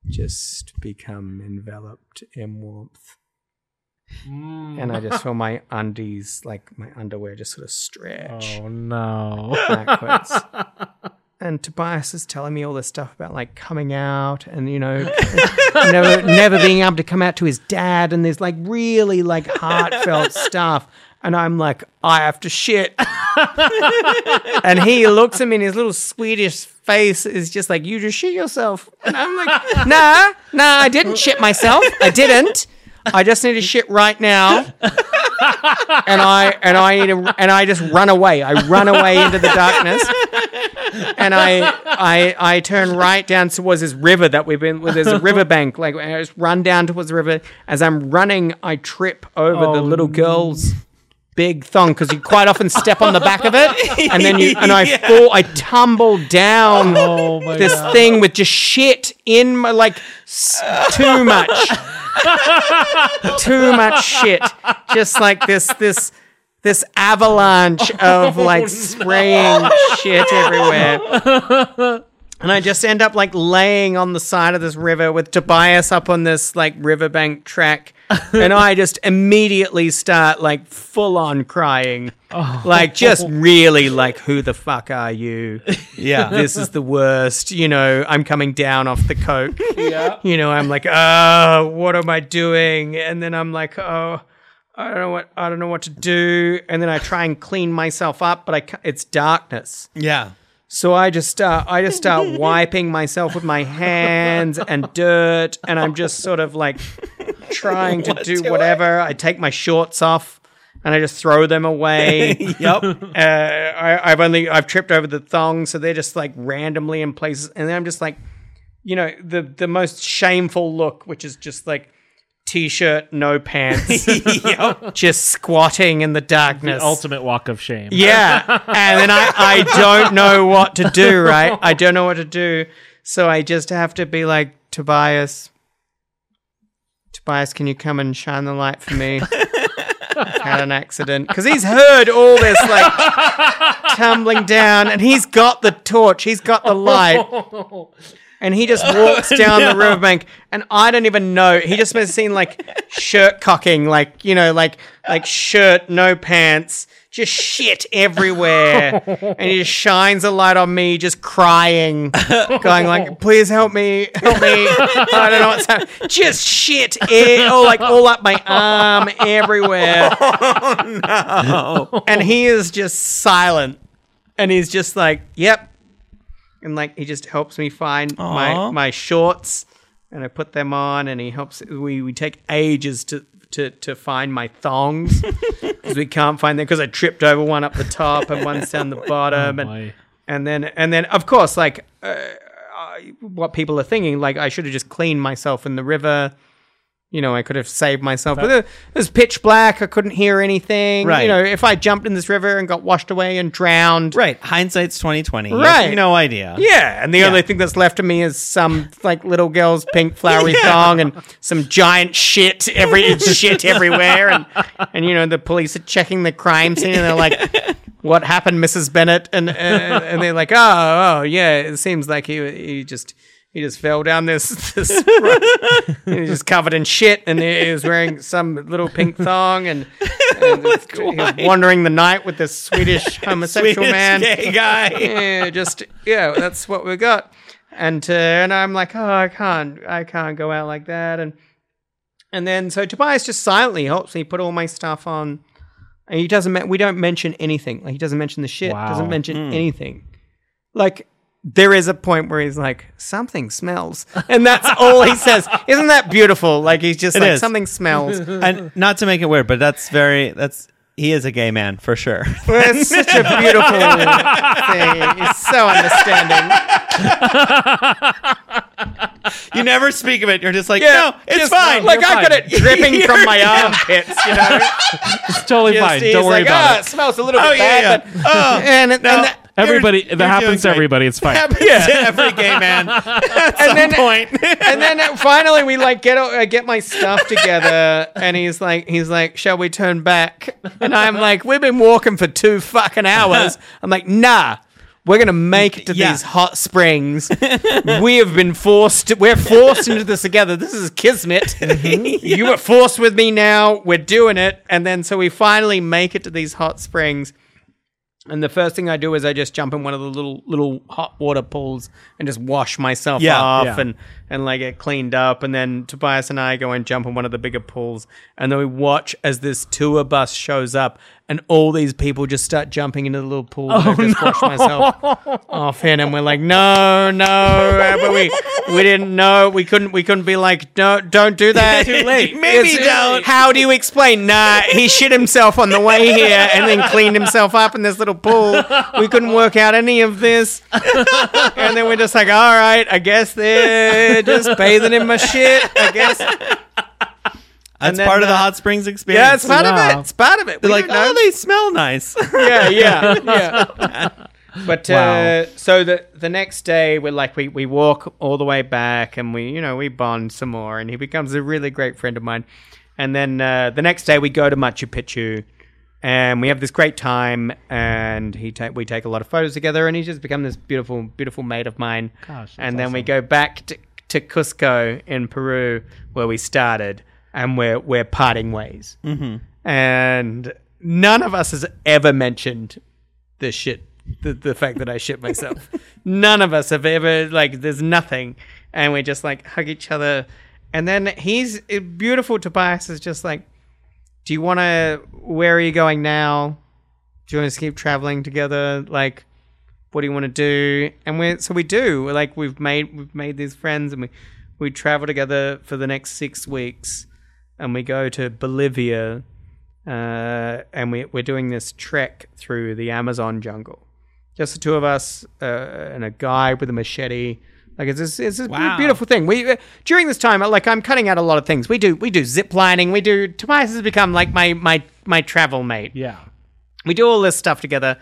Speaker 2: just become enveloped in warmth and i just feel my undies like my underwear just sort of stretch
Speaker 3: Oh no.
Speaker 2: backwards and tobias is telling me all this stuff about like coming out and you know never never being able to come out to his dad and there's like really like heartfelt stuff and i'm like i have to shit *laughs* and he looks at me and his little swedish face is just like you just shit yourself and i'm like nah nah i didn't shit myself i didn't i just need to shit right now and i and i need to- and i just run away i run away into the darkness and I, I, I turn right down towards this river that we've been. There's a riverbank, like and I just run down towards the river. As I'm running, I trip over the
Speaker 3: Oh,
Speaker 2: little girl's big thong because you quite often step on the back of it, and then you and
Speaker 3: *laughs*
Speaker 2: I fall, I tumble down
Speaker 3: Oh my
Speaker 2: this
Speaker 3: god.
Speaker 2: thing with just shit in my like s- too much too much shit just like this this this avalanche of like spraying shit everywhere and i just end up like laying on the side of this river with tobias up on this like riverbank track and i just immediately start like full on crying like just really like who the fuck are you
Speaker 4: Yeah. *laughs*
Speaker 2: this is the worst. You know, I'm coming down off the coke. Yeah. You know, I'm like, oh, what am I doing? And then I'm like, oh, I don't know what I don't know what to do. And then I try and clean myself up, but I ca- it's darkness.
Speaker 4: yeah.
Speaker 2: So I just start I just *laughs* start wiping myself with my hands and dirt, and I'm just sort of like trying to do whatever. I take my shorts off. And I just throw them *laughs* away
Speaker 4: Yep.
Speaker 2: uh, I, I've only I've tripped over the thong, so they're just like randomly in places, and then I'm just like, you know, the the most shameful look, which is just like t-shirt, no pants, *laughs* just squatting in the darkness.
Speaker 3: Ultimate walk of shame.
Speaker 2: Yeah. And then I, I don't know what to do, right? I don't know what to do. So I just have to be like, Tobias, Tobias, can you come and shine the light for me? I've had an accident. Because he's heard all this like tumbling down and he's got the torch, he's got the light. And he just walks down the riverbank, and I don't even know. He just must have seen like shirt cocking, like you know, like like shirt, no pants, just shit everywhere. and he just shines a light on me, just crying, going like, "Please help me, help me! I don't know what's happening." Just shit, eh, oh, like all up my arm, everywhere and he is just silent and he's just like yep and like he just helps me find my
Speaker 4: Aw.
Speaker 2: my shorts and i put them on and he helps we we take ages to to, to find my thongs because we can't find them because i tripped over one up the top and one's down the bottom and
Speaker 3: boy.
Speaker 2: and then and then of course like uh, I, what people are thinking like i should have just cleaned myself in the river you know, I could have saved myself. But it was pitch black. I couldn't hear anything.
Speaker 4: Right.
Speaker 2: You know, if I jumped in this river and got washed away and drowned.
Speaker 4: Right. Hindsight's twenty twenty.
Speaker 2: Right.
Speaker 4: no idea. *laughs*
Speaker 2: Yeah. And the only thing that's left of me is some like little girl's pink *laughs* flowery thong and some giant shit *laughs* every shit everywhere. And and you know, the police are checking the crime scene and they're *laughs* like What happened, Mrs. Bennett? And uh, and they're like, oh, oh, yeah. It seems like he he just he just fell down this *laughs* this he was just covered in shit and he was wearing some little pink thong and, *laughs* and he was wandering the night with this Swedish homosexual man.
Speaker 4: Gay guy.
Speaker 2: *laughs* yeah, just yeah, that's what we got. And uh, and I'm like, oh, I can't, I can't go out like that. And and then so Tobias just silently helps me put all my stuff on, and he doesn't. Me- we don't mention anything. Like he doesn't mention the shit.
Speaker 3: Wow.
Speaker 2: Doesn't mention anything. Like there is a point where he's like, something smells, and that's all he says. Isn't that beautiful? Like he's just like
Speaker 4: is.
Speaker 2: something smells.
Speaker 4: *laughs* and not to make it weird, but that's very that's he is a gay man for sure. *laughs*
Speaker 2: It's such a beautiful thing. He's so understanding.
Speaker 4: you never speak of it. You're just like, no, it's
Speaker 2: just-
Speaker 4: fine.
Speaker 2: Like
Speaker 4: You're
Speaker 2: I got
Speaker 4: fine.
Speaker 2: it dripping from my armpits, you know.
Speaker 3: It's totally
Speaker 2: Just-
Speaker 3: fine.
Speaker 2: he's
Speaker 3: Don't worry
Speaker 2: like,
Speaker 3: about
Speaker 2: "Ah,
Speaker 3: it.
Speaker 2: it smells a little
Speaker 4: *laughs* Oh
Speaker 2: bit
Speaker 4: yeah.
Speaker 2: bad,
Speaker 4: yeah. Oh,
Speaker 2: *laughs* but uh, and, and,
Speaker 4: no.
Speaker 2: that,
Speaker 3: Everybody,
Speaker 4: you're
Speaker 3: that happens to
Speaker 4: doing great.
Speaker 3: everybody. It's *laughs* fine.
Speaker 4: happens *laughs* to every gay man at some
Speaker 2: then-
Speaker 4: point.
Speaker 2: *laughs* and then uh, finally we like get uh, get my stuff together, and he's like he's like, "Shall we turn back?" And I'm like, "We've been walking for two fucking hours." I'm like, "Nah." We're gonna make it to
Speaker 4: Yeah.
Speaker 2: these hot springs. we have been forced. We're forced into this together. This is kismet.
Speaker 4: Mm-hmm.
Speaker 2: You were forced with me. Now we're doing it. And then so we finally make it to these hot springs. And the first thing I do is I just jump in one of the little little hot water pools and just wash myself
Speaker 4: Yeah,
Speaker 2: off
Speaker 3: yeah.
Speaker 2: and and like get cleaned up. And then Tobias and I go and jump in one of the bigger pools, and then we watch as this tour bus shows up, and all these people just start jumping into the little pool. and I just washed myself off in, and we're like, no, no, but we we didn't know. We couldn't we couldn't be like, no, don't do that.
Speaker 4: Too late. Maybe
Speaker 2: It's-
Speaker 4: don't.
Speaker 2: How do you explain? Nah, he shit himself on the way here and then cleaned himself up in this little pool. We couldn't work out any of this. And then we're just like, all right, I guess they're just bathing in my shit. I guess.
Speaker 4: That's
Speaker 2: then,
Speaker 4: part of the
Speaker 2: uh,
Speaker 4: hot springs experience.
Speaker 2: Yeah, it's part of it.
Speaker 3: Wow.
Speaker 2: It's part of it.
Speaker 4: They're
Speaker 2: We
Speaker 4: like,
Speaker 2: don't know
Speaker 4: oh, they smell nice. *laughs*
Speaker 2: yeah, yeah, yeah. But
Speaker 3: Wow.
Speaker 2: uh, so the the next day, we're like we we walk all the way back, and we you know we bond some more, and he becomes a really great friend of mine. And then uh, the next day, we go to Machu Picchu, and we have this great time, and he ta- we take a lot of photos together, and he's just become this beautiful beautiful mate of mine.
Speaker 3: Gosh, that's
Speaker 2: and then we go back to, to Cusco in Peru where we started, and we're we're parting ways and none of us has ever mentioned the shit the, the fact that i shit myself none of us have ever like there's nothing and we just like hug each other and then he's it- beautiful tobias is just like do you want to where are you going now do you want to keep traveling together like what do you want to do and we're so we do We're like we've made we've made these friends and we we travel together for the next six weeks and we go to bolivia uh, and we, we're doing this trek through the Amazon jungle. Just the two of us uh, and a guy with a machete. Like it's this, it's this
Speaker 4: Wow.
Speaker 2: beautiful thing. We uh, during this time, like I'm cutting out a lot of things. We do we do zip lining. We do. Tobias has become like my my my travel mate
Speaker 3: Yeah.
Speaker 2: we do all this stuff together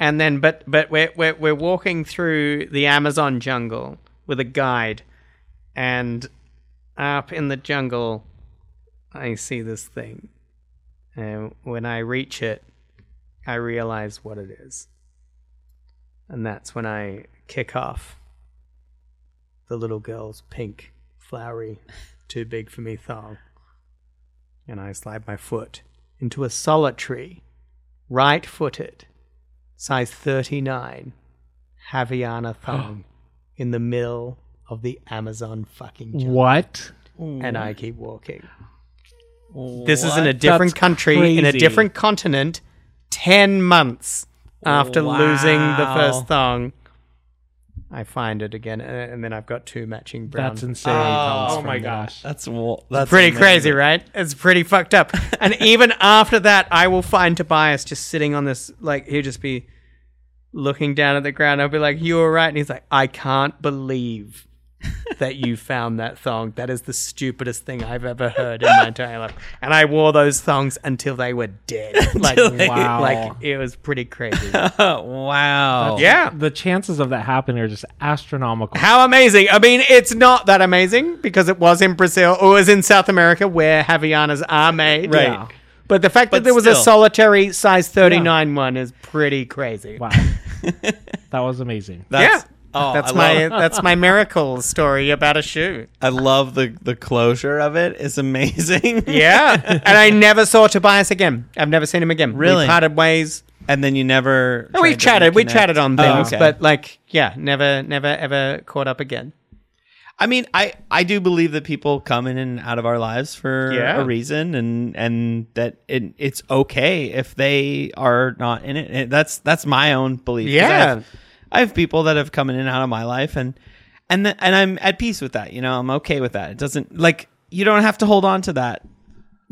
Speaker 2: and then but but we're we're, we're walking through the amazon jungle with a guide and up in the jungle i see this thing and when i reach it i realize what it is and that's when i kick off the little girl's pink, flowery, too big for me thong. And I slide my foot into a solitary, right footed, size 39 Haviana thong in the middle of the Amazon fucking jungle.
Speaker 3: What?
Speaker 2: And I keep walking. This is in a different
Speaker 3: That's
Speaker 2: country, in a
Speaker 3: crazy.
Speaker 2: different continent, 10 months after losing the
Speaker 4: Wow.
Speaker 2: first thong. I find it again, uh, and and then I've got two matching brown.
Speaker 3: That's insane.
Speaker 4: Oh,
Speaker 3: Oh,
Speaker 4: my
Speaker 3: my gosh.
Speaker 4: That's well, that's
Speaker 2: pretty
Speaker 4: amazing.
Speaker 2: crazy, right? It's pretty fucked up. and *laughs* even after that, I will find Tobias just sitting on this, like, he'll just be looking down at the ground. I'll be like, You were right. And he's like, I can't *laughs* believe that you found that thong. That is the stupidest thing I've ever heard in my entire life. And I wore those thongs *laughs* until they were dead. Like, *laughs*
Speaker 4: they-
Speaker 3: Wow.
Speaker 2: like it was pretty *laughs* crazy.
Speaker 4: wow.
Speaker 2: yeah.
Speaker 3: The chances of that happening are just astronomical.
Speaker 2: How amazing. I mean, it's not that amazing because it was in Brazil or it was in South America where Havianas are made.
Speaker 4: Right. Yeah.
Speaker 2: But the fact
Speaker 4: But
Speaker 2: that there was
Speaker 4: still.
Speaker 2: a solitary size 39 one is pretty crazy.
Speaker 3: Wow. that was amazing.
Speaker 4: That's,
Speaker 2: Yeah.
Speaker 4: Oh,
Speaker 2: That's
Speaker 4: I
Speaker 2: my
Speaker 4: Love,
Speaker 2: *laughs* that's my miracle story about a *laughs* shoe.
Speaker 4: I love the the closure of it. It's amazing.
Speaker 2: Yeah, and I never saw Tobias again. I've never seen him again.
Speaker 4: Really?
Speaker 2: we parted ways.
Speaker 4: *laughs* and then you never.
Speaker 2: No, we've
Speaker 4: tried to
Speaker 2: chatted. We
Speaker 4: reconnect.
Speaker 2: chatted on
Speaker 4: Oh,
Speaker 2: things,
Speaker 4: okay.
Speaker 2: but like, yeah, never, never, ever caught up again.
Speaker 4: I mean, I I do believe that people come in and out of our lives for
Speaker 2: Yeah.
Speaker 4: a reason, and and that it, it's okay if they are not in it. And that's that's my own belief. 'Cause I have-
Speaker 2: Yeah.
Speaker 4: I have people that have come in and out of my life, and and th- and I'm at peace with that. You know, I'm okay with that. It doesn't like you don't have to hold on to that.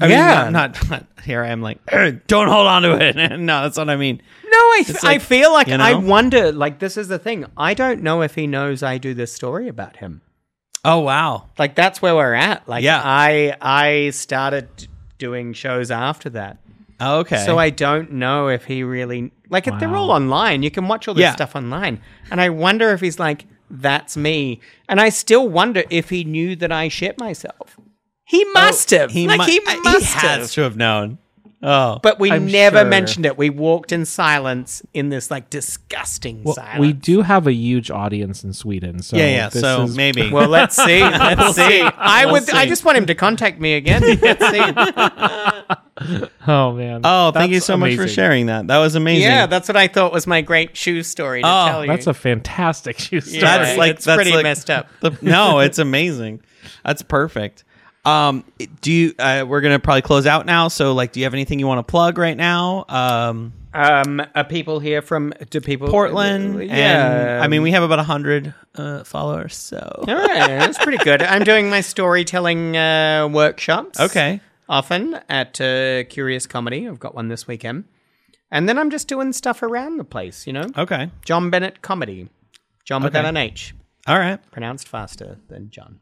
Speaker 4: I
Speaker 2: Yeah.
Speaker 4: mean, not, not, not here. I am like, *clears throat* "Er, don't hold on to it. *laughs* no, that's what I mean.
Speaker 2: No, I,
Speaker 4: It's
Speaker 2: I
Speaker 4: like,
Speaker 2: feel like
Speaker 4: you
Speaker 2: I
Speaker 4: know?
Speaker 2: wonder. Like this is the thing. I don't know if he knows I do this story about him.
Speaker 4: Oh wow,
Speaker 2: Like that's where we're at. Like
Speaker 4: Yeah.
Speaker 2: I I started d- doing shows after that,
Speaker 4: okay.
Speaker 2: so I don't know if he really like. if They're
Speaker 3: Wow.
Speaker 2: all online. You can watch all this
Speaker 4: Yeah.
Speaker 2: stuff online, and I wonder if he's like, "That's me." And I still wonder if he knew that I shit myself. He must have.
Speaker 4: Oh, he
Speaker 2: like
Speaker 4: mu-
Speaker 2: he
Speaker 4: I-
Speaker 2: must
Speaker 4: he
Speaker 2: have.
Speaker 4: has to have known. Oh,
Speaker 2: But we
Speaker 3: I'm
Speaker 2: never
Speaker 3: sure.
Speaker 2: mentioned it. We walked in silence in this like disgusting
Speaker 3: Well,
Speaker 2: silence.
Speaker 3: we do have a huge audience in Sweden. So
Speaker 4: yeah, yeah.
Speaker 3: this
Speaker 4: So
Speaker 3: is-
Speaker 4: maybe.
Speaker 2: Well, let's
Speaker 4: *laughs*
Speaker 2: see. Let's see. I
Speaker 4: We'll
Speaker 2: would. I
Speaker 4: see.
Speaker 2: just want him to contact me again.
Speaker 4: *laughs*
Speaker 2: Let's see.
Speaker 3: Oh, man.
Speaker 4: Oh, thank you
Speaker 3: That's
Speaker 4: so much for
Speaker 3: amazing.
Speaker 4: sharing that. That was amazing.
Speaker 2: Yeah, that's what I thought was my great shoe story to
Speaker 4: Oh,
Speaker 2: tell you.
Speaker 3: That's a fantastic *laughs* shoe
Speaker 2: Yeah,
Speaker 4: That's
Speaker 2: it's
Speaker 4: like that's
Speaker 2: pretty
Speaker 4: like
Speaker 2: messed up.
Speaker 4: the- no, *laughs* it's amazing. That's perfect. Um, do you? Uh, we're gonna probably close out now. So, like, do you have anything you want to plug right now? Um,
Speaker 2: Um, are people here from do people uh,
Speaker 4: Portland.
Speaker 2: Yeah,
Speaker 4: And, I mean, we have about hundred uh, followers. So.
Speaker 2: all right, that's pretty good. I'm doing my storytelling uh, workshops.
Speaker 4: Okay.
Speaker 2: often at uh, Curious Comedy. I've got one this weekend, and then I'm just doing stuff around the place. You know,
Speaker 3: Oh.
Speaker 4: Okay.
Speaker 2: John Bennett comedy, John without an H,
Speaker 4: All right.
Speaker 2: pronounced faster than John.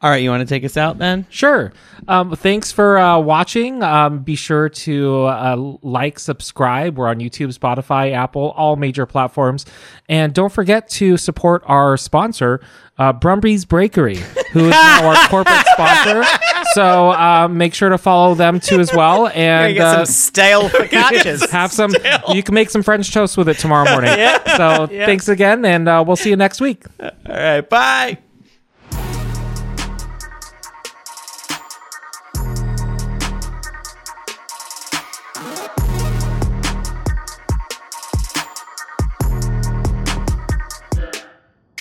Speaker 4: All right. You want to take us out then?
Speaker 3: Sure. Um, thanks for uh, watching. Um, be sure to uh, like, subscribe. We're on YouTube, Spotify, Apple, all major platforms. And don't forget to support our sponsor, uh, Brumby's Bakery, who is now
Speaker 4: *laughs*
Speaker 3: our corporate sponsor. So uh, make sure to follow them too as well.
Speaker 2: I
Speaker 3: And
Speaker 2: get
Speaker 3: uh,
Speaker 2: some *laughs* stale focaccias.
Speaker 3: *laughs* have some, you can make some French toast with it tomorrow morning. So thanks again, and uh, we'll see you next week.
Speaker 4: All right. Bye.